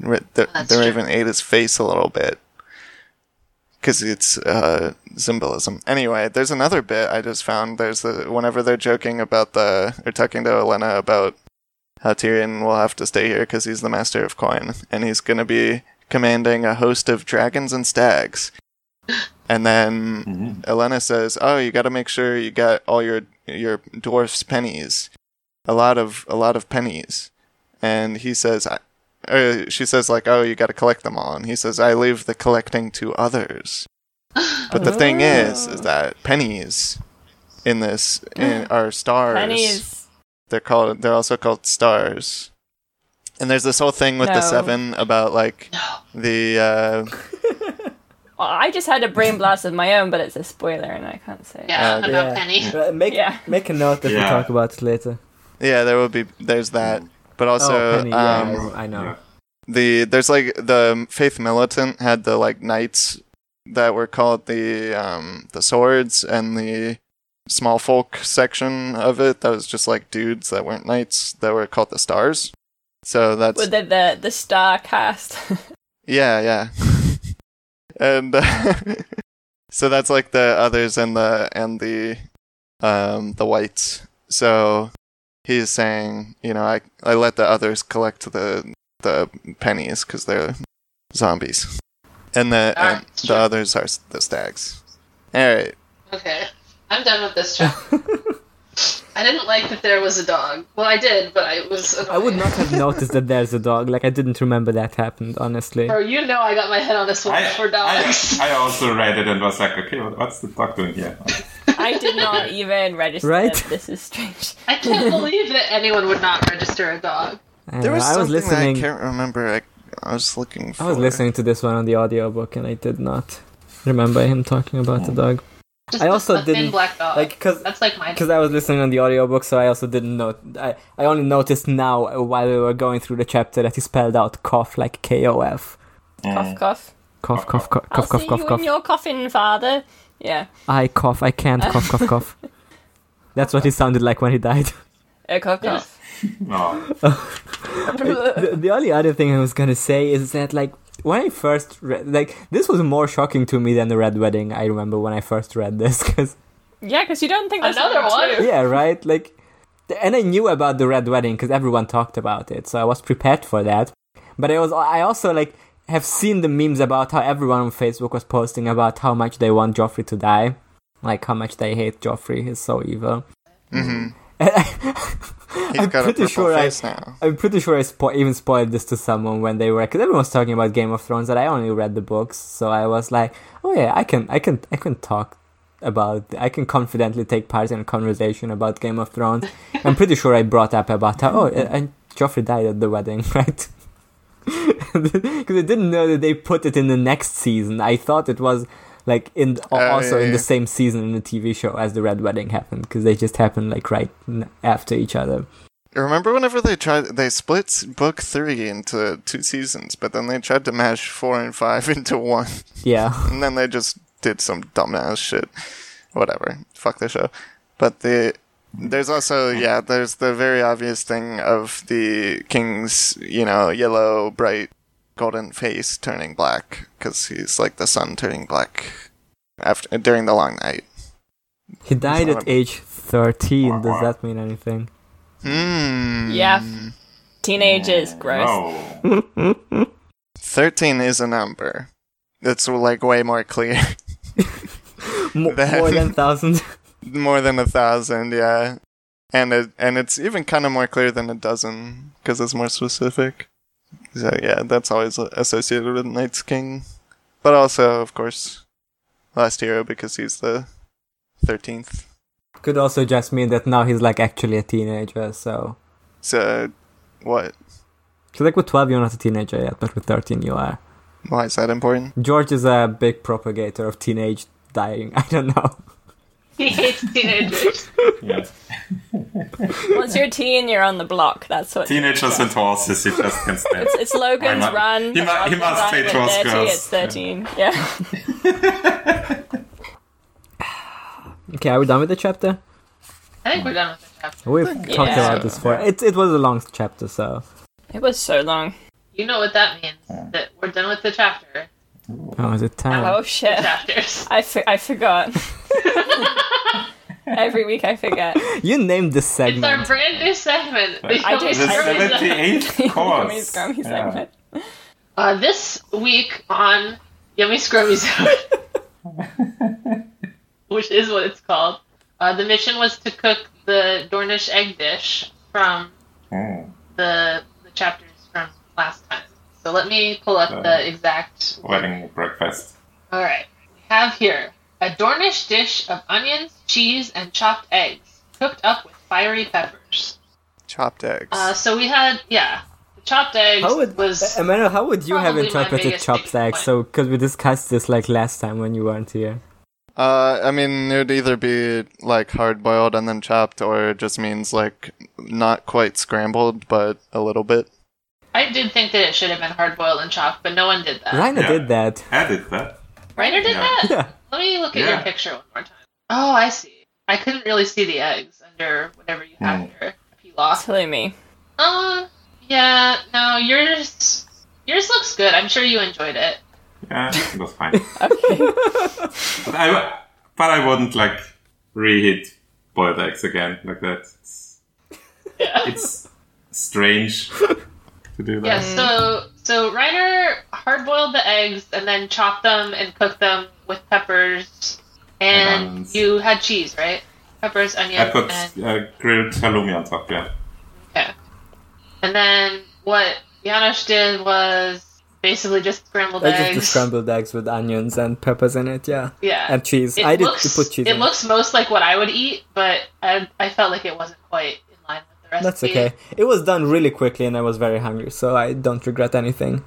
Speaker 1: Ra- The,
Speaker 3: That's
Speaker 1: the
Speaker 3: true.
Speaker 1: raven ate his face a little bit. Because it's uh, symbolism. Anyway, there's another bit I just found. There's the whenever they're joking about the or talking to Elena about how Tyrion will have to stay here because he's the master of coin and he's gonna be commanding a host of dragons and stags. And then
Speaker 6: Mm-hmm. Um,
Speaker 1: Elena says, "Oh, you got to make sure you got all your your dwarf's pennies, a lot of a lot of pennies." And he says, I, or she says like, "Oh, you got to collect them all." And he says, "I leave the collecting to others." But the
Speaker 4: Oh.
Speaker 1: thing is, is that pennies in this in, are stars.
Speaker 4: Pennies.
Speaker 1: They're called. They're also called stars. And there's this whole thing with the
Speaker 4: No.
Speaker 1: seven about like the uh,
Speaker 4: Well, I just had a brain blast of my own, but it's a spoiler, and I can't say. it.
Speaker 3: Yeah,
Speaker 1: Uh,
Speaker 3: about Penny.
Speaker 5: Uh, make
Speaker 4: Yeah.
Speaker 5: make a note that we
Speaker 6: Yeah.
Speaker 5: talk about it later.
Speaker 1: yeah. There will be. There's that. But also,
Speaker 5: oh, Penny. Yeah,
Speaker 1: um,
Speaker 5: I, I know.
Speaker 6: yeah.
Speaker 1: the there's like the faith militant had the like knights that were called the um the swords and the small folk section of it that was just like dudes that weren't knights that were called the stars. So that's
Speaker 4: With the the, the star cast.
Speaker 1: yeah, yeah. and uh, so that's like the others and the and the um the whites. So he's saying, you know, I I let the others collect the the pennies cuz they're zombies. And the
Speaker 3: Ah,
Speaker 1: and the
Speaker 3: sure.
Speaker 1: others are s- the stags. All right.
Speaker 3: Okay, I'm done with this chat. I didn't like that there was a dog. Well, I did, but I was. Annoyed.
Speaker 5: I would not have noticed that there's a dog. Like, I didn't remember that happened, honestly.
Speaker 3: Or you know, I got my head on a swivel
Speaker 6: I,
Speaker 3: for dogs.
Speaker 6: I, I also read it and was like, okay, what- what's the dog doing here?
Speaker 4: I did not even register.
Speaker 5: Right?
Speaker 4: that This is strange.
Speaker 3: I can't believe that anyone would not register a dog.
Speaker 5: Uh, I,
Speaker 1: There
Speaker 5: don't
Speaker 1: was
Speaker 5: know, I
Speaker 1: something
Speaker 5: was listening.
Speaker 1: that I can't remember. I, I was looking for
Speaker 5: I was listening to this one on the audiobook and I did not remember him talking about the dog.
Speaker 3: Just
Speaker 5: I
Speaker 3: the
Speaker 5: also
Speaker 3: fucking
Speaker 5: didn't-
Speaker 3: black dog.
Speaker 5: Like, cause,
Speaker 3: That's like my.
Speaker 5: cause I was listening on the audiobook, so I also didn't know. I, I only noticed now while we were going through the chapter that he spelled out cough like K O F.
Speaker 4: Cough, cough.
Speaker 5: Cough, cough, cough,
Speaker 4: I'll
Speaker 5: cough, cough,
Speaker 4: see
Speaker 5: cough,
Speaker 4: you
Speaker 5: cough.
Speaker 4: in your coffin, father. Yeah.
Speaker 5: I cough, I can't cough, cough, cough. That's what he sounded like when he died.
Speaker 4: Uh, cough, cough.
Speaker 6: No.
Speaker 5: the, the only other thing I was gonna say is that like when I first read like this was more shocking to me than the Red Wedding. I remember when I first read this because
Speaker 4: Yeah, because you don't think that's
Speaker 3: Another
Speaker 4: number
Speaker 3: one?
Speaker 4: two.
Speaker 5: yeah, right, like, and I knew about the Red Wedding because everyone talked about it, so I was prepared for that. But I was I also like have seen the memes about how everyone on Facebook was posting about how much they want Joffrey to die, like how much they hate Joffrey. He's so evil. Mm-hmm.
Speaker 1: He's
Speaker 5: I'm
Speaker 1: got a
Speaker 5: pretty
Speaker 1: purple
Speaker 5: sure I
Speaker 1: face now.
Speaker 5: I'm pretty sure I spo- even spoiled this to someone when they were because everyone was talking about Game of Thrones and I only read the books, so I was like, oh yeah, I can, I can, I can talk about, I can confidently take part in a conversation about Game of Thrones. I'm pretty sure I brought up about how oh, and- and Joffrey died at the wedding, right? Because I didn't know that they put it in the next season. I thought it was like in
Speaker 1: yeah,
Speaker 5: also in
Speaker 1: Oh, yeah.
Speaker 5: the same season in the TV show as the Red Wedding happened because they just happened like right n- after each other.
Speaker 1: Remember whenever they tried they split s- book three into two seasons, but then they tried to mash four and five into one,
Speaker 5: Yeah.
Speaker 1: and then they just did some dumbass shit. Whatever, fuck the show. But the there's also yeah there's the very obvious thing of the king's you know yellow bright golden face turning black because he's like the sun turning black after during the long night.
Speaker 5: He died
Speaker 1: not
Speaker 5: at
Speaker 1: a-
Speaker 5: age 13.
Speaker 6: Wow.
Speaker 5: Does that mean anything?
Speaker 1: Hmm.
Speaker 4: Yeah. Teenagers, gross.
Speaker 6: No.
Speaker 1: 13 is a number. That's like way more clear.
Speaker 5: Mo-
Speaker 1: That-
Speaker 5: More than 1,000?
Speaker 1: more than a thousand, yeah. And it, and it's even kind of more clear than a dozen because it's more specific. So yeah, that's always associated with Knight's King, but also of course, Last Hero because he's the thirteenth.
Speaker 5: Could also just mean that now he's like actually a teenager, so.
Speaker 1: So what?
Speaker 5: So, like with 12, you're not a teenager yet, but with 13, you are.
Speaker 1: Why is that important?
Speaker 5: George is a big propagator of teenage dying. I don't know.
Speaker 3: He hates teenagers.
Speaker 6: Yeah.
Speaker 4: Once you're a teen, you're on the block. That's what.
Speaker 6: Teenagers and horses, he just can stand.
Speaker 4: It's, it's Logan's
Speaker 6: Why not?
Speaker 4: run.
Speaker 6: He mu- he
Speaker 4: Logan's
Speaker 6: must
Speaker 4: run
Speaker 6: say
Speaker 4: with
Speaker 6: to us
Speaker 4: 30,
Speaker 6: girls.
Speaker 4: It's 13. Yeah.
Speaker 5: Okay, are we done with the chapter?
Speaker 3: I think we're done with the chapter.
Speaker 5: We've talked
Speaker 4: Yeah.
Speaker 5: about this for. It, it was a long chapter, so.
Speaker 4: It was so long.
Speaker 3: You know what that means? That we're done with the chapter.
Speaker 5: Oh, is it time?
Speaker 4: Oh shit.
Speaker 3: Chapters.
Speaker 4: I, f- I forgot. Every week I forget.
Speaker 5: You named this
Speaker 3: It's our
Speaker 5: segment.
Speaker 3: brand new segment. They
Speaker 4: I
Speaker 3: always
Speaker 4: did-
Speaker 6: The
Speaker 4: I
Speaker 3: throw
Speaker 4: did-
Speaker 3: us a-
Speaker 4: Yummy
Speaker 6: 78th course.
Speaker 4: Scrummy
Speaker 6: Yeah.
Speaker 4: segment.
Speaker 3: Uh, this week on Yummy Scrummy Zone, which is what it's called, uh, the mission was to cook the Dornish egg dish from
Speaker 6: Mm.
Speaker 3: the, the chapters from last time. So let me pull up the exact
Speaker 6: Wedding breakfast.
Speaker 3: All right. We have here a Dornish dish of onions, cheese, and chopped eggs, cooked up with fiery peppers.
Speaker 1: Chopped eggs.
Speaker 3: Uh, so we had, yeah, the chopped eggs
Speaker 5: How would,
Speaker 3: was.
Speaker 5: Emmanuel, how would you have
Speaker 3: probably my
Speaker 5: interpreted
Speaker 3: biggest
Speaker 5: chopped
Speaker 3: sticking
Speaker 5: eggs? So, because we discussed this like last time when you weren't here.
Speaker 1: Uh, I mean, it would either be like hard boiled and then chopped, or it just means like not quite scrambled, but a little bit.
Speaker 3: I did think that it should have been hard boiled and chopped, but no one did that.
Speaker 5: Rainer
Speaker 6: Yeah.
Speaker 5: did that.
Speaker 6: I did that.
Speaker 3: Reiner did
Speaker 6: Yeah.
Speaker 3: that.
Speaker 5: Yeah.
Speaker 3: Let me look at
Speaker 6: Yeah.
Speaker 3: your picture one more time. Oh, I see. I couldn't really see the eggs under whatever you had
Speaker 6: Hmm.
Speaker 3: your pilaf.
Speaker 4: Silly me.
Speaker 3: Um, yeah, no, yours yours looks good. I'm sure you enjoyed it.
Speaker 6: Yeah, it was fine.
Speaker 4: Okay.
Speaker 6: But I, w- but I wouldn't like reheat boiled eggs again like that. It's, it's strange to do that.
Speaker 3: Yeah, so so Reiner hard boiled the eggs and then chopped them and cooked them with peppers and
Speaker 6: And onions.
Speaker 3: you had cheese, right? Peppers, onions,
Speaker 6: I put
Speaker 3: and
Speaker 6: uh, grilled halloumi on top. Yeah,
Speaker 3: yeah. And then what Janosch did was basically just scrambled
Speaker 5: I
Speaker 3: eggs.
Speaker 5: just the scrambled eggs with onions and peppers in it, yeah.
Speaker 3: yeah.
Speaker 5: And cheese. I did put cheese
Speaker 3: It
Speaker 5: in it.
Speaker 3: looks most like what I would eat, but I, I felt like it wasn't quite in line with the recipe.
Speaker 5: That's okay. It was done really quickly and I was very hungry, so I don't regret anything.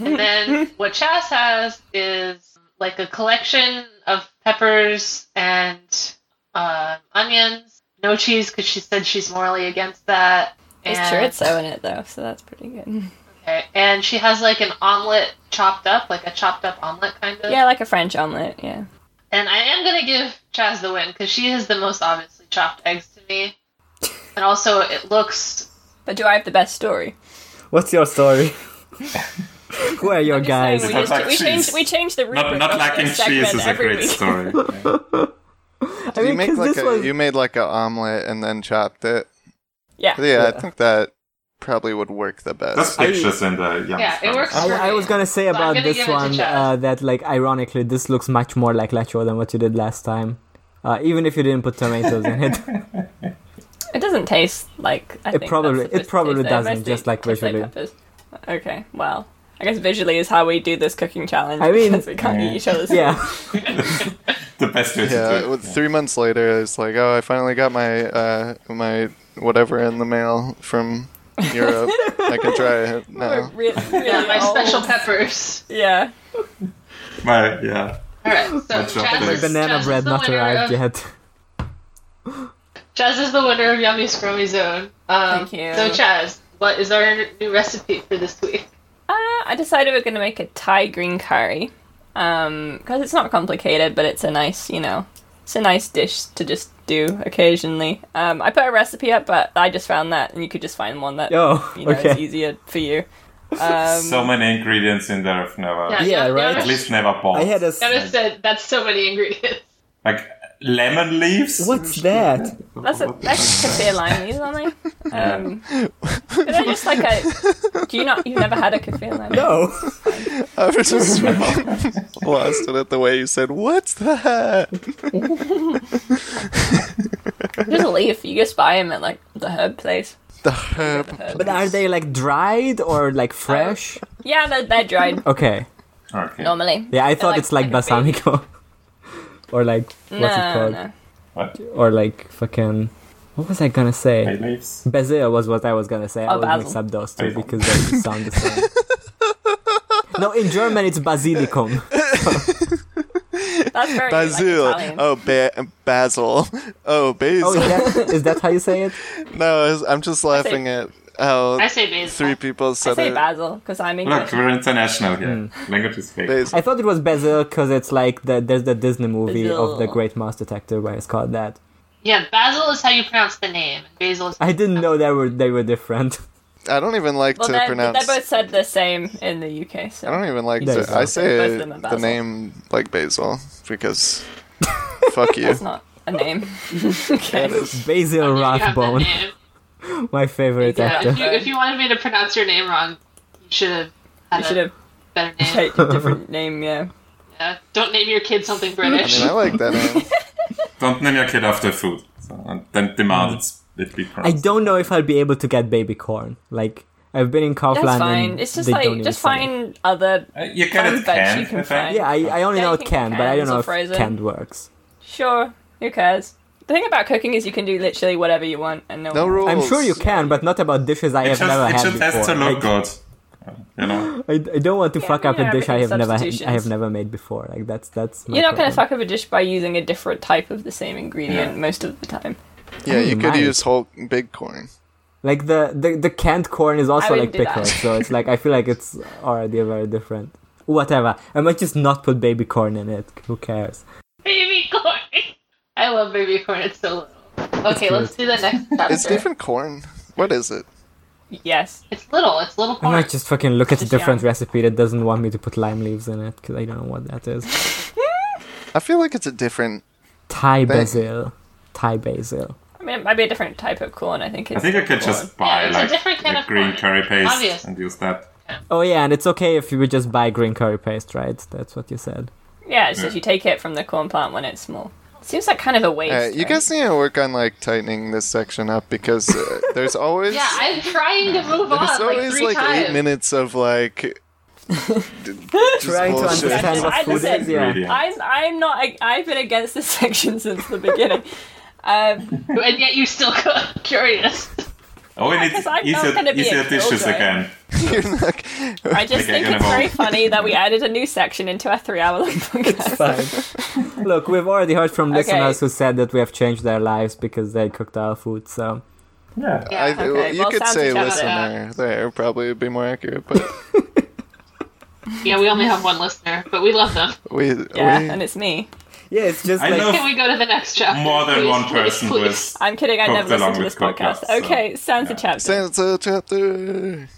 Speaker 3: And then what Chas has is like a collection of peppers and uh, onions. No cheese because she said she's morally against that.
Speaker 4: There's
Speaker 3: And-
Speaker 4: chorizo in it though, so that's pretty good.
Speaker 3: Okay. And she has like an omelet chopped up, like a chopped up omelet kind of.
Speaker 4: Yeah, like a French omelet. Yeah.
Speaker 3: And I am gonna give Chaz the win because she is the most obviously chopped eggs to me. And also, it looks
Speaker 4: But do I have the best story?
Speaker 5: What's your story? Who are your
Speaker 4: I'm just saying
Speaker 5: guys?
Speaker 4: We,
Speaker 6: Not
Speaker 4: just,
Speaker 6: like
Speaker 4: we
Speaker 6: cheese.
Speaker 4: changed we changed the rubric.
Speaker 6: not not
Speaker 4: of
Speaker 6: lacking
Speaker 4: this segment
Speaker 6: cheese is a
Speaker 4: every
Speaker 6: great
Speaker 4: week.
Speaker 6: story.
Speaker 5: I
Speaker 1: you
Speaker 5: mean,
Speaker 1: make
Speaker 5: because
Speaker 1: like
Speaker 5: this
Speaker 1: a
Speaker 5: was
Speaker 1: you made like a omelet and then chopped it.
Speaker 4: Yeah.
Speaker 1: But yeah,
Speaker 5: Yeah.
Speaker 1: I think that probably would work the
Speaker 6: There's
Speaker 1: best.
Speaker 6: pictures in the young
Speaker 3: Yeah, it
Speaker 6: story.
Speaker 3: works.
Speaker 5: I, I was gonna say
Speaker 3: So I'm
Speaker 5: about
Speaker 3: gonna
Speaker 5: this
Speaker 3: give it to
Speaker 5: one
Speaker 3: Chaz.
Speaker 5: uh, that, like, ironically, this looks much more like lecho than what you did last time. Uh, even if you didn't put tomatoes in it,
Speaker 4: It doesn't taste like. I
Speaker 5: It
Speaker 4: think
Speaker 5: probably-
Speaker 4: that's
Speaker 5: it
Speaker 4: supposed to
Speaker 5: probably
Speaker 4: taste though.
Speaker 5: doesn't,
Speaker 4: Mostly
Speaker 5: just like
Speaker 4: tastes
Speaker 5: visually.
Speaker 4: peppers. okay. Well, I guess visually is how we do this cooking challenge.
Speaker 5: I mean-
Speaker 4: because we can't eat each other's.
Speaker 5: yeah.
Speaker 6: The best way
Speaker 1: Yeah,
Speaker 6: to do it.
Speaker 1: with three months later, it's like, oh, I finally got my uh, my whatever in the mail from Europe. I can try it
Speaker 4: We're
Speaker 1: now.
Speaker 4: really, really
Speaker 3: yeah, my
Speaker 4: old.
Speaker 3: special peppers.
Speaker 4: Yeah.
Speaker 6: My, yeah.
Speaker 3: All right, so
Speaker 6: That's
Speaker 3: Jazz
Speaker 6: right.
Speaker 5: My
Speaker 3: is,
Speaker 5: banana
Speaker 3: Jazz
Speaker 5: bread
Speaker 3: is the
Speaker 5: not
Speaker 3: winner
Speaker 5: arrived
Speaker 3: of,
Speaker 5: yet.
Speaker 3: Jazz is the winner of Yummy Scrummy Zone. Um,
Speaker 4: Thank you.
Speaker 3: So Jazz, what is our new recipe for this week?
Speaker 4: Uh, I decided we're going to make a Thai green curry because it's not complicated, but it's a nice, you know, it's a nice dish to just do occasionally. Um, I put a recipe up, but I just found that, and you could just find one that
Speaker 5: Oh,
Speaker 4: you know it's
Speaker 5: okay.
Speaker 4: easier for you. Um,
Speaker 6: so many ingredients in there I've never,
Speaker 3: Yeah,
Speaker 5: Yeah, right.
Speaker 6: Uh, at least never bought.
Speaker 5: I had a.
Speaker 3: That is said, that's so many ingredients.
Speaker 6: like lemon leaves.
Speaker 5: What's that?
Speaker 4: That's a that's kaffir lime leaves, aren't they? Um, but they're just like a. Do you not? You've never had a kaffir lime?
Speaker 5: No.
Speaker 1: I was just lost it at the way you said, "What's that?"
Speaker 4: There's a leaf. You just buy them at like the herb place.
Speaker 1: The herb.
Speaker 4: Herb.
Speaker 5: But are they like dried or like fresh?
Speaker 4: yeah, they're, they're dried
Speaker 5: Okay.
Speaker 6: Okay.
Speaker 4: normally.
Speaker 5: Yeah, I thought
Speaker 4: like-
Speaker 5: it's like
Speaker 4: like a big-
Speaker 5: balsamico. or like what's it
Speaker 4: No,
Speaker 5: called?
Speaker 4: no.
Speaker 6: What?
Speaker 5: Or like fucking what was I gonna
Speaker 6: Bay
Speaker 5: say?
Speaker 6: leaves.
Speaker 5: Basil was what I was gonna say. I
Speaker 4: Oh,
Speaker 5: would mix
Speaker 4: basil.
Speaker 5: up those two
Speaker 6: Basil.
Speaker 5: because they sound the same. no, in German it's basilicum.
Speaker 4: That's very
Speaker 1: Basil.
Speaker 4: Like, Italian.
Speaker 1: oh, ba- basil. Oh, basil.
Speaker 5: Oh, is that, is that how you say it?
Speaker 1: No, it's- I'm just laughing at
Speaker 3: I
Speaker 1: how
Speaker 3: say basil.
Speaker 1: three people
Speaker 4: I
Speaker 1: said
Speaker 4: say
Speaker 1: it.
Speaker 4: basil because I'm
Speaker 6: Look,
Speaker 4: English.
Speaker 6: we're international here.
Speaker 5: Hmm.
Speaker 6: Language is fake.
Speaker 1: Basil.
Speaker 5: I thought it was basil because it's like the, there's the Disney movie of the
Speaker 4: Basil.
Speaker 5: Great Mouse Detective where it's called that.
Speaker 3: Yeah, basil is how you pronounce the name. and Basil is
Speaker 5: I didn't know they were they were different.
Speaker 1: I don't even like
Speaker 4: Well,
Speaker 1: to
Speaker 4: they're,
Speaker 1: pronounce.
Speaker 4: they're both said the same in the UK. So
Speaker 1: I don't even like
Speaker 5: There
Speaker 1: to.
Speaker 5: you go.
Speaker 1: I say
Speaker 4: Both of them are
Speaker 1: the
Speaker 4: basil.
Speaker 1: name like basil because fuck you.
Speaker 4: it's not a name. okay.
Speaker 5: Basil
Speaker 3: you have that
Speaker 5: Rathbone,
Speaker 3: name.
Speaker 5: my favorite
Speaker 4: Yeah.
Speaker 5: actor.
Speaker 3: If you, if you wanted me to pronounce your name wrong, you should have had
Speaker 4: You should have
Speaker 3: a better name.
Speaker 4: picked a different name. Yeah.
Speaker 3: Yeah. Don't name your kid something
Speaker 1: I
Speaker 3: British.
Speaker 1: mean, I like that name.
Speaker 6: Don't name your kid after food. So, and then demand
Speaker 4: Mm.
Speaker 6: it's, it be
Speaker 5: I
Speaker 6: pronounced.
Speaker 5: don't know if I'll be able to get baby corn. Like I've been in Kaufland.
Speaker 4: That's fine.
Speaker 5: and
Speaker 4: It's just
Speaker 5: they don't
Speaker 4: like
Speaker 5: even
Speaker 4: just
Speaker 5: sell it.
Speaker 4: find other
Speaker 6: Uh, you get
Speaker 4: Fun
Speaker 6: it
Speaker 4: fact
Speaker 6: canned,
Speaker 4: you can
Speaker 6: I think.
Speaker 4: find.
Speaker 5: Yeah, I, I only
Speaker 4: Yeah,
Speaker 5: know
Speaker 4: you
Speaker 5: it
Speaker 4: can
Speaker 5: can, but
Speaker 4: cans
Speaker 5: I don't know
Speaker 4: or
Speaker 5: if
Speaker 4: frozen.
Speaker 5: canned works.
Speaker 4: Sure, who cares? The thing about cooking is you can do literally whatever you want and no,
Speaker 1: No
Speaker 4: one-
Speaker 1: rules.
Speaker 5: I'm sure you can, but not about dishes I
Speaker 6: It
Speaker 5: have
Speaker 6: just,
Speaker 5: never
Speaker 6: it
Speaker 5: had
Speaker 6: just has
Speaker 5: before.
Speaker 6: to look
Speaker 5: Like,
Speaker 6: good. You know?
Speaker 5: I, I don't want to
Speaker 4: Yeah,
Speaker 5: fuck
Speaker 4: you
Speaker 5: up
Speaker 4: know,
Speaker 5: a dish I
Speaker 4: everything's
Speaker 5: have never had, I
Speaker 4: substitutions.
Speaker 5: have never made before. Like that's that's. My
Speaker 4: You're not going to
Speaker 5: problem.
Speaker 4: fuck up a dish by using a different type of the same ingredient most of the time.
Speaker 1: Yeah, you could
Speaker 5: Nice.
Speaker 1: use whole big corn.
Speaker 5: Like the, the the canned corn is also
Speaker 4: wouldn't
Speaker 5: like
Speaker 4: do that.
Speaker 5: pickled, so it's like I feel like it's already very different. Whatever, I might just not put baby corn in it. Who cares?
Speaker 3: Baby corn. I love baby corn. It's so little. Okay, let's do the next chapter.
Speaker 1: It's different corn. What is it?
Speaker 4: Yes.
Speaker 3: It's little. It's little
Speaker 5: I
Speaker 3: corn.
Speaker 5: might just fucking look at a
Speaker 4: Just, yeah.
Speaker 5: different recipe that doesn't want me to put lime leaves in it because I don't know what that is.
Speaker 1: I feel like it's a different.
Speaker 5: Thai
Speaker 1: Thank-
Speaker 5: basil. Thai basil.
Speaker 4: I mean, it might be a different type of corn. I think. It's
Speaker 6: I think I
Speaker 4: corn.
Speaker 6: could just buy
Speaker 3: Yeah, it's a
Speaker 6: like
Speaker 3: different kind
Speaker 6: the
Speaker 3: of
Speaker 6: green
Speaker 3: corn.
Speaker 6: curry paste
Speaker 3: Obvious.
Speaker 6: and use that.
Speaker 5: Oh yeah, and it's okay if you would just buy green curry paste, right? That's what you said.
Speaker 4: Yeah, it's just you take it from the corn plant when it's small. Seems like kind of a waste.
Speaker 1: Alright, uh, you
Speaker 4: right?
Speaker 1: guys need to work on like tightening this section up because uh, there's always
Speaker 3: Yeah, I'm trying to move on
Speaker 1: there's
Speaker 3: like
Speaker 1: always
Speaker 3: three
Speaker 1: like,
Speaker 3: times.
Speaker 1: eight minutes of like.
Speaker 5: Trying to
Speaker 1: bullshit.
Speaker 5: understand
Speaker 4: I
Speaker 5: what food
Speaker 4: listen.
Speaker 5: is, yeah.
Speaker 6: Ingredient.
Speaker 4: I'm I'm not. I, I've been against this section since the beginning. Um,
Speaker 3: And yet you still cook. Curious.
Speaker 6: Oh, we need
Speaker 4: 'cause I'm not
Speaker 6: easier,
Speaker 4: gonna be a
Speaker 6: easier dishes
Speaker 4: killjoy.
Speaker 6: again.
Speaker 1: You're not-
Speaker 4: I just
Speaker 6: Okay,
Speaker 4: think
Speaker 6: gonna
Speaker 4: it's very
Speaker 6: vote.
Speaker 4: funny that we added a new section into our three-hour-long podcast.
Speaker 5: Fine. Look, we've already heard from
Speaker 4: Okay.
Speaker 5: listeners who said that we have changed their lives because they cooked our food. So
Speaker 6: Yeah.
Speaker 3: Yeah.
Speaker 1: I,
Speaker 4: okay,
Speaker 1: you
Speaker 4: well,
Speaker 1: could
Speaker 4: sounds
Speaker 1: say
Speaker 4: each other
Speaker 1: listener there probably would be more accurate, but
Speaker 3: yeah, we only have one listener, but we love them.
Speaker 1: we
Speaker 4: Yeah,
Speaker 1: we
Speaker 4: and it's me.
Speaker 5: yeah, it's just
Speaker 6: I
Speaker 5: like
Speaker 6: know
Speaker 3: Can we go to the next chapter?
Speaker 6: more than
Speaker 3: please,
Speaker 6: one
Speaker 3: please,
Speaker 6: person
Speaker 3: please?
Speaker 6: with.
Speaker 4: I'm kidding. I
Speaker 6: Cooked
Speaker 4: never listened
Speaker 6: along
Speaker 4: to this
Speaker 6: with cooked
Speaker 4: podcast.
Speaker 6: up, so,
Speaker 4: okay, sounds a
Speaker 6: yeah.
Speaker 4: chapter.
Speaker 1: Sans a chapter.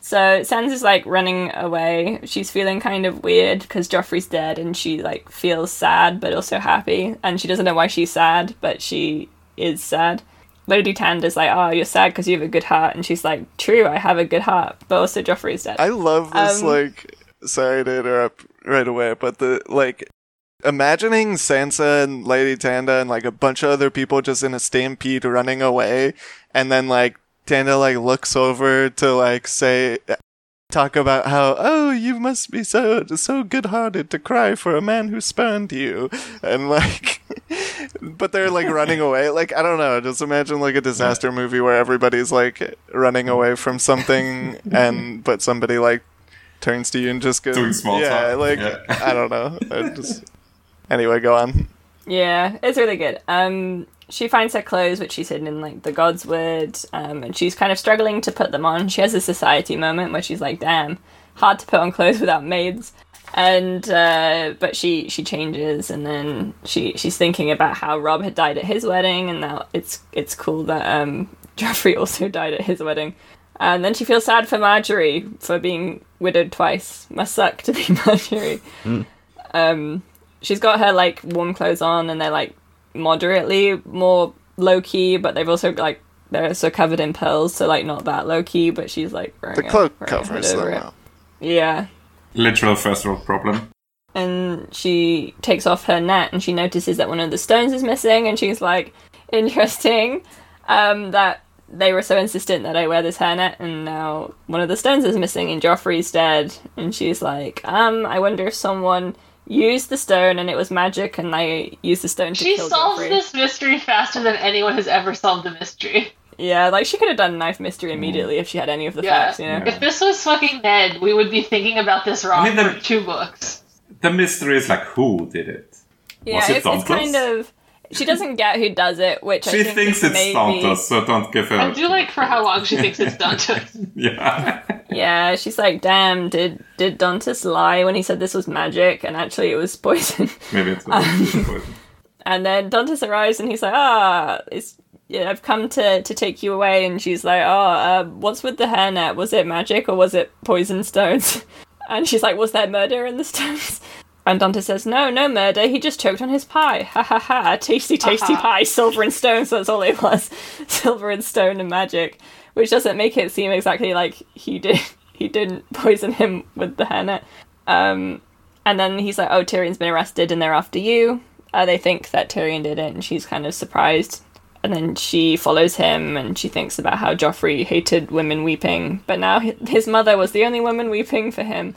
Speaker 4: So Sans is like running away. She's feeling kind of weird because Joffrey's dead, and she like feels sad but also happy, and she doesn't know why she's sad, but she is sad. Lady Tanda's like, "Oh, you're sad because you have a good heart," and she's like, "True, I have a good heart, but also Joffrey's dead."
Speaker 1: I love this.
Speaker 4: Um,
Speaker 1: like, sorry to interrupt right away, but the like, imagining Sansa and Lady Tanda and like a bunch of other people just in a stampede running away, and then like Tanda like looks over to like say, talk about how oh you must be so so good hearted to cry for a man who spurned you, and like, but they're like running away. Like I don't know. Just imagine like a disaster movie where everybody's like running away from something, and but somebody like turns to you and just goes
Speaker 6: Doing small
Speaker 1: yeah
Speaker 6: talk.
Speaker 1: like
Speaker 6: Yeah.
Speaker 1: I don't know. I just anyway, go on.
Speaker 4: Yeah, it's really good. Um, she finds her clothes, which she's hidden in like the God's Word, um, and she's kind of struggling to put them on. She has a society moment where she's like, "Damn, hard to put on clothes without maids." And uh, but she she changes, and then she she's thinking about how Rob had died at his wedding, and now it's it's cool that um, Joffrey also died at his wedding. And then she feels sad for Marjorie for being widowed twice. Must suck to be Marjorie
Speaker 1: Hmm.
Speaker 4: Um, she's got her like warm clothes on and they're like moderately more low key, but they've also like they're also covered in pearls, so like not that low key, but she's like wearing
Speaker 1: The
Speaker 4: a-
Speaker 1: cloak
Speaker 4: wearing a hood
Speaker 1: covers
Speaker 4: over
Speaker 1: them
Speaker 4: it.
Speaker 1: up.
Speaker 4: Yeah.
Speaker 6: Literal first world problem.
Speaker 4: And she takes off her net and she notices that one of the stones is missing and she's like, Interesting. Um that they were so insistent that I wear this hairnet and now one of the stones is missing and Joffrey's dead and she's like, Um, I wonder if someone used the stone and it was magic and they used the stone to
Speaker 3: She
Speaker 4: kill
Speaker 3: solves
Speaker 4: Joffrey.
Speaker 3: this mystery faster than anyone has ever solved a mystery.
Speaker 4: Yeah, like she could have done knife
Speaker 6: Mm.
Speaker 4: mystery immediately if she had any of the
Speaker 3: Yeah.
Speaker 4: facts, you know.
Speaker 3: If this was fucking Ned, we would be thinking about this wrong
Speaker 6: I mean, the-
Speaker 3: for two books.
Speaker 6: The mystery is like, who did it?
Speaker 4: Yeah,
Speaker 6: Was it
Speaker 4: it's, it's
Speaker 6: Santos?
Speaker 4: kind of she doesn't get who does it, which I
Speaker 6: She
Speaker 4: think
Speaker 6: thinks
Speaker 4: is
Speaker 6: it's
Speaker 4: maybe,
Speaker 6: Santos, so don't give her.
Speaker 3: I do like for how long she thinks it's done to.
Speaker 6: Yeah.
Speaker 4: Yeah, she's like, "Damn, did did Dantus lie when he said this was magic and actually it was poison?"
Speaker 6: Maybe it's poison.
Speaker 4: and then Dantus arrives and he's like, "Ah, it's." Yeah, I've come to, to take you away, and she's like, "Oh, uh, what's with the hairnet? Was it magic or was it poison stones?" And she's like, "Was there murder in the stones?" And Dante says, "No, no murder. He just choked on his pie. Ha ha ha! Tasty, tasty pie. Silver and stone. So that's all it was. Silver and stone and magic, which doesn't make it seem exactly like he did. He didn't poison him with the hairnet." Um, and then he's like, "Oh, Tyrion's been arrested, and they're after you." Uh, they think that Tyrion did it, and she's kind of surprised. And then she follows him, and she thinks about how Joffrey hated women weeping, but now hi- his mother was the only woman weeping for him.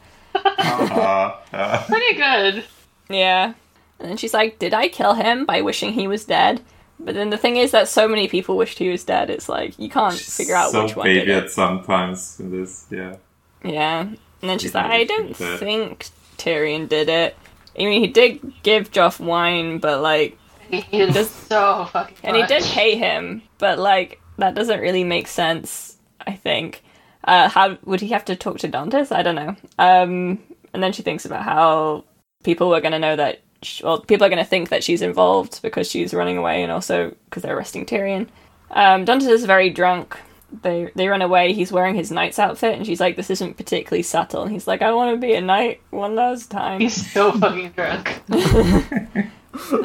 Speaker 6: Uh, uh,
Speaker 3: Pretty good.
Speaker 4: Yeah. And then she's like, Did I kill him by wishing he was dead? But then the thing is that so many people wished he was dead. It's like, you can't figure out
Speaker 6: so
Speaker 4: which one. Did
Speaker 6: baby
Speaker 4: it.
Speaker 6: at sometimes in this, yeah.
Speaker 4: Yeah. And then she's
Speaker 6: Yeah,
Speaker 4: like, I
Speaker 6: she
Speaker 4: don't
Speaker 6: did it."
Speaker 4: think Tyrion did it. I mean, he did give Joff wine, but like,
Speaker 3: He hated
Speaker 4: Does-
Speaker 3: so fucking.
Speaker 4: and he
Speaker 3: much.
Speaker 4: did hate him, but like, that doesn't really make sense, I think. Uh, how would he have to talk to Dantes? I don't know. Um, and then she thinks about how people were going to know that sh well, people are going to think that she's involved because she's running away, and also because they're arresting Tyrion. Um, Dantas is very drunk. They they run away. He's wearing his knight's outfit, and she's like, "This isn't particularly subtle." And he's like, "I want to be a knight one last time."
Speaker 3: He's so fucking drunk.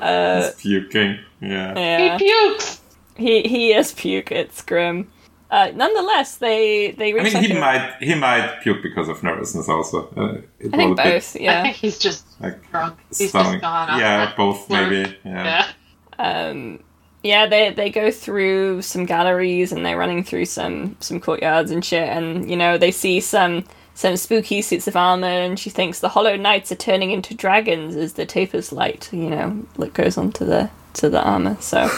Speaker 4: Uh,
Speaker 6: Puking. Yeah.
Speaker 4: yeah,
Speaker 3: He pukes.
Speaker 4: he he is puke. It's grim. Uh, nonetheless, they they
Speaker 6: I
Speaker 4: reach.
Speaker 6: mean,
Speaker 4: like
Speaker 6: he
Speaker 4: a-
Speaker 6: might he might puke because of nervousness also. Uh, it
Speaker 4: I think
Speaker 6: will a bit,
Speaker 4: both. Yeah.
Speaker 3: I think he's just
Speaker 6: Like,
Speaker 3: drunk. He's
Speaker 6: stomach-
Speaker 3: just gone. on
Speaker 6: yeah,
Speaker 3: that.
Speaker 6: both
Speaker 3: Yeah.
Speaker 6: maybe. Yeah.
Speaker 3: Yeah.
Speaker 4: um yeah they they go through some galleries and they're running through some some courtyards and shit and you know they see some some spooky suits of armor and she thinks the hollow knights are turning into dragons as the tapers light you know that goes onto the to the armor so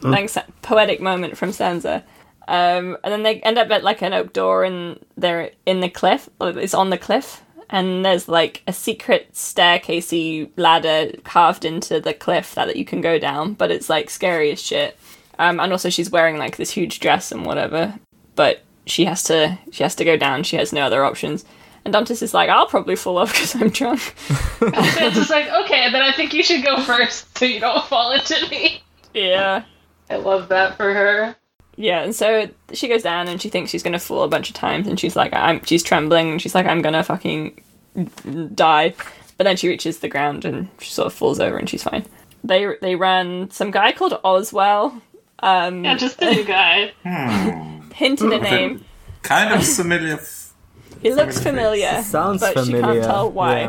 Speaker 4: thanks poetic moment from sansa um, and then they end up at like an oak door and they're in the cliff or it's on the cliff and there's like a secret staircasey ladder carved into the cliff that, that you can go down but it's like scary as shit um, and also she's wearing like this huge dress and whatever but she has to she has to go down she has no other options and Dantas is like, I'll probably fall off because I'm drunk.
Speaker 3: it's just like okay, then I think you should go first so you don't fall into me.
Speaker 4: Yeah.
Speaker 3: I love that for her.
Speaker 4: Yeah, and so she goes down and she thinks she's gonna fall a bunch of times, and she's like, I'm, she's trembling, and she's like, I'm gonna fucking die. But then she reaches the ground and she sort of falls over and she's fine. They they run some guy called Oswell, um,
Speaker 3: Yeah, just a new guy.
Speaker 4: hinted a name.
Speaker 6: Kind of familiar. F-
Speaker 4: He looks familiar,
Speaker 5: Sounds
Speaker 4: but
Speaker 5: familiar.
Speaker 4: she can't tell why.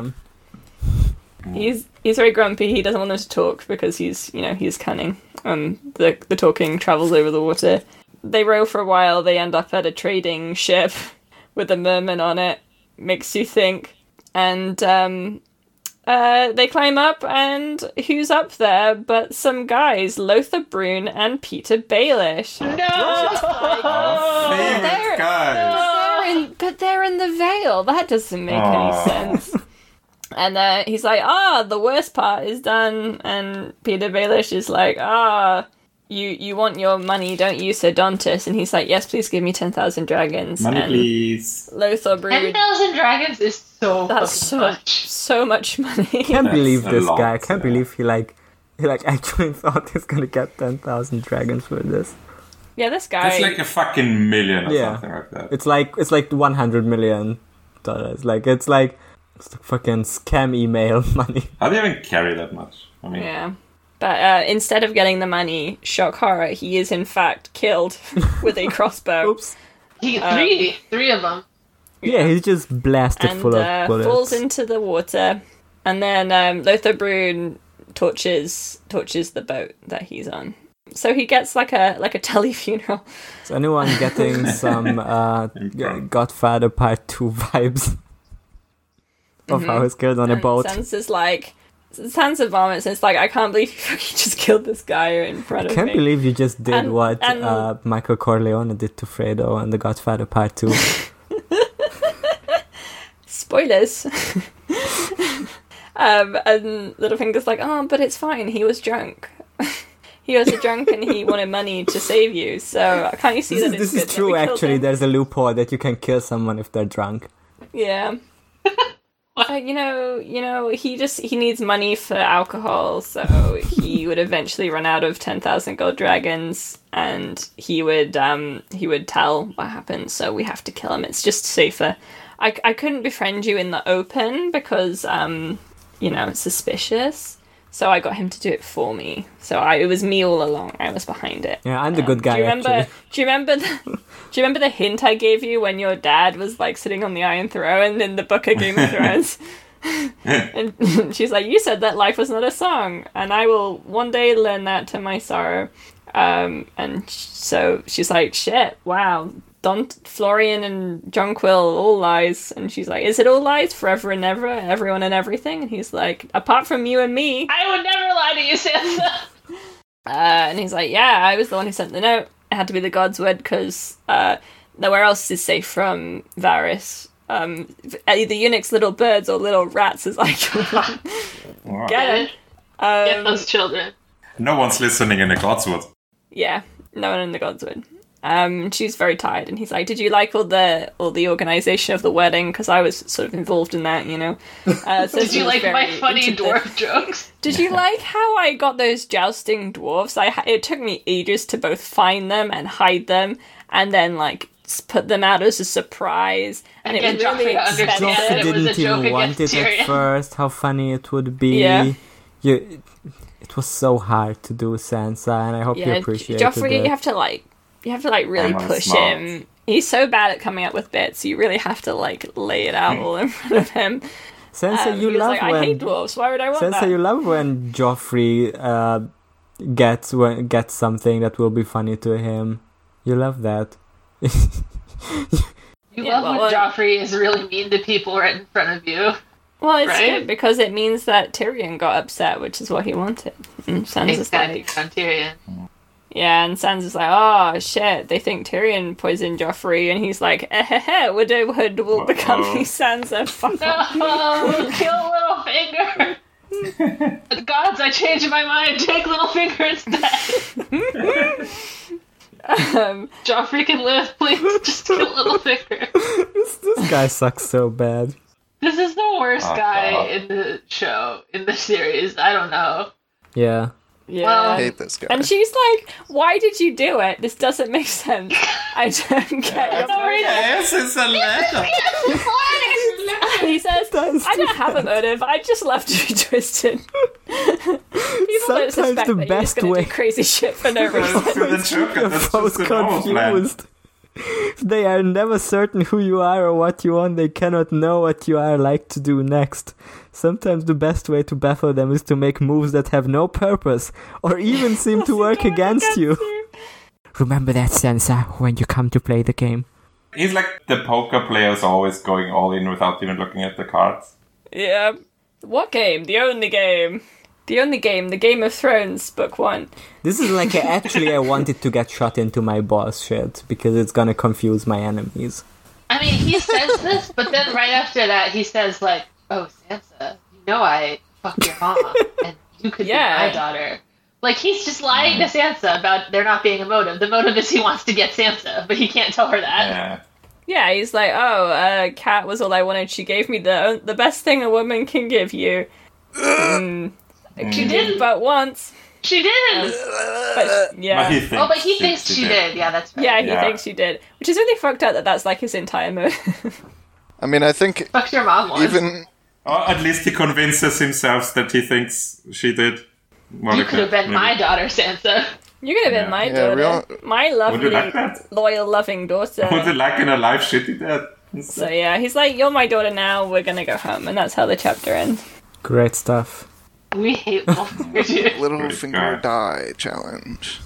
Speaker 5: Yeah.
Speaker 4: He's he's very grumpy. He doesn't want them to talk because he's you know he's cunning. Um, the the talking travels over the water. They row for a while. They end up at a trading ship with a merman on it. Makes you think. And um, uh, they climb up, and who's up there? But some guys, Lothar Brune and Peter Baelish.
Speaker 3: No.
Speaker 6: favorite
Speaker 4: there-
Speaker 6: guy.
Speaker 4: But they're in, but they're in the veil. That doesn't make
Speaker 6: Aw.
Speaker 4: any sense. And uh, he's like, ah, the worst part is done. And Peter Baelish is like, ah, you you want your money, don't you, Sir Dantas? And he's like, yes, please give me 10,000 dragons.
Speaker 6: Money,
Speaker 4: and
Speaker 6: please.
Speaker 4: Lothar
Speaker 3: Ten
Speaker 4: Brood,
Speaker 3: thousand dragons is so
Speaker 4: that's
Speaker 3: fucking
Speaker 4: so
Speaker 3: much.
Speaker 4: so much money.
Speaker 5: Can't
Speaker 6: That's
Speaker 5: believe
Speaker 6: a
Speaker 5: this
Speaker 6: lot,
Speaker 5: guy. Can't
Speaker 6: yeah.
Speaker 5: believe he like he like actually thought he's gonna get ten thousand dragons for this.
Speaker 4: yeah, this guy.
Speaker 6: That's like a fucking million or
Speaker 5: Yeah.
Speaker 6: something like that.
Speaker 5: It's like it's like one hundred million dollars. Like it's like it's like fucking scam email money.
Speaker 6: How do you even carry that much? I mean,
Speaker 4: Yeah. But uh, instead of getting the money, shock horror, he is in fact killed with a crossbow.
Speaker 5: Oops.
Speaker 3: He,
Speaker 4: Um,
Speaker 3: three, three of them.
Speaker 5: Yeah, he's just blasted
Speaker 4: and
Speaker 5: full
Speaker 4: uh,
Speaker 5: of bullets.
Speaker 4: falls into the water. And then um, Lothar Brune torches torches the boat that he's on. So he gets like a like a tele funeral.
Speaker 5: Is anyone getting some uh,
Speaker 6: Improv.
Speaker 5: Godfather Part Two vibes of
Speaker 4: Mm-hmm.
Speaker 5: how he's killed on a boat?
Speaker 4: Sansa's like Sansa vomits and it's like I can't believe you fucking just killed this guy in front of
Speaker 5: Can't
Speaker 4: me.
Speaker 5: believe you just did
Speaker 4: And-
Speaker 5: what
Speaker 4: and-
Speaker 5: uh, Michael Corleone did to Fredo on The Godfather Part Two.
Speaker 4: Spoilers. um, and Littlefinger's like, oh, but it's fine. He was drunk. he was a drunk and he wanted money to save you. So can't you see
Speaker 5: this is,
Speaker 4: that it's
Speaker 5: this is
Speaker 4: good that
Speaker 5: true.
Speaker 4: we killed
Speaker 5: Actually,
Speaker 4: him?
Speaker 5: there's a loophole that you can kill someone if they're drunk.
Speaker 4: Yeah. But, you know, you know, he just he needs money for alcohol, so he would eventually run out of ten thousand gold dragons, and he would um he would tell what happened. So we have to kill him. It's just safer. I, I couldn't befriend you in the open because um you know it's suspicious. So I got him to do it for me. So I, it was me all along. I was behind it.
Speaker 5: Yeah, I'm the good guy.
Speaker 4: Do you remember?
Speaker 5: Actually,
Speaker 4: Do you remember? The, do you remember the hint I gave you when your dad was like sitting on the Iron Throne in the book of Game of Thrones? and she's like, "You said that life was not a song, and I will one day learn that to my sorrow." Um, and sh- so she's like, "Shit, wow." Don Florian and Jonquil, all lies, and she's like, "Is it all lies forever and ever, everyone and everything?" And he's like, "Apart from you and me."
Speaker 3: I would never lie to you, Sansa.
Speaker 4: Uh, and he's like, "Yeah, I was the one who sent the note. It had to be the God's word because uh, nowhere else is safe from Varys. Um, either eunuchs, little birds, or little rats, as I call them.
Speaker 6: Wow.
Speaker 4: Get 'em.
Speaker 3: Get those children.
Speaker 4: Um,
Speaker 6: No one's listening in the Godswood.
Speaker 4: Yeah, no one in the God's word. Um, she was very tired, and he's like, "Did you like all the all the organisation of the wedding? Because I was sort of involved in that, you know." Uh, so
Speaker 3: Did
Speaker 4: she
Speaker 3: you
Speaker 4: was
Speaker 3: like my
Speaker 4: very
Speaker 3: funny
Speaker 4: into the-
Speaker 3: dwarf jokes?
Speaker 4: Did you like how I got those jousting dwarfs? I ha- it took me ages to both find them and hide them, and then like s- put them out as a surprise. And it
Speaker 3: Again,
Speaker 4: was really
Speaker 3: Joffrey understood
Speaker 4: expensive.
Speaker 3: that
Speaker 5: Joffrey
Speaker 3: it was a
Speaker 5: didn't even
Speaker 3: joke
Speaker 5: want it
Speaker 3: against Tyrion.
Speaker 5: at first. How funny it would be.
Speaker 4: Yeah.
Speaker 5: You, it, it was so hard to do Sansa, and I hope you
Speaker 4: Yeah,
Speaker 5: appreciate
Speaker 4: Joffrey,
Speaker 5: it.
Speaker 4: you have to like, you have to like really
Speaker 6: Emma is
Speaker 4: push
Speaker 6: smart.
Speaker 4: him. He's so bad at coming up with bits. You really have to like lay it out all in front of him.
Speaker 5: Sansa,
Speaker 4: Um,
Speaker 5: Hmm. you
Speaker 4: he was
Speaker 5: love
Speaker 4: like, I hate
Speaker 5: when
Speaker 4: dwarves. Why would I want
Speaker 5: Sansa,
Speaker 4: that?
Speaker 5: you love when Joffrey uh, gets when gets something that will be funny to him. You love that.
Speaker 3: You
Speaker 4: Yeah,
Speaker 3: love
Speaker 4: well,
Speaker 3: when
Speaker 4: well-
Speaker 3: Joffrey is really mean to people right in front of you.
Speaker 4: well, it's
Speaker 3: right?
Speaker 4: good because it means that Tyrion got upset, which is what he wanted. And Sansa's
Speaker 3: Exactly,
Speaker 4: like,
Speaker 3: on Tyrion.
Speaker 4: yeah, and Sansa's like, oh shit, they think Tyrion poisoned Joffrey, and he's like, eh, heh, heh, Widowhood will become
Speaker 6: Uh-oh.
Speaker 4: me Sansa. Fuck off.
Speaker 3: No, kill Littlefinger. Gods, I changed my mind. Take Littlefinger instead.
Speaker 4: Um,
Speaker 3: Joffrey can live, please. Just kill Littlefinger.
Speaker 5: This guy sucks so bad.
Speaker 3: This is the worst
Speaker 6: Oh,
Speaker 3: guy
Speaker 6: God.
Speaker 3: in the show, in the series. I don't know. Um,
Speaker 5: Yeah.
Speaker 4: yeah.
Speaker 1: I
Speaker 3: Well,
Speaker 1: hate this guy.
Speaker 4: And she's like, "Why did you do it? This doesn't make sense. I don't get your motive."
Speaker 6: Yes, it's a letter.
Speaker 4: He says, "I don't have a motive. I just love to be twisted." People don't suspect
Speaker 5: Sometimes
Speaker 4: that
Speaker 5: the
Speaker 4: you're just
Speaker 5: best
Speaker 4: gonna
Speaker 5: way-
Speaker 4: do crazy shit for no reason.
Speaker 6: That's the joke,
Speaker 5: Your
Speaker 6: that's
Speaker 5: foes
Speaker 6: just an old man.
Speaker 5: confused. they are never certain who you are or what you want. They cannot know what you are like to do next. Sometimes the best way to baffle them is to make moves that have no purpose or even seem to work against you. Remember that, Sansa, when you come to play the game.
Speaker 6: He's like the poker players always going all in without even looking at the cards.
Speaker 4: Yeah. What game? The only game. The only game. The Game of Thrones, book one.
Speaker 5: This is like actually I wanted to get shot into my boss shit because it's gonna confuse my enemies.
Speaker 3: I mean, he says this, but then right after that, he says like, "Oh, Sansa, you know I fucked your mom, and you could be
Speaker 4: Yeah.
Speaker 3: my daughter." Like he's just lying to Sansa about there not being a motive. The motive is he wants to get Sansa, but he can't tell her that.
Speaker 6: Yeah.
Speaker 4: Yeah, he's like, "Oh, uh, cat was all I wanted. She gave me the the best thing a woman can give you." Mm.
Speaker 3: She didn't.
Speaker 4: but once.
Speaker 3: She did.
Speaker 4: But yeah.
Speaker 6: But he thinks
Speaker 3: oh, but he thinks she,
Speaker 6: did.
Speaker 3: did. Yeah, that's right.
Speaker 4: Yeah, he
Speaker 6: Yeah.
Speaker 4: thinks you did, which is really fucked up that that's like his entire mode.
Speaker 1: I mean, I think
Speaker 3: Fucked your mom once.
Speaker 1: even
Speaker 6: Or at least he convinces himself that he thinks she did.
Speaker 3: you could have been my daughter, Sansa.
Speaker 4: You're gonna be
Speaker 6: Yeah.
Speaker 4: my
Speaker 1: Yeah, we all-
Speaker 4: daughter, my lovely,
Speaker 6: like that?
Speaker 4: loyal, loving daughter.
Speaker 6: What's it like in a life shitty dad?
Speaker 4: so yeah, he's like, "You're my daughter now. We're gonna go home," and that's how the chapter ends.
Speaker 5: Great stuff.
Speaker 3: We hate Littlefinger, dude.
Speaker 1: little
Speaker 6: Great
Speaker 1: finger
Speaker 6: guy.
Speaker 1: die challenge.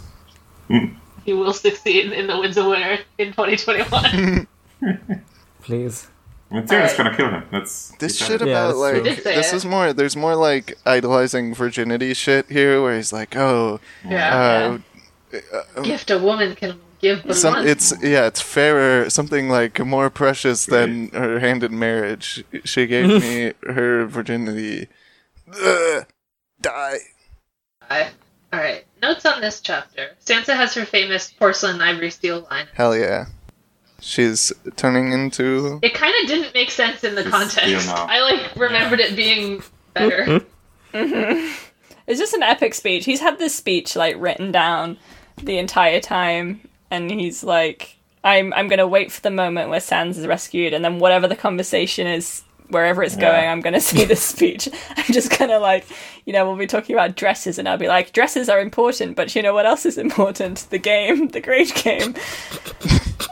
Speaker 6: Hmm.
Speaker 3: He will succeed in the Winds of Winter in 2021.
Speaker 5: Please.
Speaker 6: Tyrion's
Speaker 3: Alright.
Speaker 6: gonna kill him. That's
Speaker 1: This
Speaker 6: he
Speaker 1: shit
Speaker 6: said it.
Speaker 5: Yeah,
Speaker 1: about
Speaker 5: that's
Speaker 1: like
Speaker 5: true.
Speaker 3: He did say
Speaker 1: this
Speaker 3: it.
Speaker 1: is more. There's more like idolizing virginity shit here, where he's like, oh,
Speaker 3: yeah.
Speaker 1: uh,
Speaker 3: Gift a woman can give but
Speaker 1: some
Speaker 3: once.
Speaker 1: it's yeah, it's fairer, something like more precious than her hand in marriage. She gave me her virginity. Ugh, die.
Speaker 3: All right. Notes on this chapter. Sansa has her famous porcelain ivory steel line.
Speaker 1: Hell yeah. She's turning into
Speaker 3: It kind of didn't make sense in the context.
Speaker 6: steel now.
Speaker 3: I like remembered it being better.
Speaker 4: It's just an epic speech. He's had this speech like written down the entire time, and he's like, "I'm I'm gonna wait for the moment where Sans is rescued, and then whatever the conversation is." Wherever it's going, I'm gonna see this speech. I'm just gonna like, you know, we'll be talking about dresses, and I'll be like, dresses are important, but you know what else is important? The game, the great game.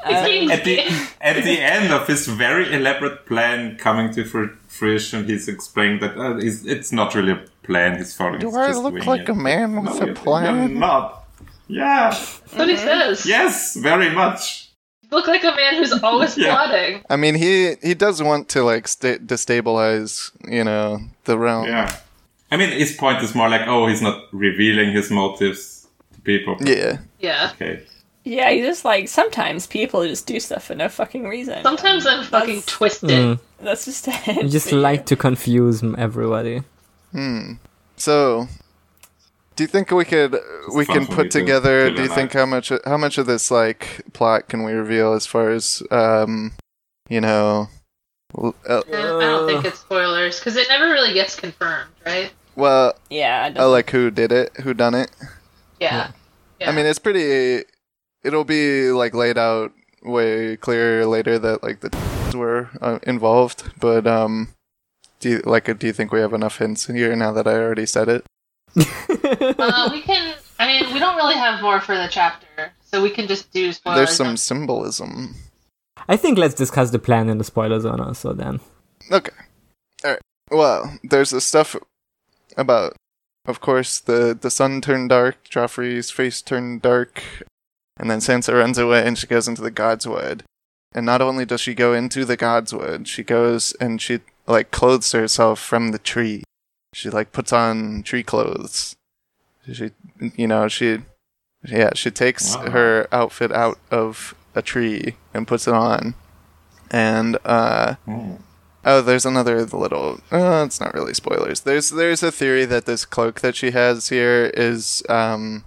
Speaker 6: At the, at the end of his very elaborate plan coming to fru- fruition, he's explaining that uh, it's, it's not really a plan he's following.
Speaker 1: Do
Speaker 6: it's
Speaker 1: I
Speaker 6: just
Speaker 1: look
Speaker 6: winging
Speaker 1: like
Speaker 6: it.
Speaker 1: a man
Speaker 6: No,
Speaker 1: with
Speaker 6: you-
Speaker 1: a plan?
Speaker 6: You're not. Yeah.
Speaker 3: That's what he says.
Speaker 6: Yes, very much.
Speaker 3: You Look like a man who's always
Speaker 6: Yeah.
Speaker 3: plotting.
Speaker 1: I mean, he he does want to like sta destabilize, you know, the realm.
Speaker 6: Yeah. I mean, his point is more like, oh, he's not revealing his motives to people.
Speaker 1: Yeah.
Speaker 3: Yeah.
Speaker 6: Okay.
Speaker 4: Yeah, you just like sometimes people just do stuff for no fucking reason.
Speaker 3: Sometimes I'm fucking twisted.
Speaker 5: mm.
Speaker 4: That's just
Speaker 5: You just like to confuse m- everybody.
Speaker 1: So, Hmm. Do you think we could we
Speaker 6: fun
Speaker 1: can
Speaker 6: for me
Speaker 1: put
Speaker 6: to
Speaker 1: together?
Speaker 6: do
Speaker 1: Do you
Speaker 6: that.
Speaker 1: think how much how much of this like plot can we reveal as far as um, you know, l- uh,
Speaker 3: I don't- I don't think it's spoilers because it never really gets confirmed, right?
Speaker 1: well,
Speaker 4: Yeah, I
Speaker 1: uh,
Speaker 4: don't-
Speaker 1: like who did it, who done it?
Speaker 3: Yeah. yeah.
Speaker 1: I mean, it's pretty. It'll be like laid out way clearer later that like the were uh, involved. But um, do you, like do you think we have enough hints here now that I already said it?
Speaker 3: uh, we can. I mean, we don't really have more for the chapter, so we can just do spoilers.
Speaker 1: There's some symbolism.
Speaker 5: I think let's discuss the plan in the spoiler zone also then.
Speaker 1: Okay. All right. Well, there's the stuff about, of course, the the sun turned dark, Joffrey's face turned dark, and then Sansa runs away and she goes into the Godswood. And not only does she go into the Godswood, she goes and she like clothes herself from the tree. She like puts on tree clothes. She, you know, she, yeah, she takes
Speaker 6: Wow.
Speaker 1: her outfit out of a tree and puts it on. And uh,
Speaker 6: Hmm.
Speaker 1: Oh, there's another little. Uh, it's not really spoilers. There's there's a theory that this cloak that she has here is um,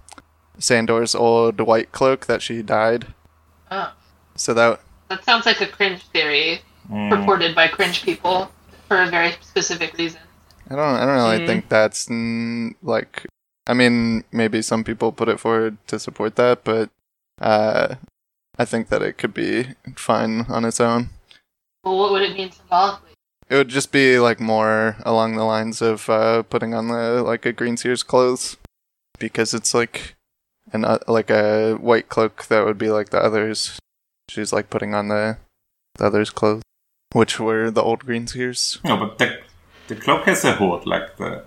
Speaker 1: Sandor's old white cloak that she dyed.
Speaker 3: Oh,
Speaker 1: So that
Speaker 3: that sounds like a cringe theory
Speaker 1: Mm.
Speaker 6: Hmm.
Speaker 3: purported by cringe people for a very specific reason.
Speaker 1: I don't I don't really
Speaker 4: Mm.
Speaker 1: think that's mm, like. I mean, maybe some people put it forward to support that, but uh, I think that it could be fine on its own.
Speaker 3: Well, what would it mean symbolically?
Speaker 1: It would just be like more along the lines of uh, putting on the like a green seer's clothes because it's like an uh, like a white cloak that would be like the others. She's like putting on the, the others' clothes, which were the old green seers.
Speaker 6: No, but the, the cloak has a hood. Like the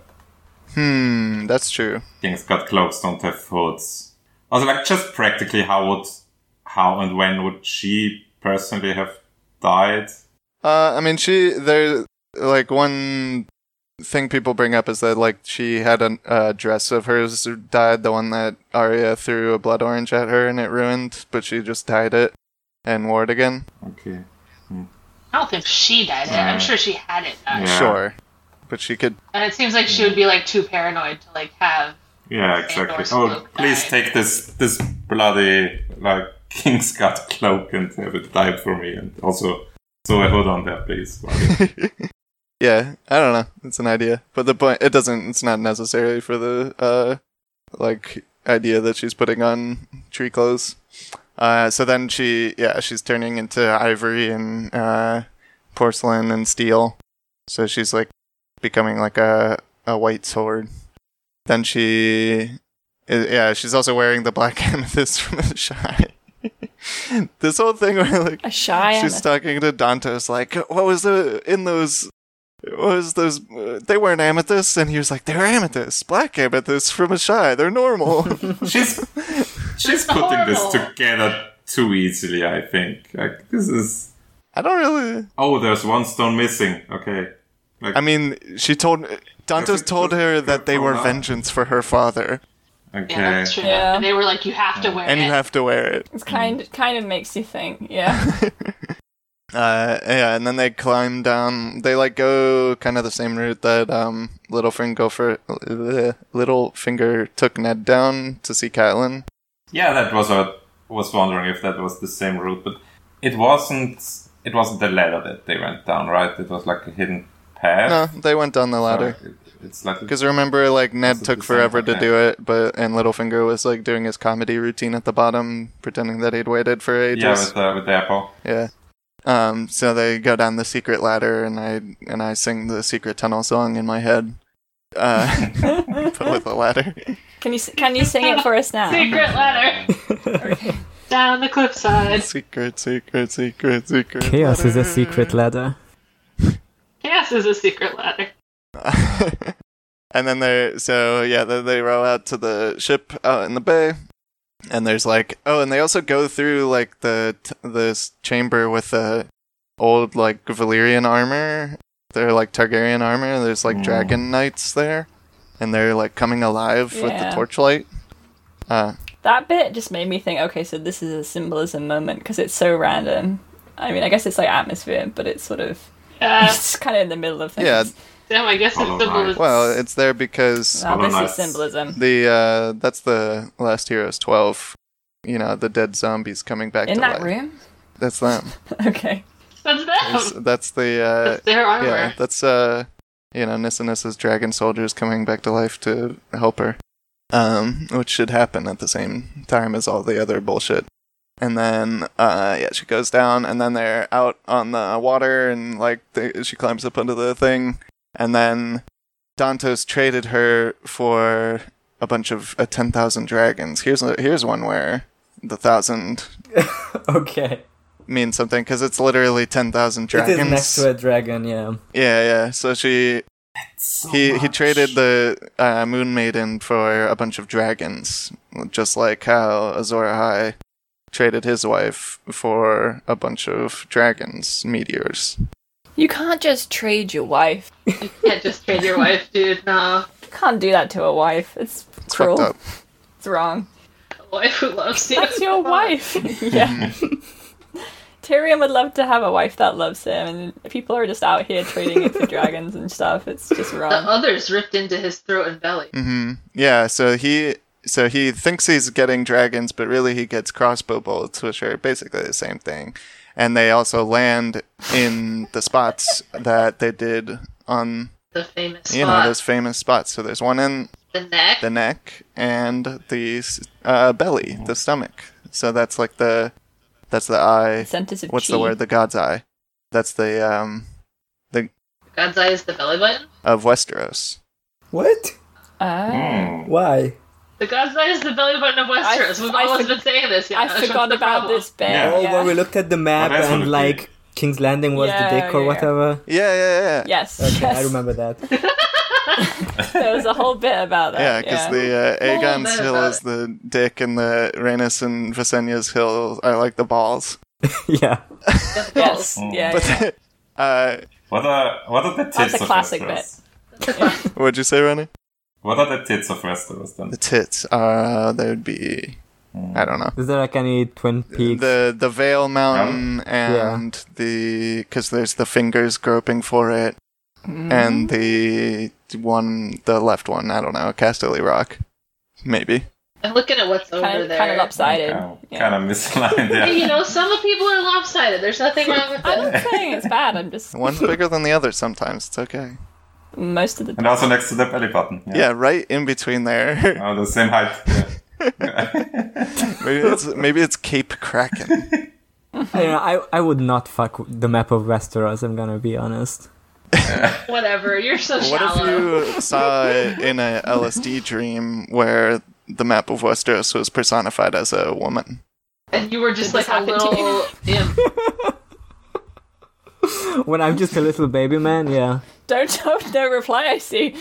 Speaker 1: Hmm, that's true.
Speaker 6: things got cloaks don't have hoods. Also, like just practically, how would how and when would she personally have died?
Speaker 1: Uh, I mean, she there like one thing people bring up is that like she had a uh, dress of hers dyed, the one that Arya threw a blood orange at her and it ruined, but she just dyed it and wore it again.
Speaker 6: Okay.
Speaker 3: I don't think she died. it. I'm
Speaker 6: Mm.
Speaker 3: sure she had it. Died.
Speaker 6: Yeah.
Speaker 1: Sure. But she could.
Speaker 3: And it seems like she would be like too paranoid to like have.
Speaker 6: Yeah, exactly.
Speaker 3: Sandor's
Speaker 6: Oh,
Speaker 3: cloak
Speaker 6: please
Speaker 3: died.
Speaker 6: take this this bloody like King's Guard cloak and have it dyed for me, and also so a hood on there, please.
Speaker 1: yeah, I don't know. It's an idea. But the point, it doesn't, it's not necessary for the, uh, like, idea that she's putting on tree clothes. Uh, so then she, yeah, she's turning into ivory and, uh, porcelain and steel. So she's, like, becoming, like, a, a white sword. Then she, i- yeah, she's also wearing the black amethyst from the shy. this whole thing where, like,
Speaker 4: a shy. and
Speaker 1: She's talking to Dantos like, "What was the in those? What was those? Uh, they weren't amethysts." And he was like, "They're amethysts, black amethysts from a shy. They're normal."
Speaker 6: she's she's putting this
Speaker 3: Horrible.
Speaker 6: together too easily. I think like this is.
Speaker 1: I don't really.
Speaker 6: Oh, there's one stone missing. Okay. Like,
Speaker 1: I mean, she told Dantos
Speaker 6: Perfect.
Speaker 1: told her that they were
Speaker 6: Hold on.
Speaker 1: vengeance for her father,
Speaker 6: okay.
Speaker 3: Yeah, that's true.
Speaker 4: Yeah.
Speaker 3: And they were like, you have to wear
Speaker 1: and
Speaker 3: it.
Speaker 1: you have to wear it.
Speaker 4: It's kind kind of makes you think, yeah.
Speaker 1: Uh, yeah, and then they climb down. They like go kind of the same route that um Littlefinger for uh, Littlefinger took Ned down to see Catelyn.
Speaker 6: Yeah, that was I was wondering if that was the same route, but it wasn't. It wasn't the ladder that they went down, right? It was like a hidden
Speaker 1: No,
Speaker 6: path.
Speaker 1: they went down the ladder.
Speaker 6: Or it- it's like
Speaker 1: Because remember, like Ned
Speaker 6: That's
Speaker 1: took
Speaker 6: the same
Speaker 1: forever to
Speaker 6: thing.
Speaker 1: do it, but and Littlefinger was like doing his comedy routine at the bottom, pretending that he'd waited for
Speaker 6: yeah,
Speaker 1: ages.
Speaker 6: with the, with the apple.
Speaker 1: Yeah. Um. So they go down the secret ladder, and I and I sing the secret tunnel song in my head, uh, but with a ladder.
Speaker 4: Can you s- can you sing it for us now?
Speaker 3: Secret letter down the cliffside.
Speaker 1: Secret, secret, secret, secret.
Speaker 5: Chaos is a secret ladder.
Speaker 3: Yes, is a secret letter.
Speaker 1: ladder. and then they so yeah, they, they row out to the ship out in the bay. and there's like oh and they also go through like the t- this chamber with the old like Valyrian armor they're like Targaryen armor there's like
Speaker 6: Mm.
Speaker 1: dragon knights there and they're like coming alive with the
Speaker 4: Yeah.
Speaker 1: torchlight uh
Speaker 4: That bit just made me think, okay, so this is a symbolism moment because it's so random. I mean, I guess it's like atmosphere, but it's sort of
Speaker 3: Yeah.
Speaker 4: Uh, it's kind of in the middle of things.
Speaker 1: yeah
Speaker 3: Uh, Damn, I guess
Speaker 6: Hollow
Speaker 3: it's simple
Speaker 6: Knight.
Speaker 3: as
Speaker 1: Well, it's there because
Speaker 4: Now this
Speaker 6: Colonize.
Speaker 4: is symbolism.
Speaker 1: the uh, that's the Last Heroes 12. You know, the dead zombies coming back to
Speaker 4: In that
Speaker 1: life.
Speaker 4: room?
Speaker 1: That's them.
Speaker 4: Okay.
Speaker 3: that's them.
Speaker 1: That's, that's the uh,
Speaker 3: that's their armor.
Speaker 5: Uh-huh.
Speaker 1: yeah. That's uh, you know, Nissa Nissa's dragon soldiers coming back to life to help her, um, which should happen at the same time as all the other bullshit. And then, uh, yeah, she goes down, and then they're out on the water, and like they, she climbs up onto the thing, and then Dantos traded her for a bunch of uh, ten thousand dragons. Here's a, here's one where the thousand
Speaker 5: okay.
Speaker 1: means something because it's literally ten thousand dragons.
Speaker 5: It is next to a dragon, yeah.
Speaker 1: Yeah, yeah. So she he he traded the uh, Moon Maiden for a bunch of dragons, just like how Azor Ahai traded his wife for a bunch of dragons, meteors.
Speaker 4: You can't just trade your wife.
Speaker 3: You can't just trade your wife, dude. No,
Speaker 4: You can't do that to a wife. It's
Speaker 1: It's
Speaker 4: cruel.
Speaker 1: fucked up.
Speaker 4: It's wrong.
Speaker 3: a wife who loves you.
Speaker 4: That's your wife. yeah. Tyrion would love to have a wife that loves him, and people are just out here trading it for dragons and stuff. It's just
Speaker 3: The
Speaker 4: wrong.
Speaker 3: others ripped into his throat and belly.
Speaker 1: hmm Yeah. So he so he thinks he's getting dragons, but really he gets crossbow bolts, which are basically the same thing. And they also land in the spots that they did on
Speaker 3: The famous
Speaker 1: you know
Speaker 3: spot.
Speaker 1: those famous spots. So there's one in
Speaker 3: The neck.
Speaker 1: the neck and the s- uh, belly, the stomach. So that's like the that's the eye.
Speaker 4: Centers of
Speaker 1: What's
Speaker 4: chi.
Speaker 1: the word? The god's eye. That's the um
Speaker 3: God's eye is the belly button.
Speaker 1: of Westeros.
Speaker 5: What?
Speaker 4: Ah.
Speaker 6: Hmm.
Speaker 5: Why?
Speaker 3: The God's eye is the belly button of Westeros. We've
Speaker 4: I
Speaker 3: always
Speaker 4: for-
Speaker 3: been saying this. Yeah,
Speaker 4: I forgot about this bit.
Speaker 6: Yeah.
Speaker 5: Oh,
Speaker 4: yeah.
Speaker 5: when we looked at the map
Speaker 6: that's what
Speaker 5: and
Speaker 6: it
Speaker 5: like King's Landing was
Speaker 4: Yeah,
Speaker 5: the dick or
Speaker 4: yeah, yeah.
Speaker 5: whatever.
Speaker 1: Yeah, yeah, yeah.
Speaker 4: Yes.
Speaker 5: Okay,
Speaker 4: yes.
Speaker 5: I remember that.
Speaker 4: There was a whole bit about that.
Speaker 1: Yeah, because the uh,
Speaker 3: Well,
Speaker 1: Aegon's
Speaker 3: then
Speaker 1: hill
Speaker 3: about
Speaker 1: is
Speaker 3: it.
Speaker 1: the dick, and the Rhaenys and Visenya's hill are like the balls.
Speaker 5: yeah.
Speaker 4: yes.
Speaker 3: Yes.
Speaker 4: Yeah,
Speaker 6: Mm.
Speaker 4: yeah.
Speaker 1: But uh,
Speaker 6: What are what are the tits
Speaker 4: That's a
Speaker 6: of
Speaker 4: classic
Speaker 6: Westeros?
Speaker 1: what'd you say, Ronnie?
Speaker 6: What are the tits of Westeros then? Hmm.
Speaker 1: The tits. Uh, they would be. I don't know.
Speaker 5: Is there like any Twin Peaks?
Speaker 1: the the Veil Mountain and the because there's the fingers groping for it, and the one the left one I don't know Casterly Rock, maybe.
Speaker 3: I'm looking at what's over
Speaker 4: Kind of,
Speaker 3: there.
Speaker 4: kind of lopsided. yeah.
Speaker 6: Kind of misaligned.
Speaker 3: Hey, you
Speaker 6: Yeah.
Speaker 3: know, some people are lopsided. There's nothing wrong with
Speaker 4: I'm
Speaker 3: that.
Speaker 4: not saying it's bad. I'm just
Speaker 1: One's bigger than the other sometimes. It's okay.
Speaker 4: most of the
Speaker 6: And also next to the belly button.
Speaker 1: Yeah, Uh. right in between there.
Speaker 6: Oh, the same height. Yeah.
Speaker 1: maybe it's maybe it's Cape Kraken.
Speaker 5: I, don't know, I I would not fuck the map of Westeros. I'm gonna be honest.
Speaker 3: Whatever. You're so
Speaker 1: What if
Speaker 3: shallow.
Speaker 1: you saw it in a LSD dream where the map of Westeros was personified as a woman?
Speaker 3: And you were just
Speaker 4: Did
Speaker 3: like
Speaker 4: this
Speaker 3: a
Speaker 4: happen to
Speaker 3: little imp.
Speaker 5: When I'm just a little baby man, yeah.
Speaker 4: don't don't don't reply. I see.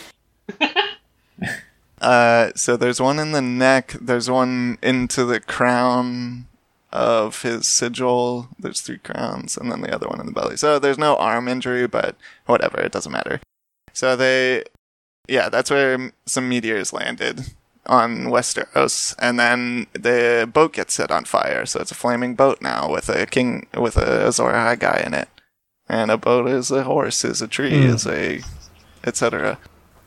Speaker 1: Uh, so there's one in the neck. There's one into the crown of his sigil. There's three crowns, and then the other one in the belly. So there's no arm injury, but whatever, it doesn't matter. So they, yeah, that's where m- some meteors landed on Westeros, and then the boat gets set on fire. So it's a flaming boat now with a king with a Azor Ahai guy in it, and a boat is a horse, is a tree,
Speaker 5: Hmm.
Speaker 1: is a, etc.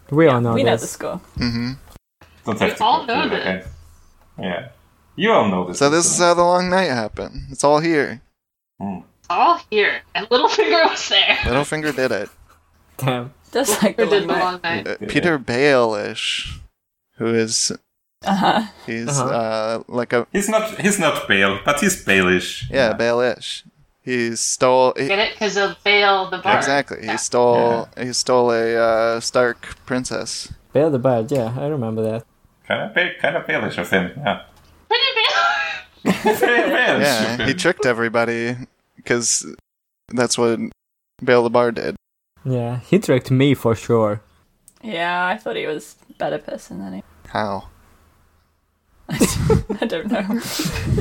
Speaker 5: We all know
Speaker 4: we know the
Speaker 5: this.
Speaker 4: score.
Speaker 1: Mm-hmm.
Speaker 6: Don't have
Speaker 3: We
Speaker 6: to
Speaker 3: all
Speaker 6: go
Speaker 3: know
Speaker 6: through it
Speaker 3: this.
Speaker 6: again. Yeah. You all know this.
Speaker 1: So this is
Speaker 6: a-
Speaker 1: how the long night happened. It's all here.
Speaker 6: Hmm.
Speaker 3: All here. And Littlefinger was there.
Speaker 1: Littlefinger did it.
Speaker 5: Damn.
Speaker 4: Just like the
Speaker 3: Littlefinger did
Speaker 4: one.
Speaker 3: the
Speaker 4: Uh
Speaker 3: long night.
Speaker 1: Uh, Peter Baelish, who is
Speaker 4: huh.
Speaker 1: he's
Speaker 5: Uh-huh.
Speaker 1: uh like a
Speaker 6: He's not. He's not pale, but he's palish.
Speaker 1: yeah, Baelish. He stole he-
Speaker 3: Get it? Because of Bale the bar.
Speaker 1: exactly. He stole he stole a uh, Stark princess.
Speaker 5: Bear the Bard, yeah, I remember that.
Speaker 6: Kind of pale. Kind of palish of him. Yeah.
Speaker 3: Pretty
Speaker 6: Very palish. of
Speaker 1: Yeah,
Speaker 6: him.
Speaker 1: he tricked everybody because that's what Bale the Bar did.
Speaker 5: Yeah, he tricked me for sure.
Speaker 4: Yeah, I thought he was a better person than he.
Speaker 1: How?
Speaker 4: I don't know.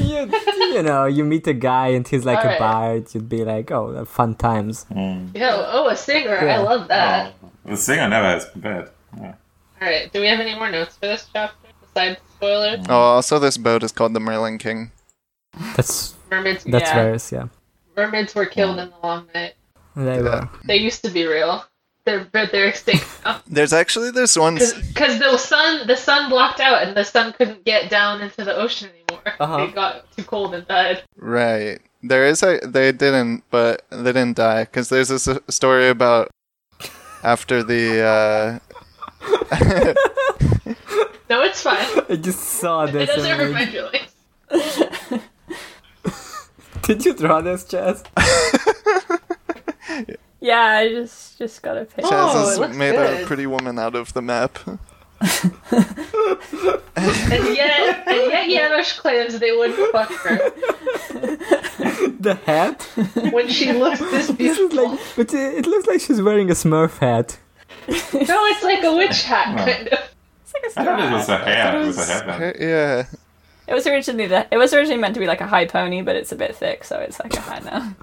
Speaker 5: you, you know, you meet a guy and he's like
Speaker 3: Alright.
Speaker 5: a bard, you'd be like, oh, fun times.
Speaker 3: Yo, oh, a singer. I
Speaker 5: Yeah.
Speaker 3: love that.
Speaker 6: Oh, the singer never has been bad. Yeah.
Speaker 3: All right. Do we have any more notes for this chapter besides spoilers?
Speaker 1: Oh, also this boat is called the Merlin King.
Speaker 5: That's
Speaker 3: Mermaids.
Speaker 5: that's
Speaker 4: Yeah.
Speaker 5: various, yeah.
Speaker 3: Mermaids were killed in the long night.
Speaker 5: They were.
Speaker 3: They used to be real. They're but they're extinct now.
Speaker 1: There's actually this one. s-
Speaker 3: Because the sun the sun blocked out and the sun couldn't get down into the ocean anymore.
Speaker 5: Uh-huh.
Speaker 3: It got too cold and died.
Speaker 1: Right. There is a. They didn't, but they didn't die because there's this uh, story about after the. Uh,
Speaker 3: No, it's fine.
Speaker 5: I just saw
Speaker 3: It
Speaker 5: this.
Speaker 3: doesn't
Speaker 5: and
Speaker 3: hurt
Speaker 5: I'm
Speaker 3: my
Speaker 5: like,
Speaker 3: feelings.
Speaker 5: Did you draw this, Chaz?
Speaker 4: Yeah, I just just got a picture.
Speaker 3: Oh, it
Speaker 1: Chaz has
Speaker 3: looks
Speaker 1: made a
Speaker 3: good.
Speaker 1: pretty woman out of the map.
Speaker 3: And yet, and yet Yanush claims they wouldn't fuck her
Speaker 5: The hat?
Speaker 3: when she looks this
Speaker 5: This is
Speaker 3: beautiful.
Speaker 5: like, but it, it looks like she's wearing a Smurf hat.
Speaker 3: No, it's like a witch hat, kind of.
Speaker 4: It's
Speaker 6: I
Speaker 4: like a
Speaker 6: thought it was a hair. It was a
Speaker 1: Her-
Speaker 6: headband.
Speaker 1: yeah.
Speaker 4: It was originally the, it was originally meant to be like a high pony, but it's a bit thick, so it's like a high now.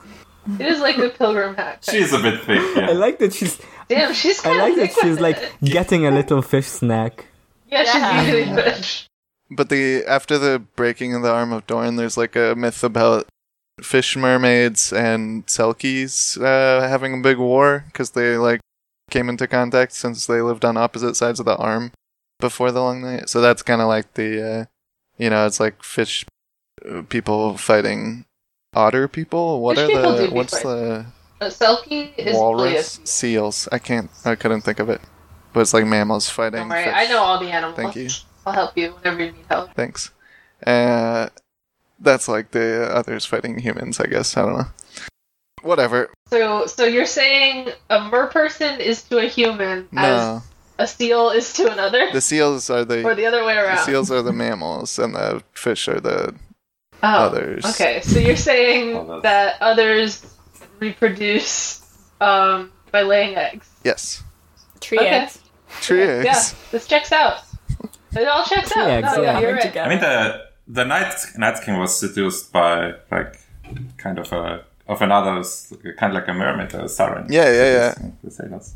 Speaker 3: It is like the pilgrim hat. kind
Speaker 6: She's a bit thick. Yeah.
Speaker 5: I like that she's.
Speaker 3: of. Damn, she's
Speaker 5: I
Speaker 3: kind
Speaker 5: like
Speaker 3: of
Speaker 5: that she's like getting a little fish snack.
Speaker 3: Yeah,
Speaker 4: Yeah.
Speaker 3: she's eating fish.
Speaker 1: But the after the breaking of the arm of Dorne, there's like a myth about fish mermaids and Selkies uh, having a big war because they like came into contact since they lived on opposite sides of the arm before the long night. So that's kind of like the, uh, you know, it's like fish uh, people fighting otter people. What
Speaker 3: Fish
Speaker 1: are
Speaker 3: people do
Speaker 1: the
Speaker 3: be
Speaker 1: what's
Speaker 3: fighting.
Speaker 1: the
Speaker 3: Uh, Selkie is
Speaker 1: walrus
Speaker 3: Pleiades.
Speaker 1: seals? I can't. I couldn't think of it. But it's like mammals fighting.
Speaker 3: Don't worry,
Speaker 1: fish.
Speaker 3: I know all the animals.
Speaker 1: Thank you.
Speaker 3: I'll help you whenever you need help.
Speaker 1: Thanks. Uh, that's like the others fighting humans, I guess. I don't know. Whatever.
Speaker 3: So, so you're saying a mer person is to a human as
Speaker 1: No,
Speaker 3: a seal is to another,
Speaker 1: the seals are
Speaker 3: or
Speaker 1: the,
Speaker 3: the other way
Speaker 1: the
Speaker 3: around?
Speaker 1: seals are the mammals, and the fish are the
Speaker 3: oh,
Speaker 1: others.
Speaker 3: Okay, so you're saying
Speaker 6: Oh,
Speaker 3: that others reproduce um, by laying eggs.
Speaker 1: Yes,
Speaker 4: Tree
Speaker 3: Okay.
Speaker 4: eggs.
Speaker 1: tree eggs.
Speaker 3: Yeah, this checks out. It all checks out.
Speaker 5: eggs,
Speaker 3: No,
Speaker 5: yeah.
Speaker 3: you're
Speaker 4: Coming
Speaker 3: right.
Speaker 4: together.
Speaker 6: I mean the the night night king was seduced by like kind of a of another s- kind of like a mermaid or a siren.
Speaker 1: Yeah, yeah, yeah.
Speaker 6: The sailors.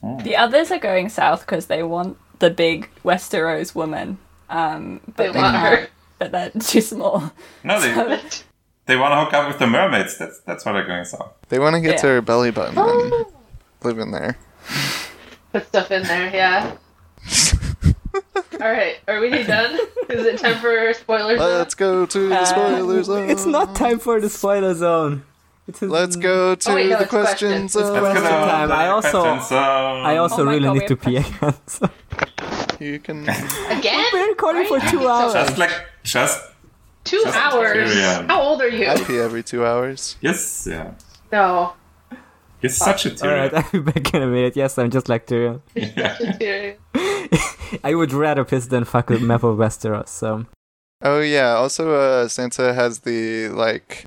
Speaker 6: hmm.
Speaker 4: The others are going south because they want the big Westeros woman, um,
Speaker 3: They
Speaker 4: but they,
Speaker 3: want
Speaker 4: can't,
Speaker 3: her.
Speaker 4: but they're too small. Um,
Speaker 6: No, they they want to hook up with the mermaids. That's that's what they're going south.
Speaker 1: They want to get to
Speaker 4: Yeah.
Speaker 1: her belly button and
Speaker 3: Oh.
Speaker 1: live in there.
Speaker 3: Put stuff in there, yeah. All right, are we done? Is it time for spoilers?
Speaker 5: Uh,
Speaker 1: Let's go to
Speaker 3: Uh,
Speaker 1: the spoilers.
Speaker 5: It's not time for the spoiler zone. It's
Speaker 1: Let's go to
Speaker 3: Oh, wait, no,
Speaker 1: the
Speaker 3: it's questions.
Speaker 1: questions.
Speaker 3: It's
Speaker 1: zone.
Speaker 5: Well,
Speaker 6: Let's go
Speaker 5: it's time.
Speaker 6: the
Speaker 5: I also-
Speaker 6: questions, um,
Speaker 5: I also
Speaker 4: Oh my
Speaker 5: really
Speaker 4: God, we
Speaker 5: need to
Speaker 4: have
Speaker 5: pee again. so-
Speaker 1: You can.
Speaker 3: again?
Speaker 5: We're recording for two
Speaker 3: Right?
Speaker 5: hours.
Speaker 6: just like just
Speaker 3: Two
Speaker 6: Just
Speaker 3: hours.
Speaker 6: Tyrion.
Speaker 3: How old are you?
Speaker 1: I pee every two hours.
Speaker 6: yes, yeah.
Speaker 3: No.
Speaker 6: You're such a
Speaker 5: All right,
Speaker 6: Tyrion.
Speaker 5: I'll be back in a minute. Yes, I'm just like Tyrion.
Speaker 3: Tyrion.
Speaker 5: I would rather piss than fuck with map of Westeros. So
Speaker 1: Oh yeah. Also, uh, Sansa has the like,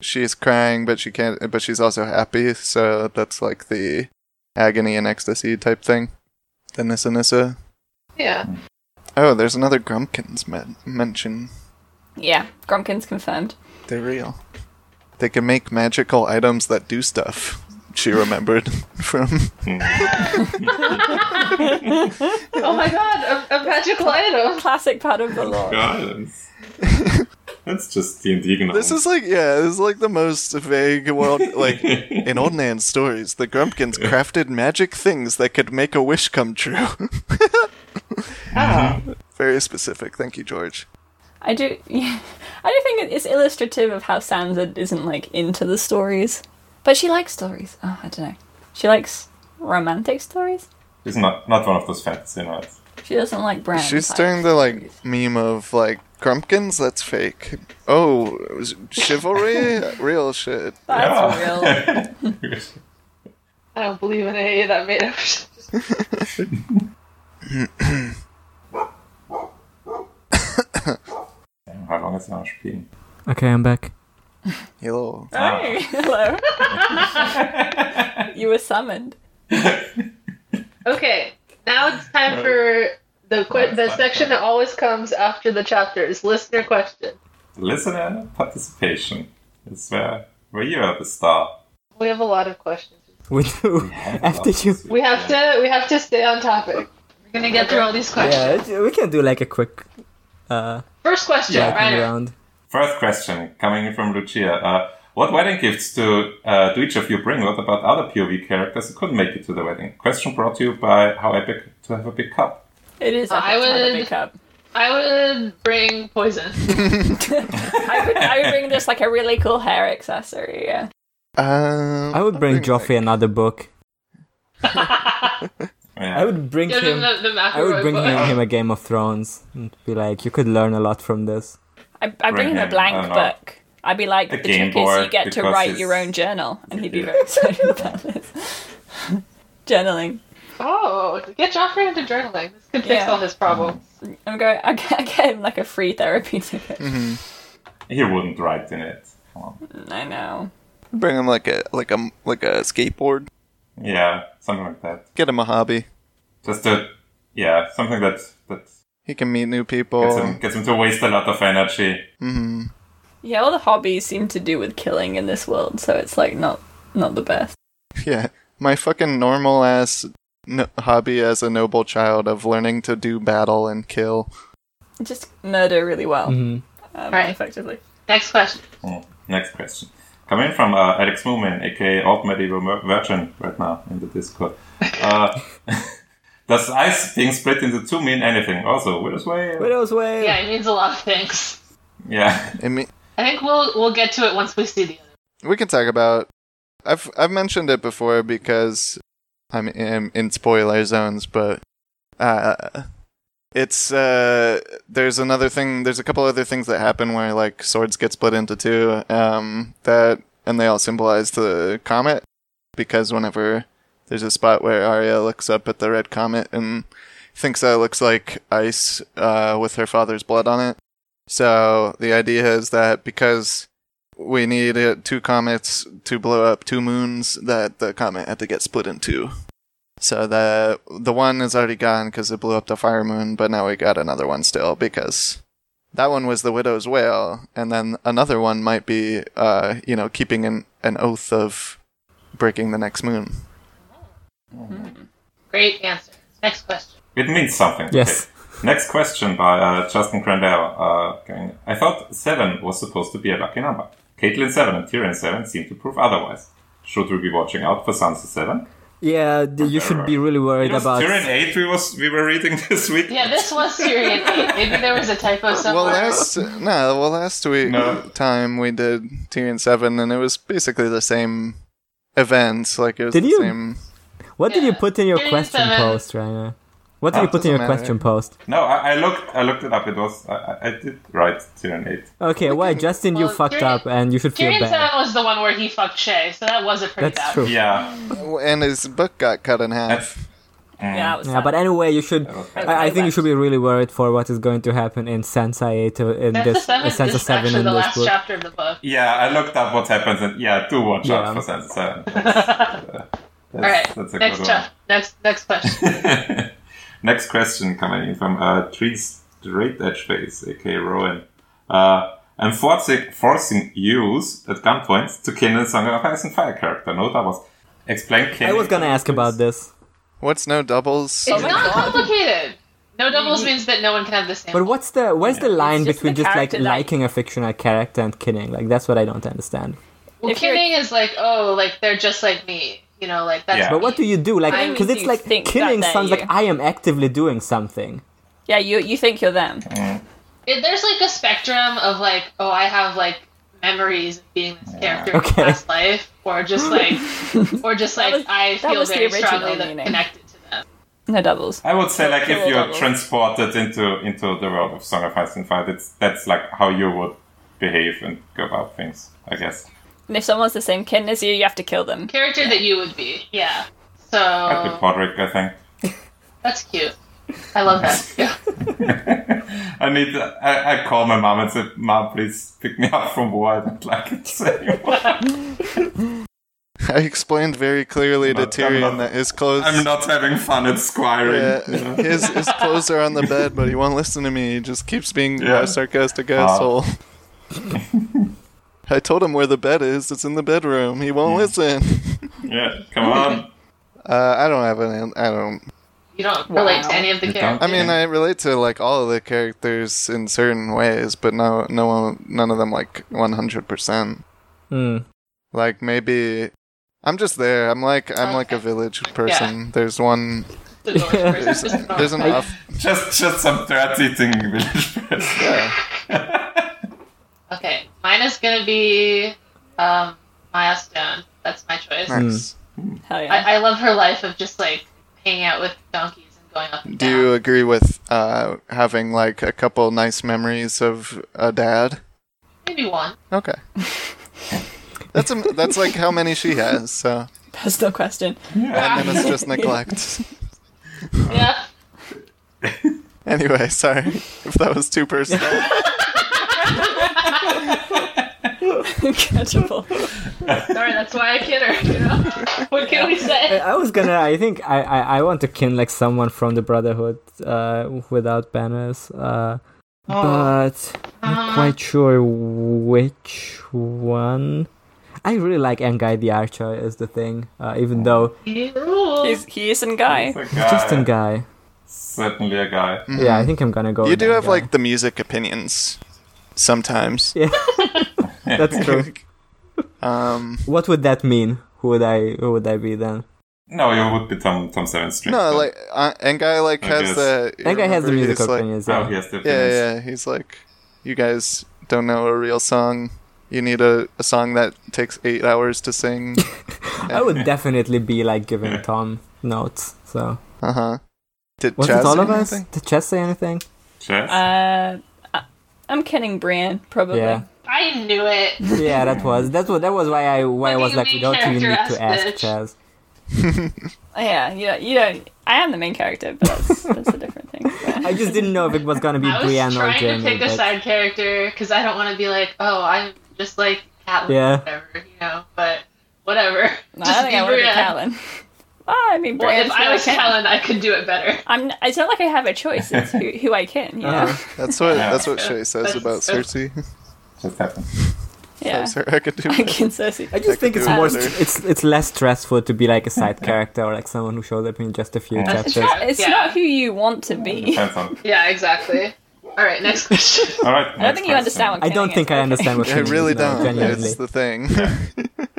Speaker 1: she's crying, but she can't. But she's also happy. So that's like the agony and ecstasy type thing. The Nissa Nissa.
Speaker 3: Yeah.
Speaker 1: Oh, there's another Grumpkins men- mention.
Speaker 4: Yeah, Gromkin's confirmed.
Speaker 1: They're real. They can make magical items that do stuff. She remembered from
Speaker 3: Oh my god, a, a magical item.
Speaker 4: Classic part of the lore.
Speaker 6: Guys. That's just the indignant.
Speaker 1: this is like yeah, this is like the most vague world like in old Nan's stories, the Grumpkins crafted magic things that could make a wish come true.
Speaker 3: Ah.
Speaker 1: Very specific. Thank you, George.
Speaker 4: I do, yeah, I do think it- it's illustrative of how Sansa isn't like into the stories, but she likes stories. Oh, I don't know. She likes romantic stories.
Speaker 6: It's not not one of those facts, you know. It's,
Speaker 4: She doesn't like brands.
Speaker 1: She's doing the like meme of like Grumpkins. That's fake. Oh, s- chivalry, real shit.
Speaker 4: That's
Speaker 6: Yeah.
Speaker 4: real.
Speaker 3: I don't believe in any of that made up shit.
Speaker 6: how long is Janusz being?
Speaker 5: okay, I'm back.
Speaker 1: Hello.
Speaker 4: Hey, hello. you were summoned.
Speaker 3: Okay, now it's time for the que- the
Speaker 6: fine,
Speaker 3: section that always comes after the chapters listener question.
Speaker 6: Listener participation is where where you are the star.
Speaker 3: We have a lot of questions.
Speaker 5: We do after you.
Speaker 3: We have to we have to stay on topic. We're gonna get through all these questions.
Speaker 5: Yeah, it- we can do like a quick uh
Speaker 3: First question,
Speaker 5: lightning
Speaker 3: Reiner.
Speaker 5: round.
Speaker 6: First question coming in from Lucia. Uh, What wedding gifts do, uh, do each of you bring? What about other POV characters who couldn't make it to the wedding? Question brought to you by How Epic to Have a Big Cup.
Speaker 4: It is.
Speaker 3: Oh, I
Speaker 4: I would.
Speaker 3: would- I would bring poison.
Speaker 4: I would. I would bring just like a really cool hair accessory. Yeah.
Speaker 1: Um,
Speaker 5: I would bring Joffrey another book.
Speaker 6: Yeah.
Speaker 5: I would bring
Speaker 3: Give him
Speaker 5: him.
Speaker 3: the, the
Speaker 5: I would
Speaker 3: McElroy
Speaker 5: bring
Speaker 3: book.
Speaker 5: him, him a Game of Thrones and be like, you could learn a lot from this.
Speaker 4: I I bring him a
Speaker 6: him, I
Speaker 4: blank
Speaker 6: don't know.
Speaker 4: book. I'd be like,
Speaker 6: A
Speaker 4: the
Speaker 6: Game
Speaker 4: trick is
Speaker 6: Boy,
Speaker 4: you get to
Speaker 6: because
Speaker 4: write
Speaker 6: it's-
Speaker 4: your own journal, and he'd be
Speaker 6: Yeah.
Speaker 4: very excited about this. Journaling.
Speaker 3: Oh, get Joffrey into journaling. This could fix
Speaker 4: Yeah.
Speaker 3: all his problems.
Speaker 4: I'm going. I get, I get him like a free therapy ticket.
Speaker 1: mm-hmm.
Speaker 6: He wouldn't write in it. Come on.
Speaker 4: I know.
Speaker 1: Bring him like a like a like a skateboard.
Speaker 6: Yeah, something like that.
Speaker 1: Get him a hobby.
Speaker 6: Just a, yeah, something that, that
Speaker 1: He can meet new
Speaker 6: gets,
Speaker 1: people. Mm-hmm.
Speaker 6: him, gets him to waste a lot of energy.
Speaker 4: Yeah, all the hobbies seem to do with killing in this world, so it's like not not the best.
Speaker 1: Yeah, my fucking normal ass no- hobby as a noble child of learning to do battle and kill.
Speaker 4: Just murder really well,
Speaker 5: hmm
Speaker 4: um,
Speaker 3: Right.
Speaker 4: effectively.
Speaker 3: Next question.
Speaker 6: Mm. Next question. Coming from uh, Alex Moomin, aka Old Medieval Mer- Virgin, right now in the Discord. Uh, does ice being split into two mean anything? Also, Widow's Way?
Speaker 5: Widow's Way.
Speaker 3: Yeah, it means a lot of things.
Speaker 6: Yeah.
Speaker 1: I mean,
Speaker 3: I think we'll we'll get to it once we see the other.
Speaker 1: we can talk about. I've I've mentioned it before because I'm in, in spoiler zones, but uh, it's uh, there's another thing. There's a couple other things that happen where like swords get split into two. Um, that and they all symbolize the comet because whenever there's a spot where Arya looks up at the red comet and thinks that it looks like ice uh, with her father's blood on it. So the idea is that because we need uh, two comets to blow up two moons that the comet had to get split in two. So the the one is already gone because it blew up the fire moon, but now we got another one still because that one was the widow's wail, and then another one might be, uh, you know, keeping an an oath of breaking the next moon.
Speaker 6: Oh
Speaker 3: Great answer. Next question.
Speaker 6: It means something.
Speaker 5: Yes.
Speaker 6: Okay. Next question by uh, Justin Crandell. Uh, going, I thought 7 was supposed to be a lucky number. Caitlyn 7 and Tyrion 7 seem to prove otherwise. Should we be watching out for Sansa 7?
Speaker 5: Yeah, th- you should be really worried
Speaker 6: It was
Speaker 5: about.
Speaker 6: Tyrion 8 we, was, we were reading this week.
Speaker 3: Yeah, this was Syrian eight. Maybe there was a typo somewhere.
Speaker 1: Well, last no, well last week
Speaker 6: No.
Speaker 1: time we did Tyrion seven, and it was basically the same event. Like it was
Speaker 5: Did
Speaker 1: the
Speaker 5: you-
Speaker 1: same.
Speaker 5: What did you
Speaker 3: Yeah.
Speaker 5: put in your
Speaker 3: Tyrion
Speaker 5: question
Speaker 3: seven.
Speaker 5: post, Rainer? What did you put in your
Speaker 1: Oh, doesn't matter.
Speaker 5: question post?
Speaker 6: No, I, I looked. I looked it up. It was. I, I- I did write Tyrion eight.
Speaker 5: Okay, why, Justin, you
Speaker 3: Well,
Speaker 5: fucked
Speaker 3: Tyrion-
Speaker 5: up and you should feel
Speaker 3: Tyrion
Speaker 5: bad.
Speaker 3: seven was the one where he fucked Shay, so that was a pretty
Speaker 5: That's
Speaker 3: bad.
Speaker 5: true.
Speaker 6: Yeah, mm,
Speaker 1: And his book got cut in half.
Speaker 6: that's
Speaker 4: Yeah, that was
Speaker 5: Yeah,
Speaker 4: sad.
Speaker 5: but anyway, you should.
Speaker 6: okay.
Speaker 5: I, I think you should be really worried for what is going to happen in Sansa 8 uh, in
Speaker 3: Sansa
Speaker 5: this
Speaker 3: seven
Speaker 5: uh,
Speaker 3: is
Speaker 5: Sansa 7
Speaker 3: actually
Speaker 5: in
Speaker 3: the
Speaker 5: this
Speaker 3: last
Speaker 5: book.
Speaker 3: chapter of the book.
Speaker 6: yeah. I looked up what happens, and yeah, do watch
Speaker 5: Yeah.
Speaker 6: out for Sansa. Seven. That's, uh, that's-
Speaker 3: All right.
Speaker 6: that's a
Speaker 3: next
Speaker 6: good
Speaker 3: cha- Next next question.
Speaker 6: one. next question coming in from uh, Tree Straight Edge Face, aka Rowan. Uh, I'm forcing forcing yous at gunpoint to kill a Song of Ice and Fire character. No doubles. Explain.
Speaker 5: I was gonna ask about this.
Speaker 1: What's no doubles?
Speaker 3: it's
Speaker 4: my
Speaker 3: not
Speaker 4: God.
Speaker 3: complicated. No doubles means that no one can have the same.
Speaker 5: But what's the where's the line
Speaker 4: It's just
Speaker 5: between
Speaker 4: the
Speaker 5: just like
Speaker 4: character that-
Speaker 5: liking a fictional character and kidding? Like that's what I don't understand.
Speaker 3: well,
Speaker 4: if you're-
Speaker 3: kidding is like, oh, like they're just like me. You know, like that's.
Speaker 6: Yeah.
Speaker 5: But what do you do? Like
Speaker 3: I
Speaker 5: because
Speaker 4: mean,
Speaker 5: it's
Speaker 4: you
Speaker 5: like
Speaker 4: think that
Speaker 5: killing
Speaker 4: they're
Speaker 5: sounds
Speaker 4: you.
Speaker 5: like I am actively doing something.
Speaker 4: Yeah, you you think you're them.
Speaker 6: Mm.
Speaker 3: It, there's like a spectrum of like, oh, I have like memories of being this character
Speaker 5: Okay.
Speaker 3: in past life, or just like, or just like
Speaker 4: was-
Speaker 3: I
Speaker 4: that
Speaker 3: feel
Speaker 4: was the
Speaker 3: very
Speaker 4: original
Speaker 3: strongly that
Speaker 4: meaning.
Speaker 3: connected to them.
Speaker 4: No doubles.
Speaker 6: I would say, like, if
Speaker 4: Kill
Speaker 6: you're
Speaker 4: double.
Speaker 6: transported into into the world of Song of Ice and Fire, that's that's like how you would behave and go about things, I guess.
Speaker 4: And if someone's the same kin as you, you have to kill them.
Speaker 3: Character that you would be, yeah.
Speaker 6: Like the
Speaker 3: So
Speaker 6: Podrick, I think.
Speaker 3: that's cute. I love that. Yeah.
Speaker 6: I need. I, I call my mom and say, "Mom, please pick me up from war. I don't like it." Saying,
Speaker 1: I explained very clearly to
Speaker 6: Not- I'm
Speaker 1: Tyrion
Speaker 6: not-
Speaker 1: that his clothes.
Speaker 6: "I'm not having fun at squiring."
Speaker 1: Yeah,
Speaker 6: you know?
Speaker 1: his his clothes are on the bed, but he won't listen to me. He just keeps being
Speaker 6: Yeah. Ah.
Speaker 1: a sarcastic asshole. I told him where the bed is. It's in the bedroom. He
Speaker 6: Hmm.
Speaker 1: won't listen.
Speaker 6: Yeah, come on.
Speaker 1: Uh, I don't have an. an- I don't.
Speaker 3: You don't relate
Speaker 4: Wow.
Speaker 3: to any of the
Speaker 6: You don't?
Speaker 1: I
Speaker 3: characters.
Speaker 1: mean, I relate to like all of the characters in certain ways, but no, no, one, none of them like one hundred percent.
Speaker 5: Mm.
Speaker 1: Like maybe I'm just there. I'm like I'm like a village person. There's one.
Speaker 3: The north
Speaker 1: There's,
Speaker 3: person is not.
Speaker 1: there's an off.
Speaker 6: Just just some threats eating village person.
Speaker 1: Yeah.
Speaker 3: Okay, mine is gonna be um, milestone. That's my choice.
Speaker 5: Hmm.
Speaker 1: Nice.
Speaker 4: Hell yeah.
Speaker 3: I, I love her life of just like hanging out with donkeys and going up and
Speaker 1: Do
Speaker 3: down.
Speaker 1: you agree with uh, having like a couple nice memories of a dad?
Speaker 3: Maybe one.
Speaker 1: Okay. That's a, that's like how many she has. So
Speaker 4: Personal question.
Speaker 1: and then it's just neglect.
Speaker 3: Yeah.
Speaker 1: Anyway, sorry if that was too personal.
Speaker 4: Incredible.
Speaker 3: Sorry, that's why I kid her. You know? what can we
Speaker 5: I,
Speaker 3: say?
Speaker 5: I was gonna. I think I, I, I want to kin like someone from the Brotherhood uh, without banners, uh, but not quite sure which one. I really like Engai the Archer is the thing, uh, even though
Speaker 3: You rule.
Speaker 4: He's, he is in guy.
Speaker 6: It's a guy.
Speaker 5: just Engai.
Speaker 6: Certainly a guy.
Speaker 1: Mm.
Speaker 5: Yeah, I think I'm gonna go.
Speaker 1: Mm-hmm. You
Speaker 5: with
Speaker 1: do have
Speaker 5: Engai.
Speaker 1: like the music opinions sometimes.
Speaker 5: that's true.
Speaker 1: Um,
Speaker 5: What would that mean? Who would I? Who would I be then?
Speaker 6: No, you would be Tom Tom Seven Street.
Speaker 1: no, like uh, and guy like
Speaker 6: I
Speaker 1: has
Speaker 6: guess.
Speaker 1: the
Speaker 5: Engai has the
Speaker 1: remember
Speaker 5: musical
Speaker 1: he's like-
Speaker 5: opinions.
Speaker 6: oh,
Speaker 5: Yeah.
Speaker 6: he has the
Speaker 1: Yeah,
Speaker 6: penis.
Speaker 1: yeah. He's like, you guys don't know a real song. You need a, a song that takes eight hours to sing.
Speaker 5: I would definitely be like giving
Speaker 6: Yeah.
Speaker 5: Tom notes. So
Speaker 1: Uh huh. Did
Speaker 5: was
Speaker 1: Chaz
Speaker 5: it all
Speaker 1: say
Speaker 5: of us?
Speaker 1: anything?
Speaker 5: Did Chess say anything?
Speaker 6: Chess?
Speaker 4: Uh, I, I'm kidding, Brian, probably.
Speaker 5: Yeah.
Speaker 3: I knew it.
Speaker 5: Yeah, that was that was that was why I why I
Speaker 3: What do
Speaker 5: was
Speaker 3: you
Speaker 5: like
Speaker 3: mean
Speaker 5: we don't even need to
Speaker 3: character
Speaker 5: ask
Speaker 3: aspect?
Speaker 5: Chaz.
Speaker 4: Oh, Yeah, you, you don't. I am the main character, but that's, that's a different thing.
Speaker 5: I just didn't know if it was gonna be
Speaker 3: I was
Speaker 5: Brienne or
Speaker 3: trying
Speaker 5: Jamie.
Speaker 3: to pick a
Speaker 5: but-
Speaker 3: side character because I don't want to be like, oh, I'm just like Catelyn
Speaker 5: Yeah.
Speaker 3: or whatever, you know. But whatever.
Speaker 4: I don't think I want to be Callan. Oh, I mean,
Speaker 3: Well,
Speaker 4: Brian's
Speaker 3: if
Speaker 4: who
Speaker 3: I was
Speaker 4: I can.
Speaker 3: Catelyn, I could do it better.
Speaker 4: I'm, it's not like I have a choice. It's who, who I can. You know?
Speaker 5: Uh-huh.
Speaker 1: That's what
Speaker 6: Yeah.
Speaker 1: that's what Shay says
Speaker 3: That's-
Speaker 1: about Cersei.
Speaker 6: Just happened.
Speaker 4: yeah.
Speaker 1: Sorry, I could do
Speaker 4: I
Speaker 1: better.
Speaker 4: can Cersei.
Speaker 5: I just
Speaker 1: could
Speaker 5: think it's
Speaker 1: do
Speaker 5: more
Speaker 1: better.
Speaker 5: st- it's it's less stressful to be like a side character or like someone who shows up in just a few
Speaker 6: Yeah.
Speaker 5: chapters.
Speaker 4: It's not, it's
Speaker 3: Yeah.
Speaker 4: not who you want to be.
Speaker 6: Depends on.
Speaker 3: Yeah, exactly. All right, next question.
Speaker 6: All right.
Speaker 4: I don't think you understand what
Speaker 5: I don't
Speaker 4: Kenning
Speaker 5: think
Speaker 4: is,
Speaker 5: I
Speaker 4: okay.
Speaker 5: understand what
Speaker 1: I
Speaker 5: she
Speaker 1: really
Speaker 5: means, no,
Speaker 1: don't.
Speaker 5: Genuinely,
Speaker 1: It's the thing.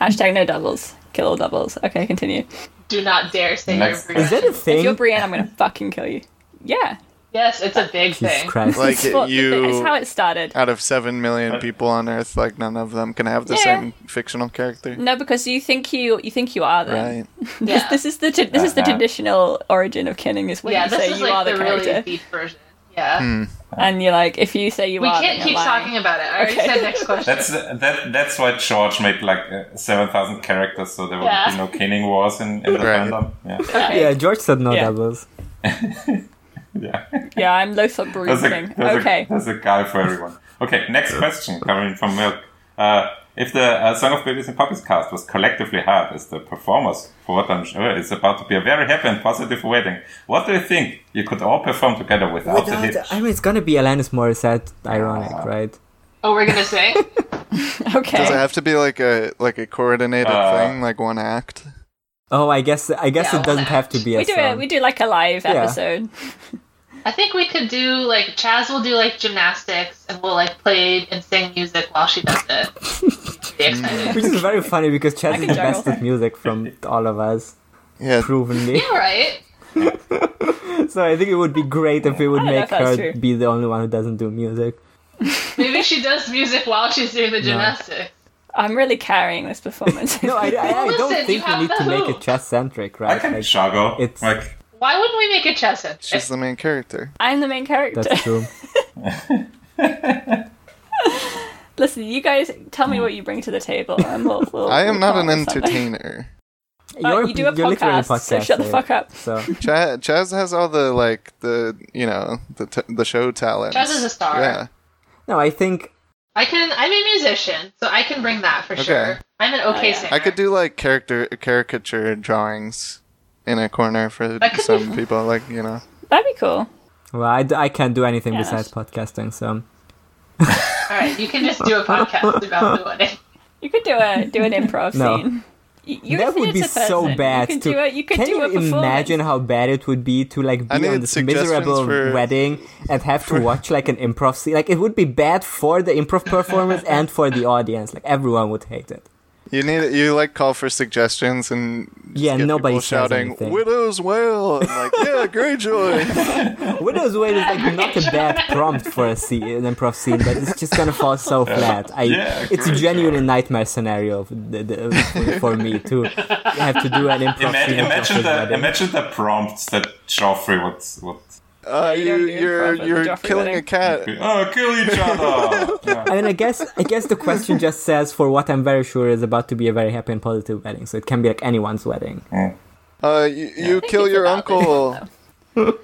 Speaker 4: Hashtag no doubles. Kill all doubles. Okay, continue.
Speaker 3: Do not dare say
Speaker 6: Next
Speaker 3: you're
Speaker 5: is that
Speaker 3: Brienne.
Speaker 5: a
Speaker 4: If you're
Speaker 5: thing?
Speaker 4: Brienne, I'm gonna fucking kill you. Yeah.
Speaker 3: Yes, it's a big
Speaker 5: Jesus
Speaker 3: thing.
Speaker 5: Christ!
Speaker 1: like
Speaker 4: It's what- It's how
Speaker 1: you,
Speaker 4: it started.
Speaker 1: out of seven
Speaker 6: Uh,
Speaker 1: million people on Earth, like none of them can have the
Speaker 4: Yeah.
Speaker 1: same fictional character,
Speaker 5: Mm.
Speaker 4: No, because you think you you think you are them.
Speaker 1: right?
Speaker 4: This,
Speaker 3: Yeah.
Speaker 4: this is the tra- this is the
Speaker 6: Uh-huh.
Speaker 4: traditional origin of kinning is when
Speaker 3: Yeah,
Speaker 4: you
Speaker 3: this
Speaker 4: say
Speaker 3: is
Speaker 4: you are
Speaker 3: like
Speaker 4: the,
Speaker 3: the
Speaker 4: character,
Speaker 3: really deep version. Yeah.
Speaker 1: Hmm.
Speaker 4: and you're like, if you say you
Speaker 3: We
Speaker 4: are,
Speaker 3: can't
Speaker 4: then
Speaker 3: keep
Speaker 4: you're lying.
Speaker 3: talking about it. I already
Speaker 4: Okay.
Speaker 3: said next question.
Speaker 6: That's that. That's why George made like uh, seven thousand characters, so there would
Speaker 3: Yeah.
Speaker 6: be no caning wars in, in the
Speaker 1: Right.
Speaker 6: fandom. Yeah,
Speaker 4: Okay.
Speaker 5: yeah, George said no
Speaker 4: Yeah.
Speaker 5: doubles.
Speaker 6: yeah.
Speaker 4: Yeah, I'm Lothar
Speaker 6: There's a,
Speaker 4: Brewing.
Speaker 6: there's,
Speaker 4: Okay.
Speaker 6: a, there's a guy for everyone. Okay, next question coming from Milk. Uh, if the uh, Song of Babies and Puppies cast was collectively hired as the performers for what I'm sure is about to be a very happy and positive wedding, what do you think you could all perform together without, the hitch?
Speaker 5: Without, I mean, it's gonna be Alanis Morissette, ironic,
Speaker 1: Ah.
Speaker 5: right?
Speaker 3: Oh, we're gonna say.
Speaker 1: Does it
Speaker 4: Okay.
Speaker 1: have to be like a like a coordinated
Speaker 6: Uh,
Speaker 1: thing, like one act?
Speaker 5: Oh, I guess I guess
Speaker 3: Yeah,
Speaker 5: it doesn't have to be a
Speaker 4: We do
Speaker 5: song.
Speaker 4: it. We do like a live episode.
Speaker 3: I think we could do like Chaz will do like gymnastics and we'll like play and sing music while she does it. Be
Speaker 1: Hmm.
Speaker 3: excited.
Speaker 5: Which is very funny because
Speaker 4: can
Speaker 5: Chaz is the
Speaker 4: juggle.
Speaker 5: best at music from all of us,
Speaker 1: Yeah,
Speaker 5: provenly.
Speaker 3: All right.
Speaker 5: So I think it would be great if it would
Speaker 4: I don't know
Speaker 5: make
Speaker 4: if that's
Speaker 5: her
Speaker 4: true.
Speaker 5: be the only one who doesn't do music.
Speaker 3: Maybe she does music while she's doing the gymnastics.
Speaker 4: I'm really carrying this performance.
Speaker 5: No, I, I, I
Speaker 3: Listen,
Speaker 5: don't
Speaker 3: you
Speaker 5: think we
Speaker 3: have
Speaker 5: need
Speaker 3: the
Speaker 5: to make
Speaker 3: who.
Speaker 5: it chess centric,
Speaker 6: I
Speaker 5: right?
Speaker 6: can
Speaker 5: Like,
Speaker 6: juggle.
Speaker 5: it's-
Speaker 6: like
Speaker 3: Why wouldn't we make a Chaz in?
Speaker 1: she's the main character.
Speaker 4: I'm the main character.
Speaker 5: that's true.
Speaker 4: Listen, you guys, tell me what you bring to the table, and we'll. we'll
Speaker 1: I am
Speaker 4: we'll
Speaker 1: not an
Speaker 4: come up with something.
Speaker 1: entertainer.
Speaker 4: you do a
Speaker 5: literally
Speaker 4: podcast, so shut the
Speaker 5: podcaster,
Speaker 4: fuck up.
Speaker 5: So
Speaker 1: Chaz, Chaz has all the like the you know the t- the show talent.
Speaker 3: Chaz is a star.
Speaker 1: Yeah,
Speaker 5: no, I think
Speaker 3: I can. I'm a musician, so I can bring that for sure. I'm an okay
Speaker 4: Oh, yeah.
Speaker 3: singer.
Speaker 1: I could do like character caricature drawings in a corner for
Speaker 3: That could be
Speaker 1: some
Speaker 3: fun.
Speaker 1: people. Like you know,
Speaker 4: That'd be cool.
Speaker 5: well, I, d- I can't do anything
Speaker 4: Yeah,
Speaker 5: besides podcasting. So
Speaker 3: All right, you can just do a podcast about the wedding.
Speaker 4: You could do a do an improv
Speaker 5: No.
Speaker 4: scene. Y- You're a
Speaker 5: that would be
Speaker 4: theatre person.
Speaker 5: so bad.
Speaker 4: You can
Speaker 5: to,
Speaker 4: do a, you can,
Speaker 5: can
Speaker 4: do a
Speaker 5: you
Speaker 4: performance.
Speaker 5: imagine how bad it would be to like
Speaker 1: I
Speaker 5: be on
Speaker 1: need
Speaker 5: this
Speaker 1: suggestions
Speaker 5: miserable
Speaker 1: for-
Speaker 5: wedding and have to watch like an improv scene? Like it would be bad for the improv performance and for the audience. Like everyone would hate it.
Speaker 1: You need you like call for suggestions and just
Speaker 5: Yeah,
Speaker 1: get
Speaker 5: nobody
Speaker 1: people
Speaker 5: says
Speaker 1: shouting
Speaker 5: anything.
Speaker 1: "Widow's wail" and like "Yeah, Greyjoy."
Speaker 5: Widow's Wail is like not a bad prompt for a scene, an improv scene, but it's just gonna fall so flat. I,
Speaker 6: Yeah,
Speaker 5: it's a
Speaker 6: great,
Speaker 5: genuine
Speaker 6: sure.
Speaker 5: nightmare scenario for, the, the, for me to have to do an improv
Speaker 6: Ima-
Speaker 5: scene.
Speaker 6: imagine
Speaker 5: of
Speaker 6: the
Speaker 5: wedding.
Speaker 6: imagine the prompts that Joffrey would would
Speaker 1: Uh,
Speaker 4: don't
Speaker 1: you
Speaker 4: do
Speaker 1: you're
Speaker 4: improv at the
Speaker 1: you're
Speaker 4: Joffrey
Speaker 1: killing a
Speaker 4: wedding.
Speaker 1: cat.
Speaker 6: oh kill each other. Yeah.
Speaker 5: I mean, I guess I guess the question just says for what I'm very sure is about to be a very happy and positive wedding, so it can be like anyone's wedding.
Speaker 1: Uh, you, you
Speaker 4: think
Speaker 1: kill
Speaker 4: it's
Speaker 1: your
Speaker 4: about this
Speaker 1: uncle.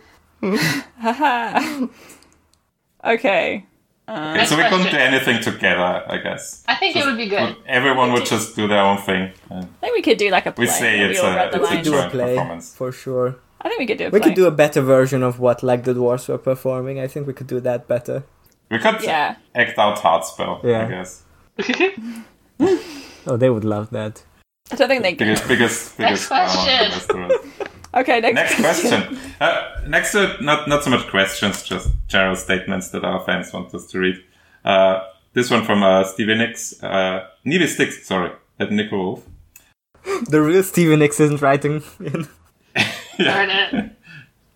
Speaker 4: Okay.
Speaker 6: Okay, so we couldn't do
Speaker 3: question.
Speaker 6: anything together, I guess.
Speaker 3: I think it would be good.
Speaker 6: Everyone would just do their own thing. and
Speaker 4: I think we could do like a play.
Speaker 6: We say
Speaker 4: where
Speaker 6: it's
Speaker 4: we all
Speaker 6: a-
Speaker 4: read the
Speaker 6: it's a
Speaker 4: lines.
Speaker 6: joint. Right, performance.
Speaker 5: for sure.
Speaker 4: I think we could do a
Speaker 5: We
Speaker 4: play.
Speaker 5: could do a better version of what like the dwarves were performing. I think we could do that better.
Speaker 6: We could
Speaker 4: Yeah.
Speaker 6: act out hard spell, I
Speaker 5: Yeah.
Speaker 6: guess.
Speaker 5: Oh, they would love that.
Speaker 4: I don't think they could.
Speaker 6: Biggest, biggest, biggest spell on
Speaker 3: question.
Speaker 6: Westeros.
Speaker 4: Okay, next,
Speaker 6: Next question. Uh, next to not not so much questions, just general statements that our fans want us to read. Uh, this one from uh, Stevie Nicks, uh, Nevi Sticks, sorry, at Nico Wolf.
Speaker 5: The real Steven Nix isn't writing.
Speaker 3: Darn it.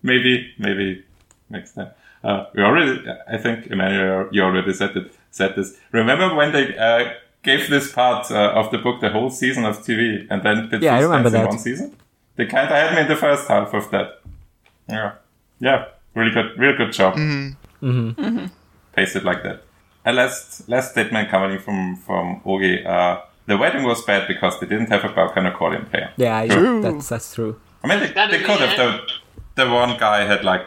Speaker 6: Maybe, maybe next time. Uh, we already, I think, Emmanuel, you already said it. Said this. Remember when they uh, gave this part uh, of the book the whole season of TV, and then did
Speaker 5: Yeah, I
Speaker 6: two
Speaker 5: remember
Speaker 6: times in
Speaker 5: that.
Speaker 6: one season? They kind of had me in the first half of that. Yeah, yeah, really good, really good job.
Speaker 5: Mm-hmm.
Speaker 6: paste it like that. A last last statement coming from from Ogi. Uh, the wedding was bad because they didn't have a balkan accordion player.
Speaker 5: yeah, I,
Speaker 1: True.
Speaker 5: that's that's true.
Speaker 6: I mean, they,
Speaker 3: That'd
Speaker 6: they
Speaker 3: be
Speaker 6: could have.
Speaker 3: it.
Speaker 6: The, the one guy had like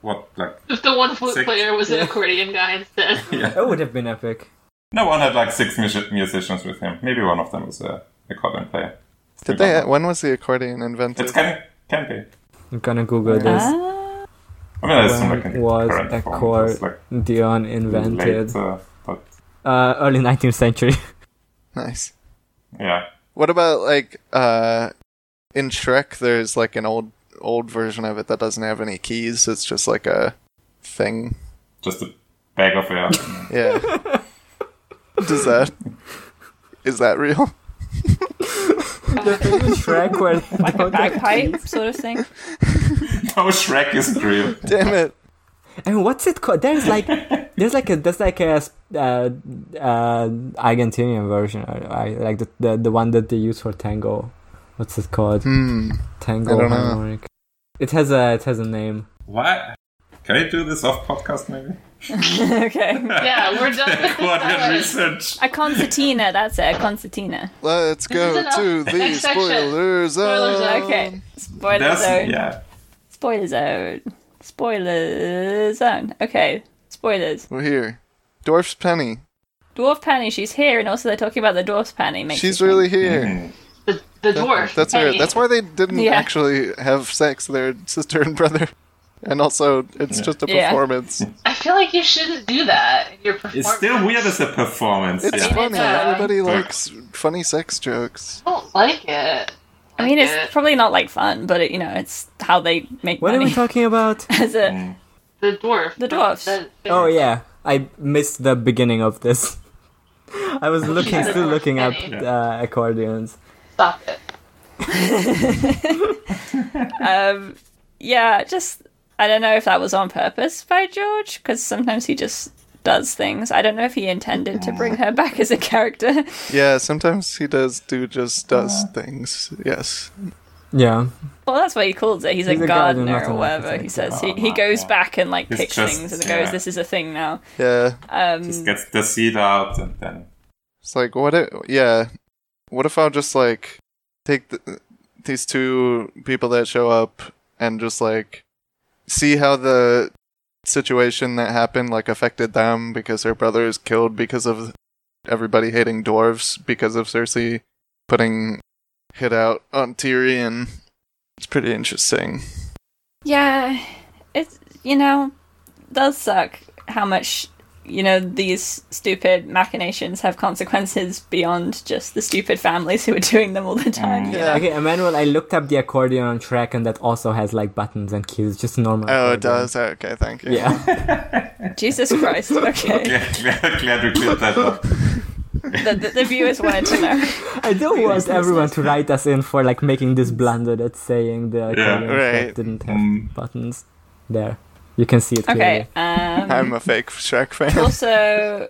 Speaker 6: what like
Speaker 3: If the one flute
Speaker 6: Six.
Speaker 3: player was an accordion guy instead.
Speaker 5: That would have been epic.
Speaker 6: no one had like six music- musicians with him. Maybe one of them was a accordion player.
Speaker 1: Did they? When was the accordion invented?
Speaker 6: It can can be.
Speaker 5: I'm gonna Google this.
Speaker 4: Ah,
Speaker 6: I mean, I assume like in
Speaker 5: when was
Speaker 6: current
Speaker 5: a
Speaker 6: form, it was, like
Speaker 5: accordion invented?
Speaker 6: late, uh, but
Speaker 5: Uh, early 19th century.
Speaker 1: Nice.
Speaker 6: yeah,
Speaker 1: What about like uh, in Shrek? There's like an old old version of it that doesn't have any keys. It's just like a thing.
Speaker 6: just a bag of air.
Speaker 1: Yeah. Does that is that real?
Speaker 5: Shrek where
Speaker 4: like a Ah, bagpipe sort of thing.
Speaker 6: no, Shrek isn't real.
Speaker 1: Damn it!
Speaker 5: And what's it called? There's like, there's like a, there's like a, uh, uh, Argentinian version, or, I like the, the the one that they use for tango. What's it called?
Speaker 1: Hmm.
Speaker 5: Tango
Speaker 1: I don't know.
Speaker 5: harmonic. It has a, it has a name.
Speaker 6: What? Can you do this off podcast maybe?
Speaker 4: okay.
Speaker 3: Yeah, we're done with
Speaker 6: Accordion
Speaker 3: this. hour.
Speaker 6: research.
Speaker 4: A concertina, that's it, a concertina.
Speaker 1: Let's go
Speaker 3: is enough.
Speaker 1: to the
Speaker 3: Next section.
Speaker 1: spoiler
Speaker 3: Spoiler
Speaker 1: zone.
Speaker 3: zone.
Speaker 4: Okay. Spoiler
Speaker 6: There's,
Speaker 4: zone.
Speaker 6: yeah.
Speaker 4: Spoiler zone. Spoiler zone. Okay. Spoilers.
Speaker 1: We're here. Dwarf's Penny.
Speaker 4: Dwarf Penny, she's here, and also they're talking about the dwarf's Penny. Makes
Speaker 1: She's
Speaker 4: me think.
Speaker 1: really here.
Speaker 6: Mm.
Speaker 3: The, the dwarf.
Speaker 1: That's her.
Speaker 3: Hey.
Speaker 1: That's why they didn't
Speaker 4: Yeah.
Speaker 1: actually have sex. They're sister and brother. And also, it's just a
Speaker 4: Yeah.
Speaker 1: performance.
Speaker 3: I feel like you shouldn't do that in your performance.
Speaker 6: It's still weird as a performance.
Speaker 1: It's
Speaker 6: yeah.
Speaker 1: funny.
Speaker 4: Yeah.
Speaker 1: Everybody likes funny sex jokes.
Speaker 3: I don't like it.
Speaker 4: I mean,
Speaker 3: Yeah.
Speaker 4: it's probably not like fun, but it, you know, it's how they make
Speaker 5: What are
Speaker 4: money.
Speaker 5: we talking about?
Speaker 4: As a-
Speaker 6: Mm.
Speaker 3: The dwarf.
Speaker 4: The dwarfs.
Speaker 3: The- the-
Speaker 5: Oh yeah, I missed the beginning of this. I was looking, still looking up uh, accordions.
Speaker 3: Stop it.
Speaker 4: um, yeah, just I don't know if that was on purpose by George because sometimes he just does things. I don't know if he intended to
Speaker 6: Mm.
Speaker 4: bring her back as a character.
Speaker 1: Yeah, sometimes he does do just does things. Yes.
Speaker 5: Yeah,
Speaker 4: well, that's what he calls it. He's,
Speaker 5: He's
Speaker 4: a,
Speaker 5: a gardener,
Speaker 4: gardener
Speaker 5: not
Speaker 4: or
Speaker 5: an
Speaker 4: whatever.
Speaker 5: architect.
Speaker 4: He says he,
Speaker 6: Oh,
Speaker 4: he
Speaker 6: wow,
Speaker 4: goes
Speaker 6: yeah.
Speaker 4: back and like
Speaker 6: It's
Speaker 4: picks
Speaker 6: just-
Speaker 4: things and
Speaker 6: yeah.
Speaker 4: goes, "This is a thing now."
Speaker 1: Yeah.
Speaker 4: Um,
Speaker 6: Just gets the seed out and then.
Speaker 1: It's like what? If, yeah, what if I'll just like take the, these two people that show up and just like see how the situation that happened like affected them because their brother is killed because of everybody hating dwarves because of Cersei putting hit out on Tyrion. It's pretty interesting.
Speaker 4: yeah, it's you know does suck how much you know, these stupid machinations have consequences beyond just the stupid families who are doing them all the time. you know?
Speaker 5: Okay, Emmanuel, I looked up the accordion on Shrek, and that also has like buttons and keys, just normal.
Speaker 1: Oh, it
Speaker 5: accordion.
Speaker 1: does. Okay, thank you.
Speaker 5: Yeah.
Speaker 4: Jesus Christ. Okay.
Speaker 6: Yeah, glad, glad we cleared that up.
Speaker 4: the, the, the viewers wanted to know.
Speaker 5: I do want everyone to write us in for like making this blunder that saying the accordion on Shrek
Speaker 1: right.
Speaker 5: didn't have
Speaker 6: Mm.
Speaker 5: buttons. There. You can see it
Speaker 4: Okay.
Speaker 5: clearly.
Speaker 4: Um,
Speaker 1: I'm a fake Shrek fan.
Speaker 4: also,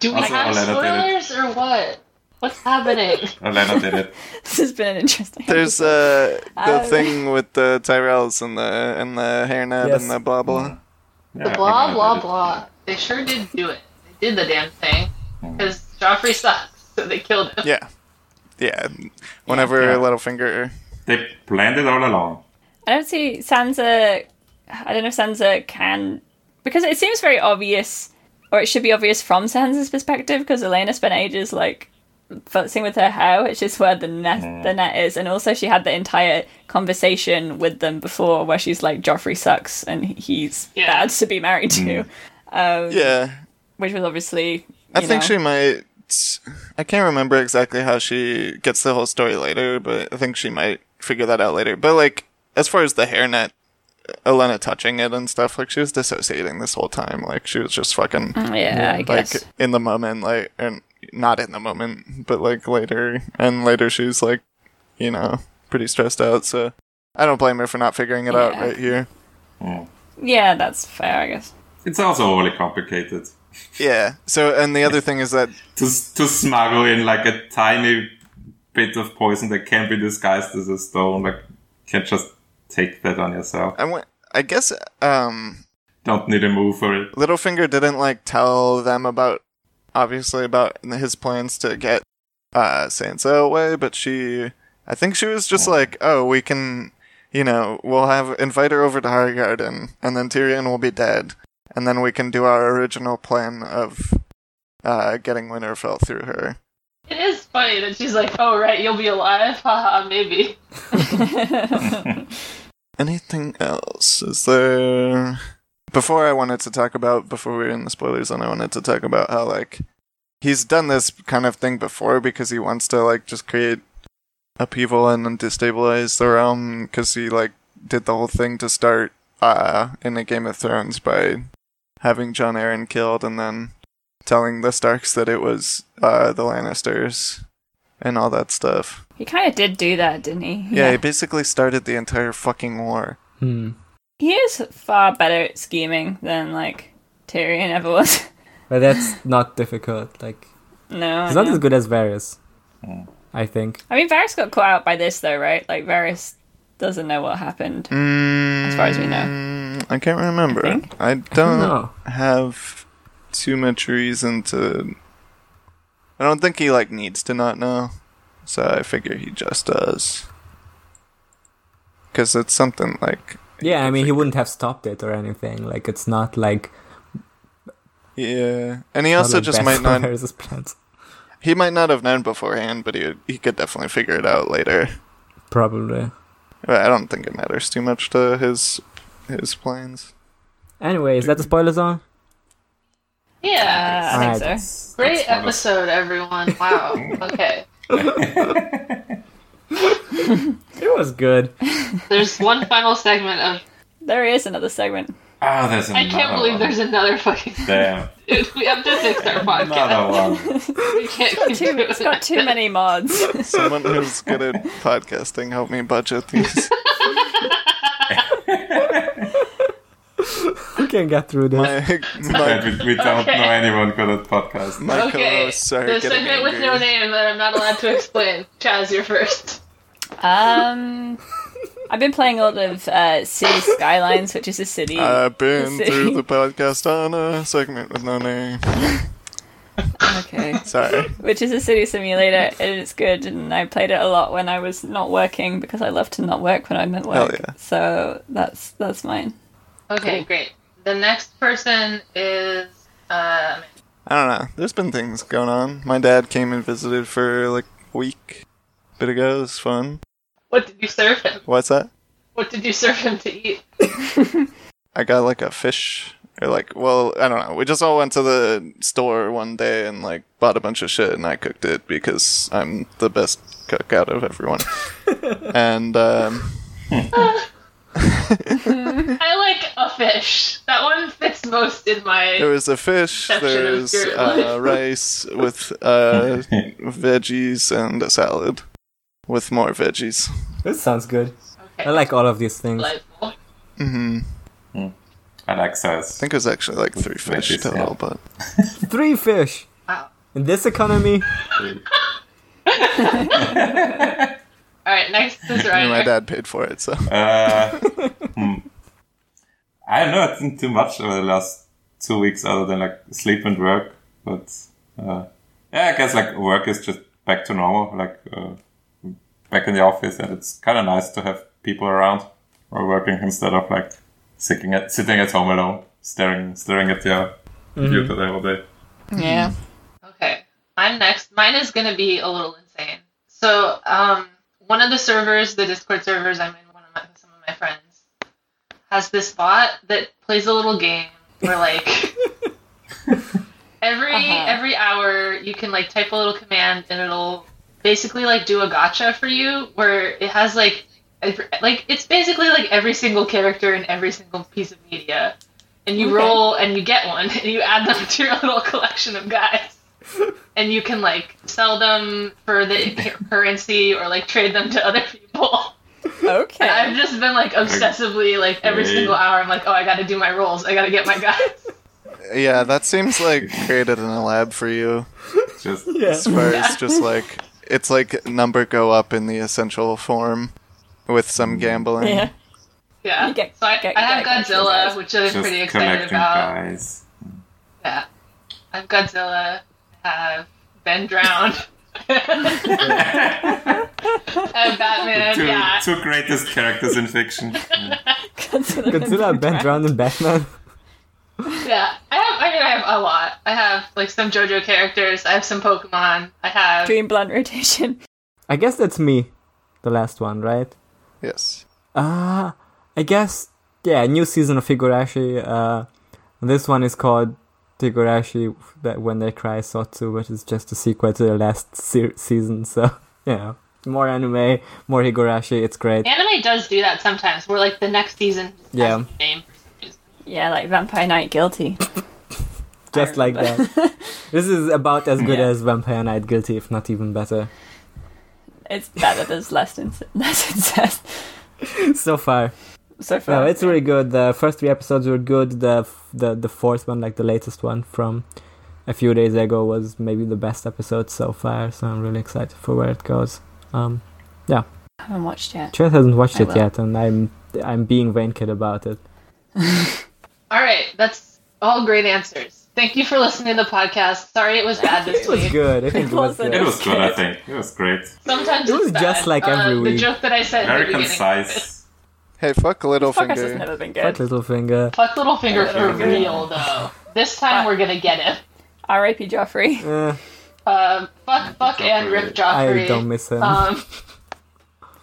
Speaker 3: Do we
Speaker 6: Also,
Speaker 3: have
Speaker 6: Elena did
Speaker 3: spoilers or what? What's happening?
Speaker 6: Elena did it.
Speaker 4: this has been an interesting.
Speaker 1: There's uh, the
Speaker 4: Um.
Speaker 1: thing with the Tyrells and the and the hairnet
Speaker 5: Yes.
Speaker 1: and the blah blah.
Speaker 6: Yeah,
Speaker 3: blah
Speaker 6: Elena
Speaker 3: blah
Speaker 6: did it.
Speaker 3: blah. They sure did do it. They did the damn thing
Speaker 6: Hmm.
Speaker 3: because Joffrey sucks, so they killed him.
Speaker 1: Yeah, yeah. Whenever
Speaker 6: Yeah.
Speaker 1: Littlefinger,
Speaker 6: They planned it all along.
Speaker 4: I don't see Sansa. I don't know if Sansa can because it seems very obvious, or it should be obvious from Sansa's perspective because Elena spent ages like futzing with her hair, which is where the net
Speaker 1: Hmm.
Speaker 4: the net is, and also she had the entire conversation with them before where she's like Joffrey sucks and he's
Speaker 3: Yeah.
Speaker 4: bad to be married to,
Speaker 1: yeah.
Speaker 4: which was obviously.
Speaker 1: Hmm. I
Speaker 4: you
Speaker 1: think
Speaker 4: know-
Speaker 1: she might. I can't remember exactly how she gets the whole story later, but I think she might figure that out later. But like, as far as the hairnet, uh, Elena touching it and stuff, like she was dissociating this whole time. Like she was just fucking
Speaker 4: Mm, Yeah, I
Speaker 1: like
Speaker 4: guess.
Speaker 1: in the moment, like and not in the moment, but like later and later she's like, you know, pretty stressed out. So I don't blame her for not figuring it out
Speaker 4: Yeah.
Speaker 1: right here.
Speaker 4: yeah, that's fair. I guess.
Speaker 6: Mm. It's also overly complicated.
Speaker 1: Yeah. So and the other thing is that
Speaker 6: to to smuggle in like a tiny bit of poison that can be disguised as a stone. Like, can't just take that on yourself.
Speaker 1: I went. I guess um
Speaker 6: Don't need a move for it.
Speaker 1: Littlefinger didn't like tell them about obviously about his plans to get uh Sansa away, but she I think she was just like, "Oh, we can, you know, we'll have invite her over to our garden and then Tyrion will be dead and then we can do our original plan of uh getting Winterfell through her."
Speaker 3: It is funny that she's like, "Oh right, you'll be alive." Haha, maybe.
Speaker 1: Anything else? Is there before I wanted to talk about before we were in the spoilers and I wanted to talk about how like he's done this kind of thing before because he wants to like just create upheaval and then destabilize the realm because he like did the whole thing to start uh in the Game of Thrones by having John Aaron killed and then telling the Starks that it was uh the Lannisters and all that stuff.
Speaker 4: He kind of did do that, didn't he?
Speaker 1: Yeah, he basically started the entire fucking war.
Speaker 5: Hmm.
Speaker 4: He is far better at scheming than like Tyrion ever was.
Speaker 5: But that's not difficult. Like
Speaker 4: no,
Speaker 5: it's
Speaker 4: no.
Speaker 5: not as good as Varys. I think.
Speaker 4: I mean, Varys got caught out by this though, right? Like Varys doesn't know what happened.
Speaker 1: As
Speaker 4: far as we know.
Speaker 1: Mm, I can't remember.
Speaker 4: I
Speaker 1: I,
Speaker 4: think.
Speaker 1: don't
Speaker 5: No.
Speaker 1: have too much reason to. I don't think he like needs to not know, so I figure he just does. Because it's something like
Speaker 5: Yeah, I mean he wouldn't have stopped it or anything. Like it's not like
Speaker 1: yeah, and he
Speaker 5: not
Speaker 1: also
Speaker 5: like
Speaker 1: just
Speaker 5: bad
Speaker 1: might
Speaker 5: for
Speaker 1: not.
Speaker 5: Varys's plans.
Speaker 1: He might not have known beforehand, but he he could definitely figure it out later.
Speaker 5: Probably.
Speaker 1: But I don't think it matters too much to his his plans.
Speaker 5: Anyway, is that the spoiler zone?
Speaker 3: Yeah.
Speaker 1: Mm.
Speaker 4: Uh, I
Speaker 5: Alright.
Speaker 4: think so.
Speaker 3: Great
Speaker 6: That's not a-
Speaker 3: episode, everyone. Wow. okay.
Speaker 5: It was good.
Speaker 3: There's one final segment of.
Speaker 4: There is another segment.
Speaker 6: Ah, there's
Speaker 3: I
Speaker 6: another
Speaker 3: can't believe
Speaker 6: one.
Speaker 3: there's another fucking.
Speaker 6: Damn,
Speaker 3: We have to fix our podcast.
Speaker 6: another one.
Speaker 3: We can't keep
Speaker 4: Too,
Speaker 3: doing
Speaker 4: it's got
Speaker 3: it.
Speaker 4: too many mods.
Speaker 1: Someone who's good at podcasting help me budget these.
Speaker 5: We can get through this.
Speaker 1: my, my
Speaker 6: But we, we don't
Speaker 3: Okay.
Speaker 6: know anyone good at podcasts.
Speaker 1: My
Speaker 3: Okay.
Speaker 1: co-hosts are
Speaker 3: The
Speaker 1: getting
Speaker 3: segment with
Speaker 1: angry.
Speaker 3: no name that I'm not allowed to explain. Chaz, you're first.
Speaker 4: Um, I've been playing a lot of uh, City Skylines, which is a city.
Speaker 1: I've been
Speaker 4: Let's see.
Speaker 1: through the podcast on a segment with no name.
Speaker 4: okay.
Speaker 1: Sorry.
Speaker 4: which is a city simulator, and it's good. And I played it a lot when I was not working because I love to not work when I'm at
Speaker 1: Hell
Speaker 4: work.
Speaker 1: yeah.
Speaker 4: So that's that's mine.
Speaker 3: Okay, great. The next person is. Um,
Speaker 1: I don't know. There's been things going on. My dad came and visited for like a week. Bit ago, it was fun.
Speaker 3: what did you serve him?
Speaker 1: What's that?
Speaker 3: What did you serve him to eat?
Speaker 1: I got like a fish Or like, well, I don't know. We just all went to the store one day and like bought a bunch of shit, and I cooked it because I'm the best cook out of everyone. and um,
Speaker 3: I like a fish. That one fits most in
Speaker 1: there
Speaker 3: my.
Speaker 1: was a fish,
Speaker 3: That shit
Speaker 1: there
Speaker 3: was
Speaker 1: was
Speaker 3: good.
Speaker 1: uh, rice with uh, veggies and a salad with more veggies.
Speaker 5: This sounds good.
Speaker 3: Okay.
Speaker 5: I like all of these things.
Speaker 3: Delightful.
Speaker 1: hmm
Speaker 6: I like says.
Speaker 1: I think it was actually like three fish
Speaker 6: Veggies,
Speaker 1: total,
Speaker 6: yeah.
Speaker 1: but
Speaker 5: Three fish.
Speaker 3: Wow.
Speaker 5: In this economy,
Speaker 3: All right, next is
Speaker 1: I mean, my
Speaker 3: Ryder.
Speaker 1: dad paid for it, so
Speaker 6: Uh, hmm. I have not done too much over the last two weeks other than like sleep and work, but uh, yeah, I guess like work is just back to normal, like uh, back in the office, and it's kind of nice to have people around or working instead of like sitting at sitting at home alone, staring staring at your computer the whole day.
Speaker 4: Yeah.
Speaker 3: Okay, I'm next. Mine is gonna be a little insane. So, um, one of the servers, the Discord servers I'm in, one of my, some of my friends, has this bot that plays a little game where like. Every
Speaker 4: Uh-huh.
Speaker 3: every hour, you can like type a little command, and it'll basically like do a gotcha for you, where it has like, every- like it's basically like every single character in every single piece of media, and you
Speaker 4: Okay.
Speaker 3: roll and you get one, and you add them to your little collection of guys, and you can like sell them for the currency or like trade them to other people.
Speaker 4: Okay.
Speaker 3: And I've just been like obsessively like every
Speaker 6: Hey.
Speaker 3: single hour, I'm like, oh, I got to do my rolls, I got to get my guys.
Speaker 1: yeah, that seems like created in a lab for you.
Speaker 6: Just
Speaker 1: As far as just like it's like number go up in the essential form with
Speaker 6: Mm.
Speaker 1: some gambling.
Speaker 4: yeah.
Speaker 3: Yeah.
Speaker 4: You get-
Speaker 3: so I,
Speaker 4: get-
Speaker 3: I have
Speaker 4: get a bunch
Speaker 3: Godzilla,
Speaker 4: of
Speaker 3: which I'm
Speaker 6: just
Speaker 3: pretty excited
Speaker 6: connecting
Speaker 3: about.
Speaker 6: guys.
Speaker 3: Yeah. I have Godzilla. I have Ben Drowned. I have Batman.
Speaker 6: Two,
Speaker 3: yeah.
Speaker 6: two greatest characters in fiction.
Speaker 4: Godzilla,
Speaker 5: Godzilla, Ben Drowned, and Batman.
Speaker 3: Yeah. I have. I mean, I have a lot. I have like some JoJo characters. I have some Pokemon. I have.
Speaker 4: Dream blunt rotation.
Speaker 5: I guess that's me. The last one, right?
Speaker 1: Yes.
Speaker 5: Uh, I guess, yeah, new season of Higurashi. Uh, this one is called Higurashi that When They Cry Sotsu, which is just a sequel to the last se- season, so, you know, more anime, more Higurashi, it's great.
Speaker 3: Anime does do that sometimes. Where like the next season. has
Speaker 5: Yeah.
Speaker 3: the Name. for some reason.
Speaker 4: Yeah, like Vampire Knight Guilty.
Speaker 5: just like that. this is about as good
Speaker 4: Yeah.
Speaker 5: as Vampire Night Guilty, if not even better.
Speaker 4: It's better. There's less inc- less incest.
Speaker 5: So far.
Speaker 4: So far,
Speaker 5: No, it's really good. The first three episodes were good. The, f- the the fourth one, like the latest one from a few days ago, was maybe the best episode so far. So I'm really excited for where it goes. Um,
Speaker 4: I haven't watched yet.
Speaker 5: Trent hasn't watched
Speaker 4: I
Speaker 5: it
Speaker 4: will.
Speaker 5: yet, and I'm I'm being vain kid about it.
Speaker 3: All right. That's all great answers. Thank you for listening to the podcast. Sorry it was bad this
Speaker 5: It was
Speaker 3: week.
Speaker 5: good. I think it was
Speaker 4: wasn't.
Speaker 5: good.
Speaker 6: It was good, I think. It was great.
Speaker 3: Sometimes
Speaker 5: It was
Speaker 3: it's
Speaker 5: just
Speaker 3: bad.
Speaker 5: like
Speaker 3: Uh,
Speaker 5: every
Speaker 3: The
Speaker 5: week.
Speaker 3: joke that I said. at the
Speaker 6: Very
Speaker 3: beginning.
Speaker 6: concise.
Speaker 1: Hey, fuck
Speaker 4: Podcast has
Speaker 1: Littlefinger.
Speaker 4: never been
Speaker 5: But
Speaker 4: good.
Speaker 5: Littlefinger.
Speaker 3: Fuck Littlefinger for
Speaker 4: Littlefinger.
Speaker 3: real, though. This time we're gonna get him.
Speaker 4: R.I.P. Joffrey.
Speaker 5: Eh,
Speaker 3: Um, fuck, fuck, and rip Joffrey.
Speaker 5: I don't miss him.
Speaker 3: Um,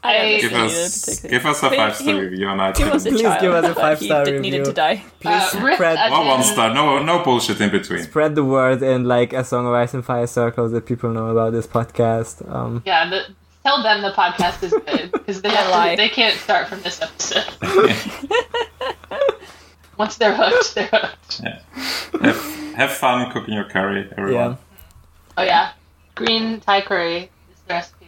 Speaker 4: I don't
Speaker 3: I-
Speaker 4: think
Speaker 6: Give
Speaker 4: he needed
Speaker 6: us,
Speaker 4: particularly.
Speaker 6: give us a
Speaker 4: But
Speaker 6: five star
Speaker 4: he-
Speaker 6: review on iTunes.
Speaker 4: He was a
Speaker 5: Please
Speaker 4: child,
Speaker 5: give us a
Speaker 4: but
Speaker 5: five-star
Speaker 4: He did, needed
Speaker 5: review.
Speaker 4: to die.
Speaker 5: Please
Speaker 3: uh, rip
Speaker 5: spread
Speaker 6: Well, one
Speaker 3: Edmund.
Speaker 6: star. No, no bullshit in between.
Speaker 5: spread the word in like a song of ice and fire circles that people know about this podcast. Um,
Speaker 3: Yeah, the, tell them the podcast is good because they
Speaker 4: I lie.
Speaker 3: have to, they can't start from this episode. Once they're hooked, they're hooked.
Speaker 6: Have, have fun cooking your curry, everyone.
Speaker 5: yeah,
Speaker 3: Oh yeah, green Thai curry is the recipe.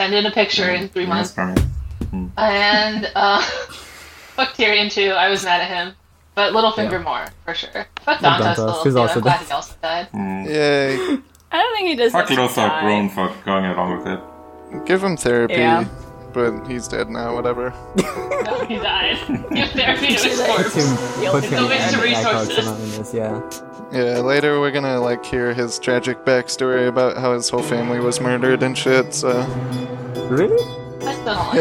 Speaker 3: Send in a picture in three
Speaker 6: Yes,
Speaker 3: months.
Speaker 6: for me.
Speaker 3: And uh, fuck Tyrion too. I was mad at him, but Littlefinger more for sure. Fuck
Speaker 5: Yeah,
Speaker 3: Dantos a
Speaker 5: Dantos,
Speaker 3: little
Speaker 5: he's
Speaker 3: too.
Speaker 5: also
Speaker 3: I'm glad
Speaker 5: dead.
Speaker 3: he also died.
Speaker 1: Yay.
Speaker 4: I don't think he does.
Speaker 6: Fuck
Speaker 4: need to
Speaker 6: Lothar
Speaker 4: die.
Speaker 6: Groen for going along with it.
Speaker 1: Give him therapy.
Speaker 4: Yeah.
Speaker 1: But he's dead now, whatever.
Speaker 3: No, Oh, he died. Give therapy to his
Speaker 5: put
Speaker 3: corpse.
Speaker 5: him, put
Speaker 4: It's
Speaker 5: him
Speaker 4: a waste
Speaker 5: in
Speaker 3: of
Speaker 5: Black Arts
Speaker 3: resources.
Speaker 5: Anonymous, Yeah,
Speaker 1: Yeah, later we're gonna like hear his tragic backstory about how his whole family was murdered and shit, so
Speaker 5: really?
Speaker 3: That's the whole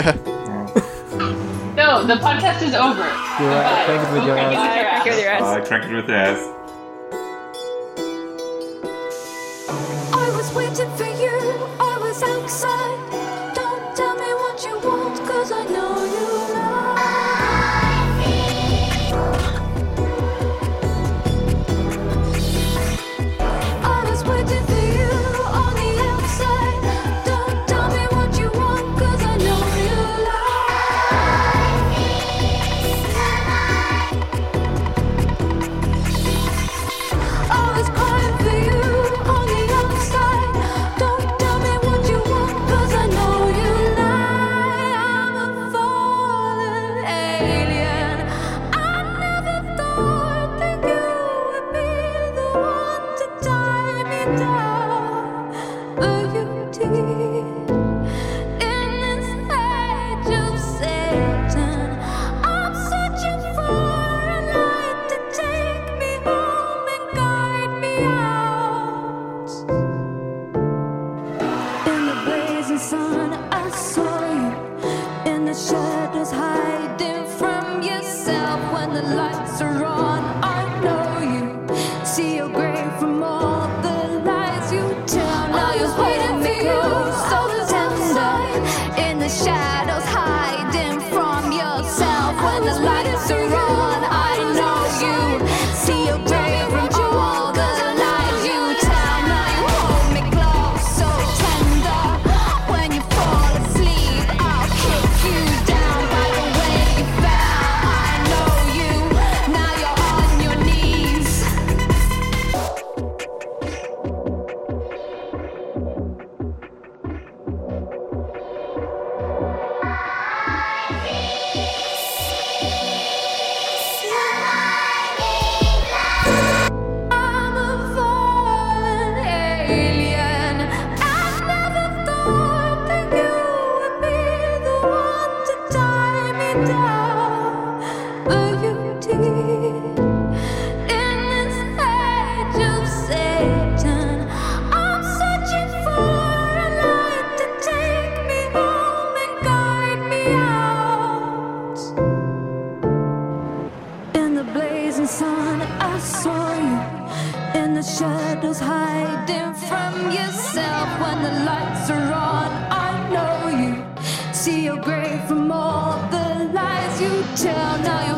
Speaker 3: No, the podcast is over.
Speaker 5: You're right. Thank you for your
Speaker 3: Okay,
Speaker 5: answer.
Speaker 4: Bye,
Speaker 3: yeah.
Speaker 4: crack with your ass.
Speaker 6: I cracked it with the ass.
Speaker 7: I was waiting for you, I was outside. Don't tell me what you want, cause I know you lie. shadows hiding from yourself when the lights are on. I know you see your grave from all the lies you tell. Now you're waiting for you, so tender. In the shadows hiding from yourself when the lights are on. I know you see your grave from all the lies you tell. Now you hold me close, so tender. When you fall asleep, I'll kick you down by the way you fell. I know you. Now you're on your knees. I'm a fallen alien. I never thought that you would be the one to tie me down. Beauty in this age of Satan. I'm searching for a light to take me home and guide me out. In the blazing sun, I saw you. In the shadows, hiding from yourself. When the lights are on, I know you. See your grave from all the lies you tell. Now you're